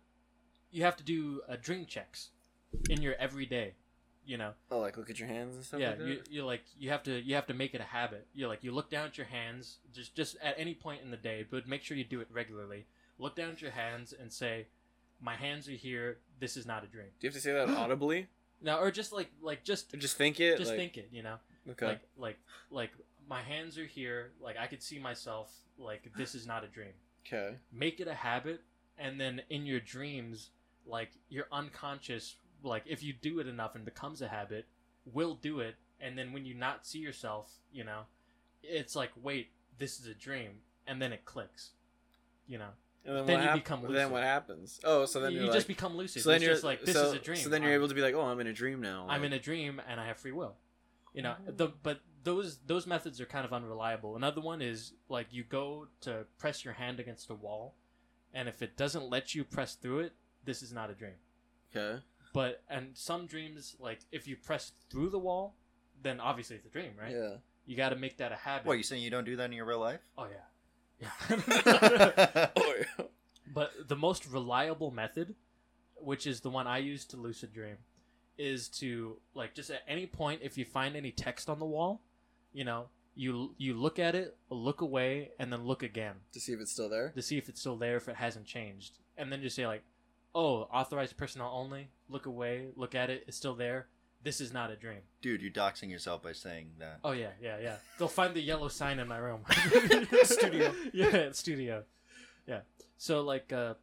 [SPEAKER 1] you have to do uh, dream checks in your everyday you know
[SPEAKER 2] Oh, like look at your hands and stuff.
[SPEAKER 1] yeah,
[SPEAKER 2] like that?
[SPEAKER 1] you, you like you have to you have to make it a habit. You like you look down at your hands just just at any point in the day, but make sure you do it regularly. Look down at your hands and say, "My hands are here. This is not a dream."
[SPEAKER 2] Do you have to say that audibly?
[SPEAKER 1] Now, or just like like just
[SPEAKER 2] Or just think it.
[SPEAKER 1] just
[SPEAKER 2] like,
[SPEAKER 1] think it. You know,
[SPEAKER 2] Okay.
[SPEAKER 1] like like like my hands are here. Like I could see myself. Like this is not a dream.
[SPEAKER 2] okay.
[SPEAKER 1] Make it a habit, and then in your dreams, like your unconscious, like if you do it enough and becomes a habit, will do it and then when you not see yourself you know it's like wait this is a dream and then it clicks you know
[SPEAKER 2] And then,
[SPEAKER 1] Then
[SPEAKER 2] what
[SPEAKER 1] you
[SPEAKER 2] hap-
[SPEAKER 1] become
[SPEAKER 2] Then
[SPEAKER 1] lucid.
[SPEAKER 2] what happens? Oh, so then
[SPEAKER 1] you
[SPEAKER 2] you're
[SPEAKER 1] just
[SPEAKER 2] like,
[SPEAKER 1] become lucid
[SPEAKER 2] so then
[SPEAKER 1] it's
[SPEAKER 2] you're
[SPEAKER 1] just like this
[SPEAKER 2] so,
[SPEAKER 1] is a dream
[SPEAKER 2] So then you're
[SPEAKER 1] I'm-
[SPEAKER 2] able to be like, oh, I'm in a dream now.
[SPEAKER 1] i'm in a dream and i have free will you know the but those those methods are kind of unreliable another one is like you go to press your hand against a wall and if it doesn't let you press through it this is not a dream
[SPEAKER 2] Okay.
[SPEAKER 1] but and some dreams like if you press through the wall then obviously it's a dream right
[SPEAKER 2] Yeah.
[SPEAKER 1] you got to make that a habit
[SPEAKER 3] What you saying? You don't do that in your real life?
[SPEAKER 1] Oh yeah.
[SPEAKER 2] Oh, yeah.
[SPEAKER 1] but the most reliable method, which is the one I use to lucid dream, is to like just at any point if you find any text on the wall, you know, you you look at it, look away, and then look again
[SPEAKER 2] to see if it's still there.
[SPEAKER 1] to see if it's still there, if it hasn't changed, and then just say like, "Oh, authorized personnel only." Look away, look at it, it's still there. This is not a dream.
[SPEAKER 3] Dude, you're doxing yourself by saying that.
[SPEAKER 1] Oh yeah, yeah, yeah. They'll find the yellow sign in my room.
[SPEAKER 2] Studio.
[SPEAKER 1] Yeah, studio. Yeah. So like uh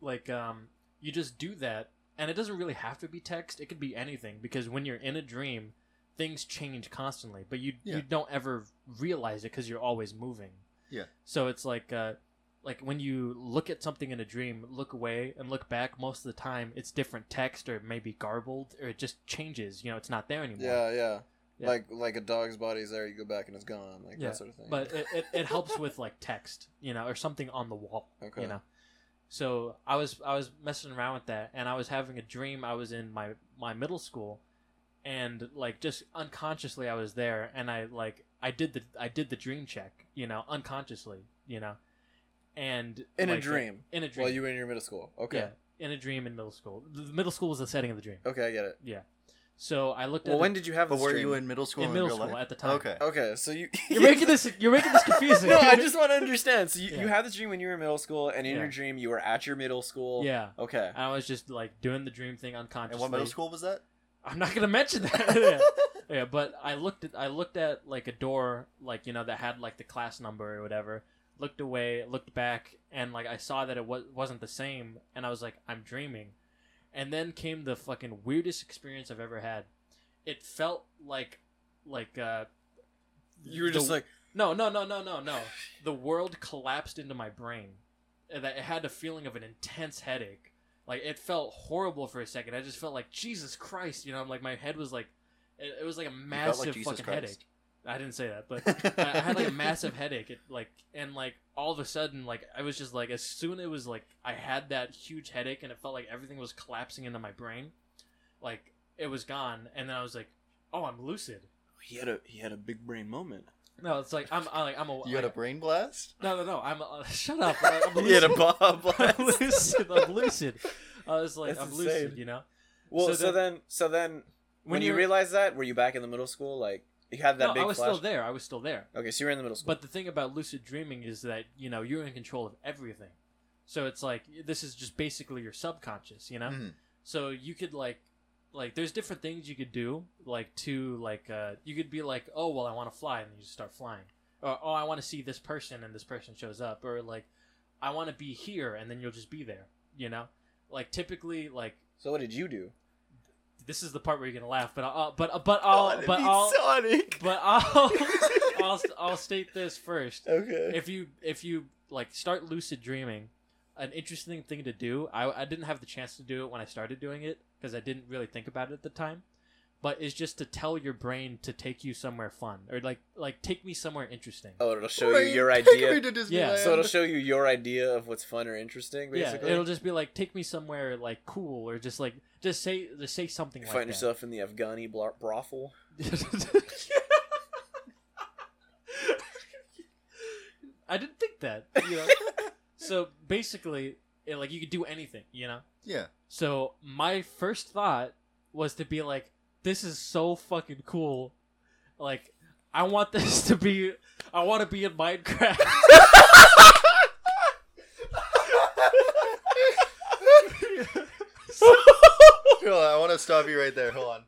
[SPEAKER 1] like um you just do that and it doesn't really have to be text. It could be anything because when you're in a dream, things change constantly, but you
[SPEAKER 3] Yeah.
[SPEAKER 1] you don't ever realize it cuz you're always moving.
[SPEAKER 3] Yeah.
[SPEAKER 1] So it's like uh like when you look at something in a dream, look away and look back, most of the time it's different text or maybe garbled or it just changes, you know, it's not there anymore.
[SPEAKER 2] Yeah, yeah.
[SPEAKER 1] Yeah.
[SPEAKER 2] Like like a dog's body's there, you go back and it's gone, like
[SPEAKER 1] Yeah,
[SPEAKER 2] that sort of thing.
[SPEAKER 1] but uh, it, it, it helps with like text you know or something on the wall
[SPEAKER 2] okay,
[SPEAKER 1] you know so i was i was messing around with that and i was having a dream i was in my my middle school and like just unconsciously i was there and i like i did the i did the dream check you know unconsciously you know and
[SPEAKER 2] in a
[SPEAKER 1] like,
[SPEAKER 2] dream
[SPEAKER 1] in a dream
[SPEAKER 2] while you were in your middle school. Okay,
[SPEAKER 1] yeah in a dream in middle school the the middle school was the setting of the dream
[SPEAKER 2] okay, I get it.
[SPEAKER 1] so i looked
[SPEAKER 2] Well,
[SPEAKER 1] at
[SPEAKER 2] when
[SPEAKER 1] it
[SPEAKER 2] did you have?
[SPEAKER 3] But
[SPEAKER 2] this
[SPEAKER 3] were
[SPEAKER 2] dream?
[SPEAKER 3] you in middle school
[SPEAKER 1] in
[SPEAKER 3] and
[SPEAKER 1] middle
[SPEAKER 3] real
[SPEAKER 1] school
[SPEAKER 3] life?
[SPEAKER 1] at the time
[SPEAKER 3] Okay.
[SPEAKER 2] Okay, so you
[SPEAKER 1] you're making this you're making this confusing
[SPEAKER 2] no, I just want to understand. So you,
[SPEAKER 1] Yeah.
[SPEAKER 2] you had this dream when you were in middle school, and in
[SPEAKER 1] Yeah.
[SPEAKER 2] your dream you were at your middle school.
[SPEAKER 1] yeah
[SPEAKER 2] Okay.
[SPEAKER 1] I was just like doing the dream thing
[SPEAKER 3] And
[SPEAKER 1] unconsciously.
[SPEAKER 3] what middle school was that?
[SPEAKER 1] I'm not gonna mention that. yeah. Yeah, but I looked at I looked at like a door, like you know that had like the class number or whatever. Looked away, looked back, and like I saw that it was wasn't the same, and I was like, I'm dreaming. And then came the fucking weirdest experience I've ever had. It felt like, like uh,
[SPEAKER 2] You were just
[SPEAKER 1] the-
[SPEAKER 2] like,
[SPEAKER 1] no, no, no, no, no, no. The world collapsed into my brain. And that- It had a feeling of an intense headache. Like it felt horrible for a second. I just felt like Jesus Christ. You know, I'm like my head was like, it, it was like a
[SPEAKER 3] You felt
[SPEAKER 1] massive
[SPEAKER 3] like Jesus
[SPEAKER 1] fucking
[SPEAKER 3] Christ.
[SPEAKER 1] headache. I didn't say that, but I, I had like a massive headache. It like and like all of a sudden, like I was just like as soon it was like I had that huge headache and it felt like everything was collapsing into my brain. Like it was gone, and then I was like, oh, I'm lucid.
[SPEAKER 2] he had a he had a big brain moment.
[SPEAKER 1] No, it's like I'm, I'm like I'm a
[SPEAKER 3] You had a
[SPEAKER 1] like-
[SPEAKER 3] brain blast?
[SPEAKER 1] no, no, no. I'm uh, shut up. I- I'm
[SPEAKER 2] he had a
[SPEAKER 1] lucid.
[SPEAKER 2] bob. blast.
[SPEAKER 1] I'm lucid. I'm lucid. I was like,
[SPEAKER 2] That's
[SPEAKER 1] I'm lucid.
[SPEAKER 2] insane.
[SPEAKER 1] You know,
[SPEAKER 2] well,
[SPEAKER 1] So
[SPEAKER 2] so, then, so then, when, you
[SPEAKER 1] you're-
[SPEAKER 2] realized that, were you back in the middle school? Like you had that
[SPEAKER 1] no,
[SPEAKER 2] big
[SPEAKER 1] I was
[SPEAKER 2] flash.
[SPEAKER 1] still there. I was still there.
[SPEAKER 2] Okay, so you were in the middle school.
[SPEAKER 1] But the thing about lucid dreaming is that you know
[SPEAKER 2] Mm-hmm.
[SPEAKER 1] you're in control of everything. So it's like this is just basically your subconscious. You know,
[SPEAKER 3] Mhm.
[SPEAKER 1] So you could like like there's different things you could do like to like uh you could be like oh well I want to fly and you just start flying or oh I want to see this person and this person shows up or like I want to be here and then you'll just be there you know like typically like
[SPEAKER 2] So what did you do?
[SPEAKER 1] this is the part where you're gonna laugh but I'll, but
[SPEAKER 3] Oh,
[SPEAKER 1] but I'll Oh, but I'll
[SPEAKER 2] Sonic.
[SPEAKER 1] but I'll I'll I'll state this first
[SPEAKER 2] okay.
[SPEAKER 1] if you if you like start lucid dreaming an interesting thing to do i, I didn't have the chance to do it when i started doing it because i didn't really think about it at the time but is just to tell your brain to take you somewhere fun or like like take me somewhere interesting
[SPEAKER 2] oh, it'll show you your
[SPEAKER 3] Take me
[SPEAKER 2] idea.
[SPEAKER 3] to
[SPEAKER 1] Yeah.
[SPEAKER 2] So it'll
[SPEAKER 3] Disneyland.
[SPEAKER 2] show you your idea of what's fun or interesting.
[SPEAKER 1] yeah
[SPEAKER 2] Basically,
[SPEAKER 1] it'll just be like take me somewhere like cool or just like just say just say something
[SPEAKER 2] you
[SPEAKER 1] like
[SPEAKER 2] find
[SPEAKER 1] that.
[SPEAKER 2] yourself in the Afghani bla- brothel.
[SPEAKER 1] I didn't think that. You know? so basically, it, like you could do anything, you know.
[SPEAKER 3] yeah.
[SPEAKER 1] So my first thought was to be like, "This is so fucking cool! Like, I want this to be. I want to be in Minecraft." So-
[SPEAKER 3] Hold on, I want to stop you right there. Hold on.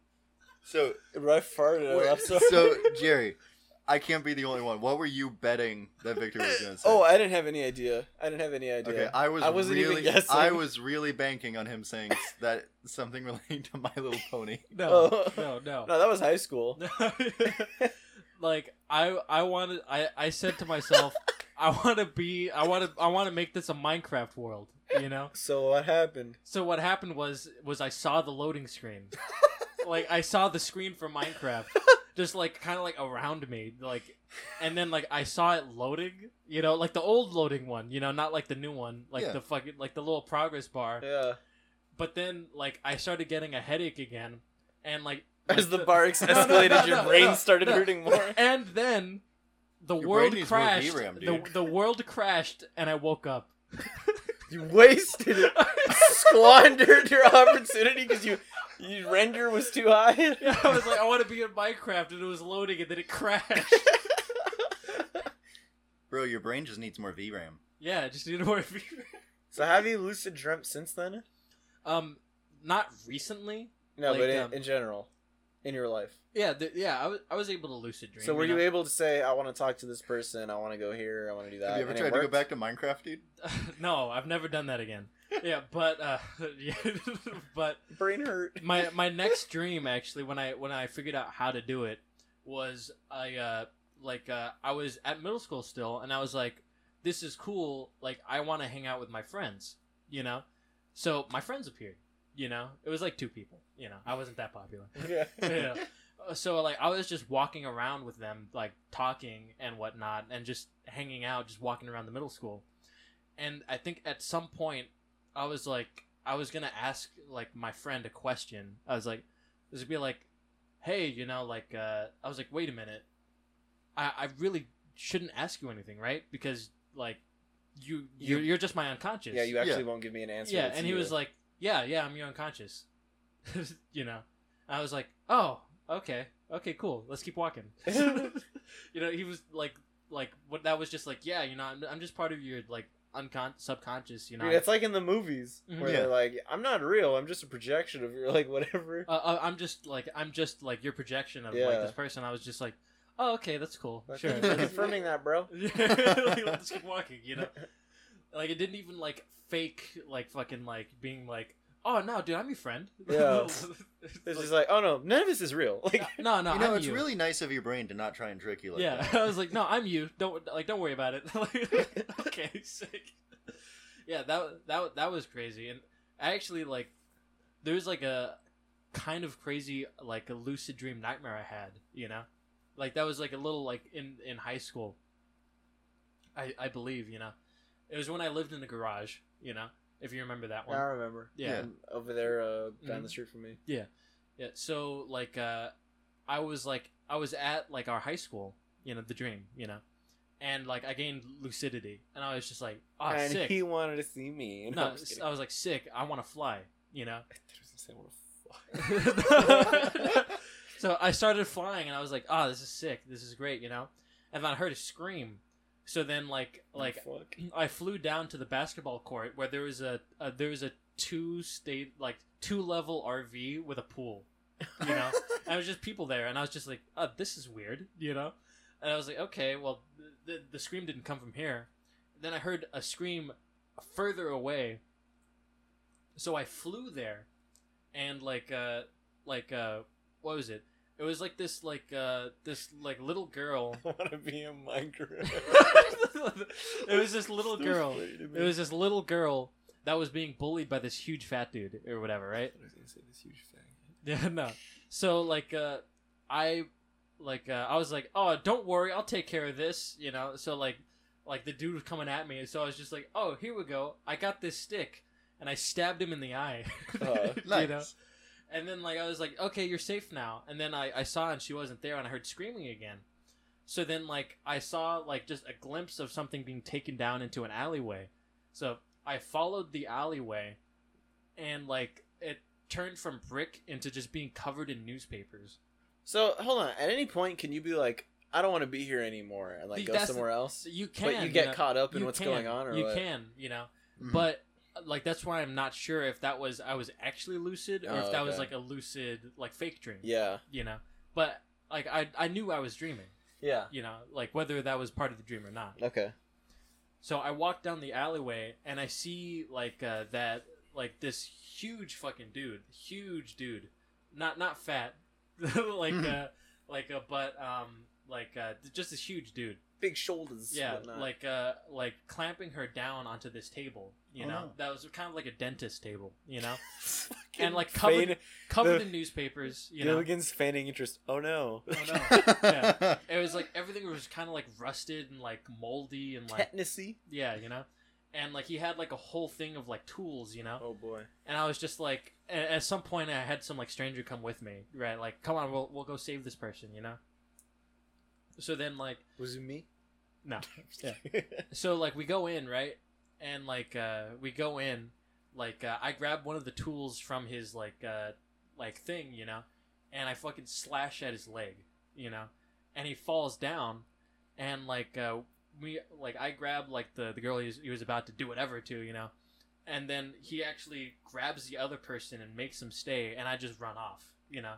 [SPEAKER 3] So,
[SPEAKER 2] I farted.
[SPEAKER 3] wait,
[SPEAKER 2] I'm sorry.
[SPEAKER 3] so Jerry, I can't be the only one. What were you betting that Victor was going to say?
[SPEAKER 2] oh, I didn't have any idea. I didn't have any idea.
[SPEAKER 3] okay. I was
[SPEAKER 2] I wasn't even
[SPEAKER 3] really,
[SPEAKER 2] guessing.
[SPEAKER 3] I was really banking on him saying s- that something relating to My Little Pony.
[SPEAKER 1] no,
[SPEAKER 2] Oh.
[SPEAKER 1] no, no.
[SPEAKER 2] no, that was high school.
[SPEAKER 1] like I I wanted I I said to myself I want to be I want to I want to make this a Minecraft world, you know?
[SPEAKER 2] So what happened?
[SPEAKER 1] So what happened was was I saw the loading screen. like I saw the screen for Minecraft just like kind of like around me like and then like I saw it loading, you know, like the old loading one, you know, not like the new one, like
[SPEAKER 3] Yeah.
[SPEAKER 1] the fucking like the little progress bar.
[SPEAKER 2] Yeah,
[SPEAKER 1] But then like I started getting a headache again and like
[SPEAKER 2] as
[SPEAKER 1] like
[SPEAKER 2] the bar escalated,
[SPEAKER 1] no,
[SPEAKER 2] your
[SPEAKER 1] no,
[SPEAKER 2] brain
[SPEAKER 1] no,
[SPEAKER 2] started
[SPEAKER 1] no.
[SPEAKER 2] hurting more.
[SPEAKER 1] and then the
[SPEAKER 3] Your
[SPEAKER 1] world
[SPEAKER 3] brain needs more
[SPEAKER 1] crashed.
[SPEAKER 3] VRAM,
[SPEAKER 1] the,
[SPEAKER 3] dude.
[SPEAKER 1] the world crashed, and I woke up.
[SPEAKER 2] You wasted it. Squandered your opportunity because you, you render was too high.
[SPEAKER 1] Yeah, I was like, I want to be in Minecraft, and it was loading, and then it crashed.
[SPEAKER 3] Bro, your brain just needs more VRAM.
[SPEAKER 1] yeah, it just needed more VRAM.
[SPEAKER 2] So have you lucid dreamt since then?
[SPEAKER 1] Um, not recently.
[SPEAKER 2] No,
[SPEAKER 1] Like,
[SPEAKER 2] but in,
[SPEAKER 1] um,
[SPEAKER 2] in general, in your life.
[SPEAKER 1] Yeah, th- yeah, I was, I was able to lucid dream.
[SPEAKER 2] So were
[SPEAKER 1] you
[SPEAKER 2] you
[SPEAKER 1] know?
[SPEAKER 2] able to say, "I want to talk to this person. I want to go here. I want to do that"?
[SPEAKER 3] Have you ever
[SPEAKER 2] and it
[SPEAKER 3] tried to go
[SPEAKER 2] worked?
[SPEAKER 3] back to Minecraft, dude?
[SPEAKER 1] no, I've never done that again. Yeah, but uh, yeah, but
[SPEAKER 2] Brain hurt.
[SPEAKER 1] my my next dream actually when I when I figured out how to do it was I uh like uh I was at middle school still and I was like this is cool like I want to hang out with my friends you know so my friends appeared you know it was like two people you know I wasn't that popular
[SPEAKER 2] yeah.
[SPEAKER 1] yeah. Uh, So like I was just walking around with them, like talking and whatnot, and just hanging out, just walking around the middle school. And I think at some point, I was like, I was gonna ask like my friend a question. I was like, this would be like, hey, you know, like uh, I was like, wait a minute, I I really shouldn't ask you anything, right? Because like you you're, you're just my unconscious.
[SPEAKER 2] Yeah, you actually
[SPEAKER 3] Yeah.
[SPEAKER 2] won't give me an answer.
[SPEAKER 1] Yeah,
[SPEAKER 2] It's
[SPEAKER 1] and he
[SPEAKER 2] you.
[SPEAKER 1] was like, "Yeah, yeah, I'm your unconscious," you know. I was like, "Oh, okay, okay, cool. Let's keep walking." you know, he was like, like what? That was just like, yeah, you know, I'm, I'm just part of your like uncon subconscious, you know.
[SPEAKER 2] Dude, it's like in the movies
[SPEAKER 1] Mhm.
[SPEAKER 2] where
[SPEAKER 3] Yeah.
[SPEAKER 2] they're like, "I'm not real. I'm just a projection of your like whatever."
[SPEAKER 1] uh, uh, I'm just like I'm just like your projection of
[SPEAKER 2] Yeah.
[SPEAKER 1] like this person. I was just like, oh, okay, that's cool.
[SPEAKER 2] Like,
[SPEAKER 1] sure,
[SPEAKER 2] thank you for confirming that, bro.
[SPEAKER 1] Like, let's keep walking, you know. Like it didn't even like fake like fucking like being like, oh no, dude, I'm your friend.
[SPEAKER 2] Yeah.
[SPEAKER 1] It's
[SPEAKER 2] It's
[SPEAKER 1] like-
[SPEAKER 2] just like, oh no, none of this is real. Like,
[SPEAKER 1] no, no,
[SPEAKER 3] you know,
[SPEAKER 1] I'm
[SPEAKER 3] it's
[SPEAKER 1] you.
[SPEAKER 3] really nice of your brain to not try and trick you like
[SPEAKER 1] yeah,
[SPEAKER 3] that.
[SPEAKER 1] I was like, no, I'm you. Don't like, don't worry about it. Like, okay, sick. Yeah, that that that was crazy, and I actually like there's like a kind of crazy like a lucid dream nightmare I had. You know, like that was like a little like in in high school. I I believe you know, it was when I lived in the garage. You know, if you remember that one.
[SPEAKER 2] I remember.
[SPEAKER 1] Yeah.
[SPEAKER 2] over there, uh, down
[SPEAKER 1] Mhm.
[SPEAKER 2] the street from me.
[SPEAKER 1] Yeah. So like, uh, I was like, I was at like our high school, you know, the dream, you know, and like I gained lucidity, and I was just like, oh,
[SPEAKER 2] and
[SPEAKER 1] sick.
[SPEAKER 2] he wanted to see me. And
[SPEAKER 1] no,
[SPEAKER 2] no,
[SPEAKER 1] I was, I was like, sick. I want to fly, you know. so I started flying, and I was like, oh, this is sick. This is great, you know. And then I heard a scream. So then, like, like
[SPEAKER 2] fuck.
[SPEAKER 1] I flew down to the basketball court where there was a, a there was a two state like two level RV with a pool. You know, and it was just people there, and I was just like, "Oh, this is weird," you know. And I was like, "Okay, well, the the, the scream didn't come from here." Then I heard a scream further away, so I flew there, and like uh like uh what was it? It was like this like uh this like little girl.
[SPEAKER 2] I want to be a micro.
[SPEAKER 1] it was this little
[SPEAKER 2] So
[SPEAKER 1] girl.
[SPEAKER 2] funny to me.
[SPEAKER 1] It was this little girl that was being bullied by this huge fat dude or whatever, right?
[SPEAKER 2] I was gonna say this huge thing.
[SPEAKER 1] Yeah, no. So like, uh, I like uh, I was like, oh, don't worry, I'll take care of this, you know. So like, like the dude was coming at me, so I was just like, oh, here we go, I got this stick, and I stabbed him in the eye.
[SPEAKER 2] Oh,
[SPEAKER 1] You know?
[SPEAKER 3] nice.
[SPEAKER 1] And then like I was like, okay, you're safe now. And then I, I saw and she wasn't there, and I heard screaming again. So then like I saw like just a glimpse of something being taken down into an alleyway. So I followed the alleyway, and like it turned from brick into just being covered in newspapers.
[SPEAKER 2] So hold on. At any point, can you be like, I don't want to be here anymore, and like
[SPEAKER 1] Th-
[SPEAKER 2] go
[SPEAKER 1] that's-
[SPEAKER 2] somewhere else?
[SPEAKER 1] So you can,
[SPEAKER 2] but you get
[SPEAKER 1] know,
[SPEAKER 2] caught up in
[SPEAKER 1] you
[SPEAKER 2] what's
[SPEAKER 1] can,
[SPEAKER 2] going on, or
[SPEAKER 1] you
[SPEAKER 2] what?
[SPEAKER 1] can, you know.
[SPEAKER 3] Mhm.
[SPEAKER 1] But like that's why I'm not sure if that was I was actually lucid or
[SPEAKER 2] Oh,
[SPEAKER 1] if that was
[SPEAKER 2] okay.
[SPEAKER 1] like a lucid like fake dream.
[SPEAKER 2] Yeah,
[SPEAKER 1] You know. But like I I knew I was dreaming.
[SPEAKER 2] yeah.
[SPEAKER 1] you know, like whether that was part of the dream or not.
[SPEAKER 2] Okay.
[SPEAKER 1] So I walk down the alleyway and I see like uh, that, like this huge fucking dude, huge dude, not not fat, like
[SPEAKER 3] Hmm.
[SPEAKER 1] uh, like a but um like uh, just this huge dude,
[SPEAKER 2] Big shoulders.
[SPEAKER 1] yeah,
[SPEAKER 2] whatnot.
[SPEAKER 1] like uh like clamping her down onto this table, you
[SPEAKER 3] Oh,
[SPEAKER 1] know,
[SPEAKER 3] no.
[SPEAKER 1] that was kind of like a dentist table, you know,
[SPEAKER 2] Fucking
[SPEAKER 1] and like covered
[SPEAKER 2] feign-
[SPEAKER 1] covered
[SPEAKER 2] the-
[SPEAKER 1] in newspapers, you know.
[SPEAKER 2] Gilligan's feigning interest. Oh no.
[SPEAKER 1] Oh, no. Yeah. It was like everything was kind of like rusted and like moldy and like
[SPEAKER 2] Tetanusy.
[SPEAKER 1] Yeah, you know? And like he had like a whole thing of like tools, you know?
[SPEAKER 2] Oh boy.
[SPEAKER 1] And I was just like a- at some point I had some like stranger come with me, right? Like, come on, we'll we'll go save this person, you know? So then like
[SPEAKER 2] Was it me?
[SPEAKER 1] No. Yeah. so like we go in, right? And like uh we go in, like uh, I grab one of the tools from his like uh like thing, you know, and I fucking slash at his leg, you know, and he falls down, and like uh, we like I grab like the the girl he was, he was about to do whatever to, you know, and then he actually grabs the other person and makes him stay, and I just run off, you know,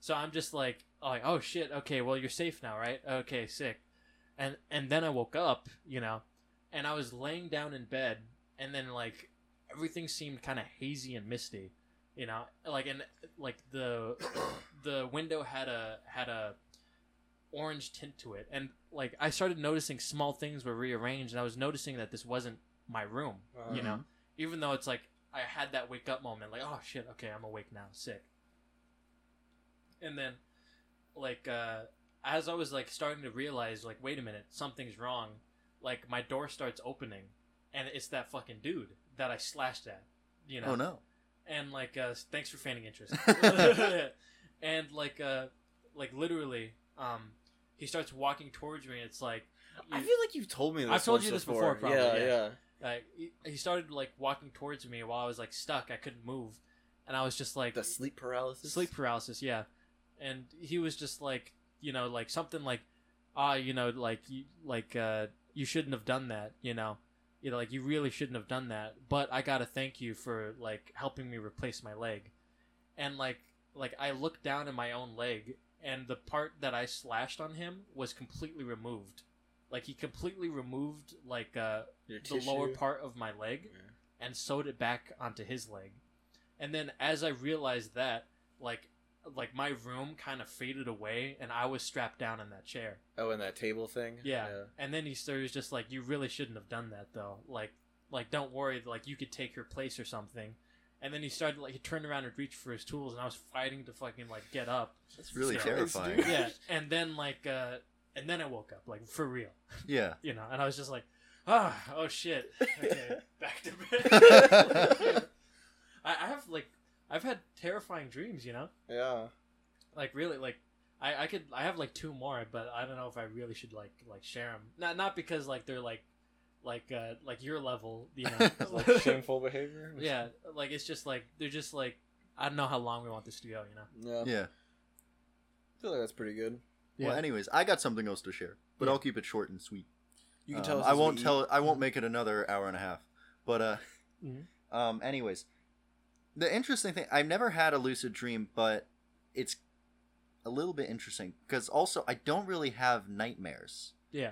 [SPEAKER 1] so I'm just like like oh shit, okay, well you're safe now, right? Okay, sick, and and then I woke up, you know, and I was laying down in bed, and then like everything seemed kind of hazy and misty, you know, like and like the the window had a had a orange tint to it and like i started noticing small things were rearranged and i was noticing that this wasn't my room
[SPEAKER 3] Uh-huh.
[SPEAKER 1] you know even though it's like i had that wake up moment like oh shit okay i'm awake now sick and then like uh as i was like starting to realize like wait a minute something's wrong like my door starts opening and it's that fucking dude that i slashed at you know
[SPEAKER 3] Oh no.
[SPEAKER 1] and like uh thanks for feigning interest and like uh like literally um he starts walking towards me and it's like
[SPEAKER 2] I feel like you've told me this.
[SPEAKER 1] I've told
[SPEAKER 2] once
[SPEAKER 1] you this
[SPEAKER 2] before.
[SPEAKER 1] before, probably,
[SPEAKER 2] yeah,
[SPEAKER 1] yeah.
[SPEAKER 2] yeah.
[SPEAKER 1] like he- he started like walking towards me while i was like stuck i couldn't move and i was just like
[SPEAKER 2] The sleep paralysis.
[SPEAKER 1] sleep paralysis yeah and he was just like you know like something like ah you know like you like uh you shouldn't have done that you know you know like you really shouldn't have done that but i gotta thank you for like helping me replace my leg and like like i looked down at my own leg and the part that i slashed on him was completely removed like he completely removed like uh
[SPEAKER 2] Your
[SPEAKER 1] the lower
[SPEAKER 2] tissue.
[SPEAKER 1] part of my leg
[SPEAKER 2] Yeah.
[SPEAKER 1] and sewed it back onto his leg. And then as I realized that, like like my room kind of faded away and I was strapped down in that chair.
[SPEAKER 2] Oh, and that table thing.
[SPEAKER 1] Yeah. And then he so he was just like, You really shouldn't have done that though. Like like don't worry, like you could take her place or something. And then he started like he turned around and reached for his tools and I was fighting to fucking like get up.
[SPEAKER 3] That's really
[SPEAKER 2] Christ,
[SPEAKER 3] terrifying.
[SPEAKER 2] dude.
[SPEAKER 1] Yeah. And then like uh and then I woke up, like for real.
[SPEAKER 3] Yeah.
[SPEAKER 1] You know, and I was just like, Ah, oh shit. Okay, back to bed. I, I have like I've had terrifying dreams, you know.
[SPEAKER 2] Yeah.
[SPEAKER 1] Like really, like I, I could I have like two more, but I don't know if I really should like like share them. Not not because like they're like like uh like your level, you know.
[SPEAKER 2] Like shameful behavior.
[SPEAKER 1] yeah, like it's just like they're just like I don't know how long we want this to go, you know.
[SPEAKER 2] Yeah.
[SPEAKER 3] Yeah.
[SPEAKER 2] I feel like that's pretty good.
[SPEAKER 1] Yeah.
[SPEAKER 3] Well, anyways, I got something else to share, but
[SPEAKER 1] Yeah.
[SPEAKER 3] I'll keep it short and sweet.
[SPEAKER 2] You can
[SPEAKER 3] Um,
[SPEAKER 2] tell. us
[SPEAKER 3] I
[SPEAKER 2] as we
[SPEAKER 3] won't
[SPEAKER 2] eat.
[SPEAKER 3] tell. I won't make it another hour and a half. But uh,
[SPEAKER 1] Mhm.
[SPEAKER 3] um. Anyways, the interesting thing i've never had a lucid dream but it's a little bit interesting because also i don't really have nightmares
[SPEAKER 1] Yeah.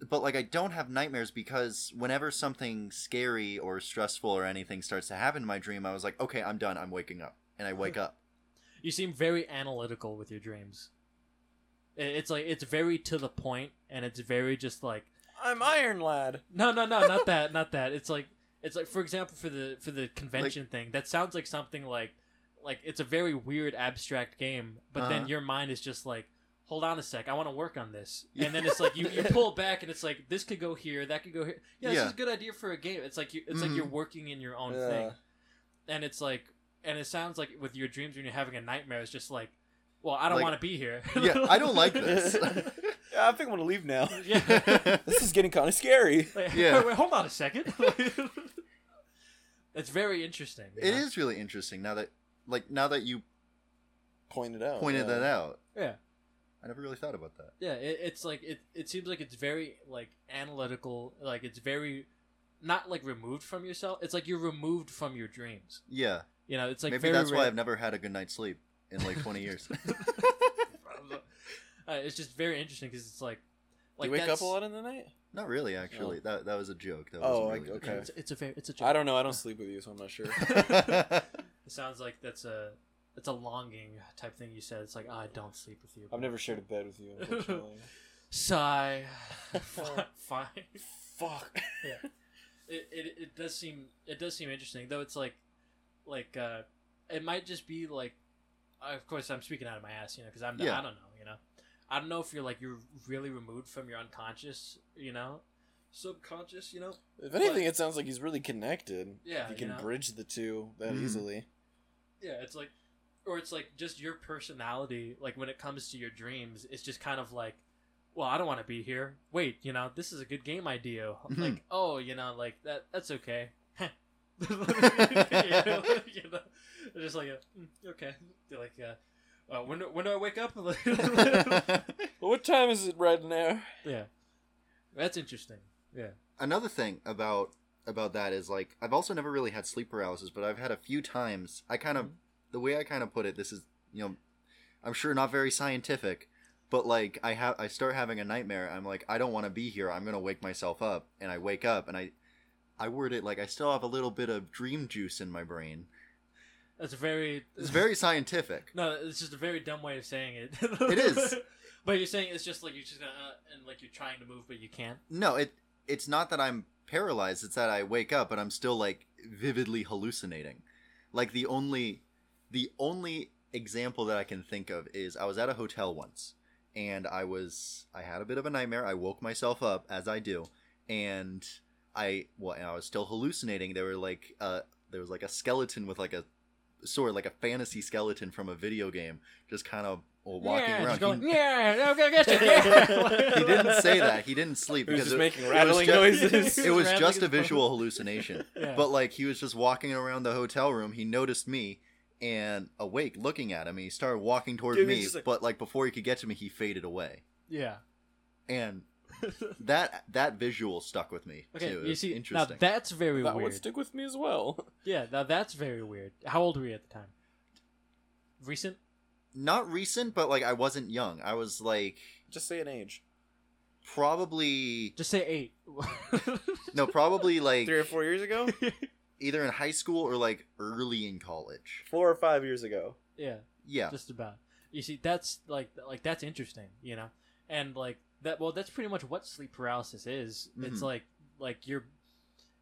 [SPEAKER 3] but like i don't have nightmares because whenever something scary or stressful or anything starts to happen in my dream i was like okay i'm done i'm waking up and i wake up
[SPEAKER 1] You seem very analytical with your dreams. I- It's like it's very to the point, and it's very just like
[SPEAKER 2] I'm Iron Lad.
[SPEAKER 1] no, no, no, not that, not that. It's like it's like for example for the for the convention thing that sounds like something like like it's a very weird abstract game, but then
[SPEAKER 3] Uh-huh.
[SPEAKER 1] your mind is just like. Hold on a sec. I want to work on this, and then it's like you, you pull back, and it's like this could go here, that could go here. Yeah, this
[SPEAKER 3] Yeah.
[SPEAKER 1] is a good idea for a game. It's like you, it's
[SPEAKER 3] Mhm.
[SPEAKER 1] like you're working in your own
[SPEAKER 2] Yeah.
[SPEAKER 1] thing and it's like and it sounds like with your dreams when you're having a nightmare it's just like well i don't
[SPEAKER 3] Like-
[SPEAKER 1] want to be here
[SPEAKER 3] yeah i don't like this
[SPEAKER 2] Yeah, I think I'm gonna leave now.
[SPEAKER 1] yeah
[SPEAKER 2] This is getting kind of scary.
[SPEAKER 1] Like,
[SPEAKER 3] Yeah.
[SPEAKER 1] wait, wait, hold on a second it's very interesting you
[SPEAKER 3] it
[SPEAKER 1] know?
[SPEAKER 3] is really interesting now that like now that you
[SPEAKER 2] Pointed out.
[SPEAKER 3] pointed
[SPEAKER 2] yeah.
[SPEAKER 3] that out
[SPEAKER 1] Oh, Yeah.
[SPEAKER 3] i never really thought about that
[SPEAKER 1] yeah it, it's like it, it seems like it's very like analytical like it's very not like removed from yourself it's like you're removed from your dreams
[SPEAKER 3] yeah
[SPEAKER 1] you know it's like
[SPEAKER 3] maybe
[SPEAKER 1] very
[SPEAKER 3] that's why
[SPEAKER 1] rare-
[SPEAKER 3] i've never had a good night's sleep in like 20 years
[SPEAKER 1] uh, it's just very interesting because it's like
[SPEAKER 2] Do
[SPEAKER 1] like
[SPEAKER 2] you wake up
[SPEAKER 1] that's-
[SPEAKER 2] a lot in the night?
[SPEAKER 3] Not really,
[SPEAKER 1] Oh.
[SPEAKER 3] actually. That that was a joke. That
[SPEAKER 2] Oh,
[SPEAKER 3] wasn't
[SPEAKER 2] like,
[SPEAKER 3] really
[SPEAKER 2] okay.
[SPEAKER 1] it's, it's a very it's a
[SPEAKER 2] I don't know. I don't sleep with you, so I'm not sure.
[SPEAKER 3] okay.
[SPEAKER 1] It sounds like that's a it's a longing type thing you said. It's like "Ah, I don't sleep with you.
[SPEAKER 2] I've never shared a bed with you, unfortunately.
[SPEAKER 1] sigh. Fine.
[SPEAKER 2] Fuck.
[SPEAKER 1] Yeah. It, it it does seem it does seem interesting though. It's like like uh, it might just be like. uh, Of course, I'm speaking out of my ass, you know, because I'm
[SPEAKER 3] Yeah.
[SPEAKER 1] I don't know, you know, I don't know if you're like you're really removed from your unconscious, you know, subconscious, you know.
[SPEAKER 2] If anything, it sounds like he's really connected.
[SPEAKER 1] Yeah,
[SPEAKER 2] If he
[SPEAKER 1] you
[SPEAKER 2] can
[SPEAKER 1] know.
[SPEAKER 2] bridge the two that
[SPEAKER 3] Mhm.
[SPEAKER 2] easily.
[SPEAKER 1] Yeah, it's like, or it's like just your personality. Like when it comes to your dreams, it's just kind of like, well, I don't want to be here. Wait, you know, this is a good game idea. Like,
[SPEAKER 3] Mm-hmm.
[SPEAKER 1] oh, you know, like that. That's okay. Heh. you know, you know, it's just like, a, "Mm, okay, You're like, uh, uh, when do- when do I wake up?
[SPEAKER 2] Well, what time is it right now?
[SPEAKER 1] yeah, that's interesting. Yeah,
[SPEAKER 3] Another thing about about that is like I've also never really had sleep paralysis, but I've had a few times. I kind of the way I kind of put it, this is you know, I'm sure not very scientific, but like I have I start having a nightmare. I'm like I don't want to be here. I'm gonna wake myself up, and I wake up, and I I word it like I still have a little bit of dream juice in my brain.
[SPEAKER 1] that's very.
[SPEAKER 3] It's very scientific.
[SPEAKER 1] No, it's just a very dumb way of saying it.
[SPEAKER 3] It is.
[SPEAKER 1] But you're saying it's just like you're just gonna uh, and like you're trying to move but you can't.
[SPEAKER 3] No, it it's not that I'm paralyzed. It's that I wake up and I'm still like vividly hallucinating. Like the only the only example that I can think of is I was at a hotel once and I was I had a bit of a nightmare. I woke myself up as I do and I well and I was still hallucinating. There were like uh there was like a skeleton with like a sort of like a fantasy skeleton from a video game just kind of well, walking
[SPEAKER 1] yeah,
[SPEAKER 3] around.
[SPEAKER 1] Just
[SPEAKER 3] He-
[SPEAKER 1] going, yeah, I'm gonna get you.
[SPEAKER 2] He
[SPEAKER 1] Yeah.
[SPEAKER 3] he didn't say that. He didn't sleep
[SPEAKER 2] He was
[SPEAKER 3] because
[SPEAKER 2] just
[SPEAKER 3] it-
[SPEAKER 2] making
[SPEAKER 3] was
[SPEAKER 2] rattling
[SPEAKER 3] ju-
[SPEAKER 2] noises.
[SPEAKER 3] it was
[SPEAKER 1] Rattling
[SPEAKER 3] just
[SPEAKER 1] his
[SPEAKER 3] a
[SPEAKER 1] phone.
[SPEAKER 3] visual hallucination.
[SPEAKER 1] Yeah.
[SPEAKER 3] But like he was just walking around the hotel room, he noticed me and awake looking at him. He started walking toward
[SPEAKER 2] Dude, he's
[SPEAKER 3] me,
[SPEAKER 2] just like-
[SPEAKER 3] but like before he could get to me, he faded away.
[SPEAKER 1] yeah.
[SPEAKER 3] And that that visual stuck with me
[SPEAKER 1] Okay,
[SPEAKER 3] too. It
[SPEAKER 1] you
[SPEAKER 3] was
[SPEAKER 1] see, now
[SPEAKER 3] interesting.
[SPEAKER 1] that's very
[SPEAKER 2] That would
[SPEAKER 1] weird.
[SPEAKER 2] stick with me as well.
[SPEAKER 1] yeah, now that's very weird. How old were you at the time? Recent?
[SPEAKER 3] Not recent, but like I wasn't young. I was like
[SPEAKER 2] Just say an age.
[SPEAKER 3] probably
[SPEAKER 1] Just say eight.
[SPEAKER 3] no, probably like
[SPEAKER 2] Three or four years ago?
[SPEAKER 3] either in high school or like early in college.
[SPEAKER 2] four or five years ago.
[SPEAKER 1] yeah,
[SPEAKER 3] Yeah.
[SPEAKER 1] just about. You see, that's like like that's interesting, you know, and like that. Well, that's pretty much what sleep paralysis is. It's
[SPEAKER 3] Mhm.
[SPEAKER 1] like like you're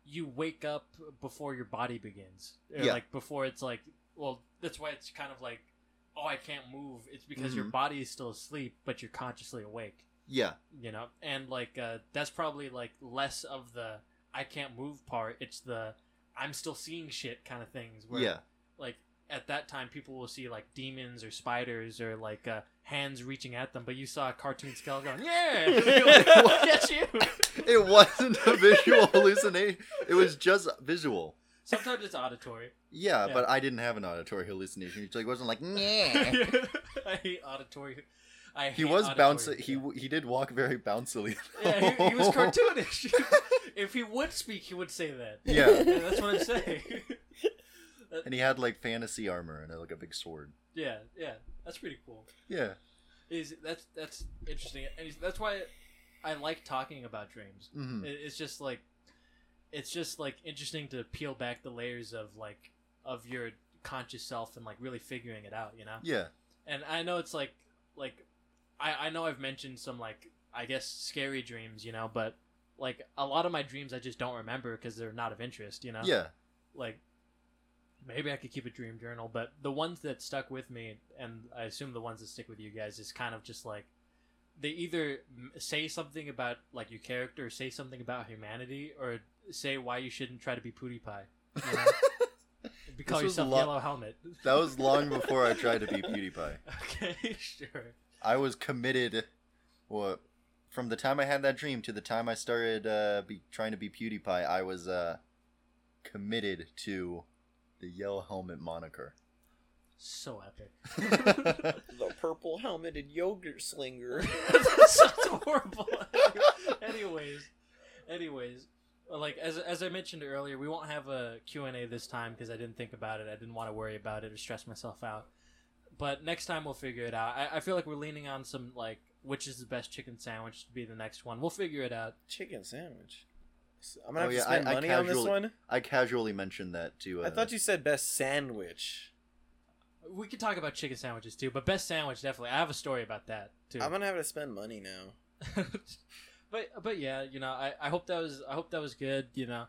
[SPEAKER 1] you wake up before your body begins, or
[SPEAKER 3] Yeah.
[SPEAKER 1] like before it's like. Well, that's why it's kind of like, oh, I can't move. It's because your
[SPEAKER 3] Mhm.
[SPEAKER 1] body is still asleep, but you're consciously awake
[SPEAKER 3] Yeah.
[SPEAKER 1] you know and like uh, that's probably like less of the i can't move part it's the i'm still seeing shit kind of things where
[SPEAKER 3] Yeah.
[SPEAKER 1] like at that time people will see like demons or spiders or like uh, hands reaching at them but you saw a cartoon skull going yeah
[SPEAKER 3] What?
[SPEAKER 1] That's you
[SPEAKER 3] It wasn't a visual hallucination. It was just visual.
[SPEAKER 1] sometimes it's auditory
[SPEAKER 3] Yeah,
[SPEAKER 1] Yeah.
[SPEAKER 3] but I didn't have an auditory hallucination. So he wasn't like, yeah.
[SPEAKER 1] i hate auditory I
[SPEAKER 3] He
[SPEAKER 1] hate
[SPEAKER 3] was
[SPEAKER 1] auditory.
[SPEAKER 3] bouncing. He w- he did walk very bouncily.
[SPEAKER 1] yeah, he, he was cartoonish if he would speak he would say that
[SPEAKER 3] yeah,
[SPEAKER 1] Yeah, that's what I'm saying. Uh, that,
[SPEAKER 3] and he had like fantasy armor and uh, like a big sword.
[SPEAKER 1] yeah, yeah. That's pretty cool.
[SPEAKER 3] Yeah.
[SPEAKER 1] Is that's that's interesting, and he's- that's why I like talking about dreams.
[SPEAKER 3] hmm
[SPEAKER 1] It, it's just like it's just like interesting to peel back the layers of like of your conscious self and like really figuring it out, you know.
[SPEAKER 3] Yeah.
[SPEAKER 1] and I know it's like like I I know I've mentioned some like I guess scary dreams, you know, but like a lot of my dreams I just don't remember because they're not of interest, you know.
[SPEAKER 3] Yeah.
[SPEAKER 1] Like maybe I could keep a dream journal, but the ones that stuck with me, and I assume the ones that stick with you guys, is kind of just like they either m- say something about like your character, or say something about humanity, or say why you shouldn't try to be PewDiePie. You know? Be- Call
[SPEAKER 3] This was
[SPEAKER 1] yourself
[SPEAKER 3] lo-
[SPEAKER 1] Yellow Helmet.
[SPEAKER 3] That was long before I tried to be PewDiePie.
[SPEAKER 1] okay, sure.
[SPEAKER 3] I was committed. What? From the time I had that dream to the time I started uh, be, trying to be PewDiePie, I was uh, committed to the yellow helmet moniker.
[SPEAKER 1] So epic.
[SPEAKER 2] The purple helmeted yogurt slinger.
[SPEAKER 1] That's horrible. anyways, anyways, like as as I mentioned earlier, we won't have a Q and A this time because I didn't think about it. I didn't want to worry about it or stress myself out. But next time we'll figure it out. I, I feel like we're leaning on some like which is the best chicken sandwich to be the next one. We'll figure it out.
[SPEAKER 2] Chicken sandwich. So I'm
[SPEAKER 3] Oh,
[SPEAKER 2] gonna have
[SPEAKER 3] yeah,
[SPEAKER 2] to spend
[SPEAKER 3] I- I
[SPEAKER 2] money on this
[SPEAKER 3] casually-
[SPEAKER 2] one.
[SPEAKER 3] I casually mentioned that to. Uh,
[SPEAKER 2] I thought you said best sandwich.
[SPEAKER 1] We could talk about chicken sandwiches too, but best sandwich definitely. I have a story about that too.
[SPEAKER 2] I'm gonna have to spend money now.
[SPEAKER 1] but but yeah, you know, I, I hope that was I hope that was good. You know,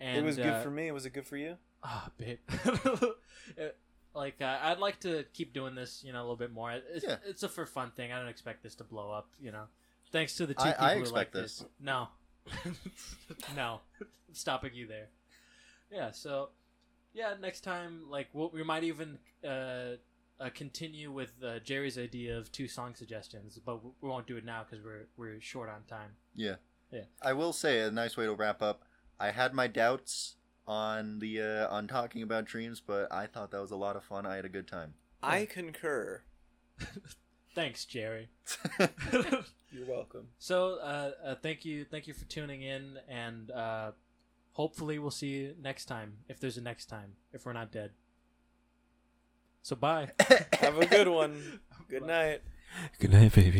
[SPEAKER 1] and
[SPEAKER 2] it was
[SPEAKER 1] uh,
[SPEAKER 2] good for me. Was it good for you?
[SPEAKER 1] Ah, babe. Uh, like uh, I'd like to keep doing this, you know, a little bit more. It's,
[SPEAKER 3] Yeah.
[SPEAKER 1] it's a for fun thing. I don't expect this to blow up, you know. Thanks to the two
[SPEAKER 3] I- I
[SPEAKER 1] people who
[SPEAKER 3] expect
[SPEAKER 1] like
[SPEAKER 3] this.
[SPEAKER 1] this. No, no, I'm stopping you there. Yeah. So, yeah, next time, like, we'll, we might even uh, uh, continue with uh, Jerry's idea of two song suggestions, but w- we won't do it now because we're we're short on time.
[SPEAKER 3] Yeah.
[SPEAKER 1] Yeah.
[SPEAKER 3] I will say a nice way to wrap up. I had my doubts on the uh, on talking about dreams, but I thought that was a lot of fun. I had a good time.
[SPEAKER 2] I concur.
[SPEAKER 1] Thanks, Jerry.
[SPEAKER 2] You're welcome.
[SPEAKER 1] So, uh, uh, thank you, thank you for tuning in, and uh, hopefully we'll see you next time. If there's a next time, if we're not dead. So bye.
[SPEAKER 2] Have a good one. Good night.
[SPEAKER 4] Good night, baby.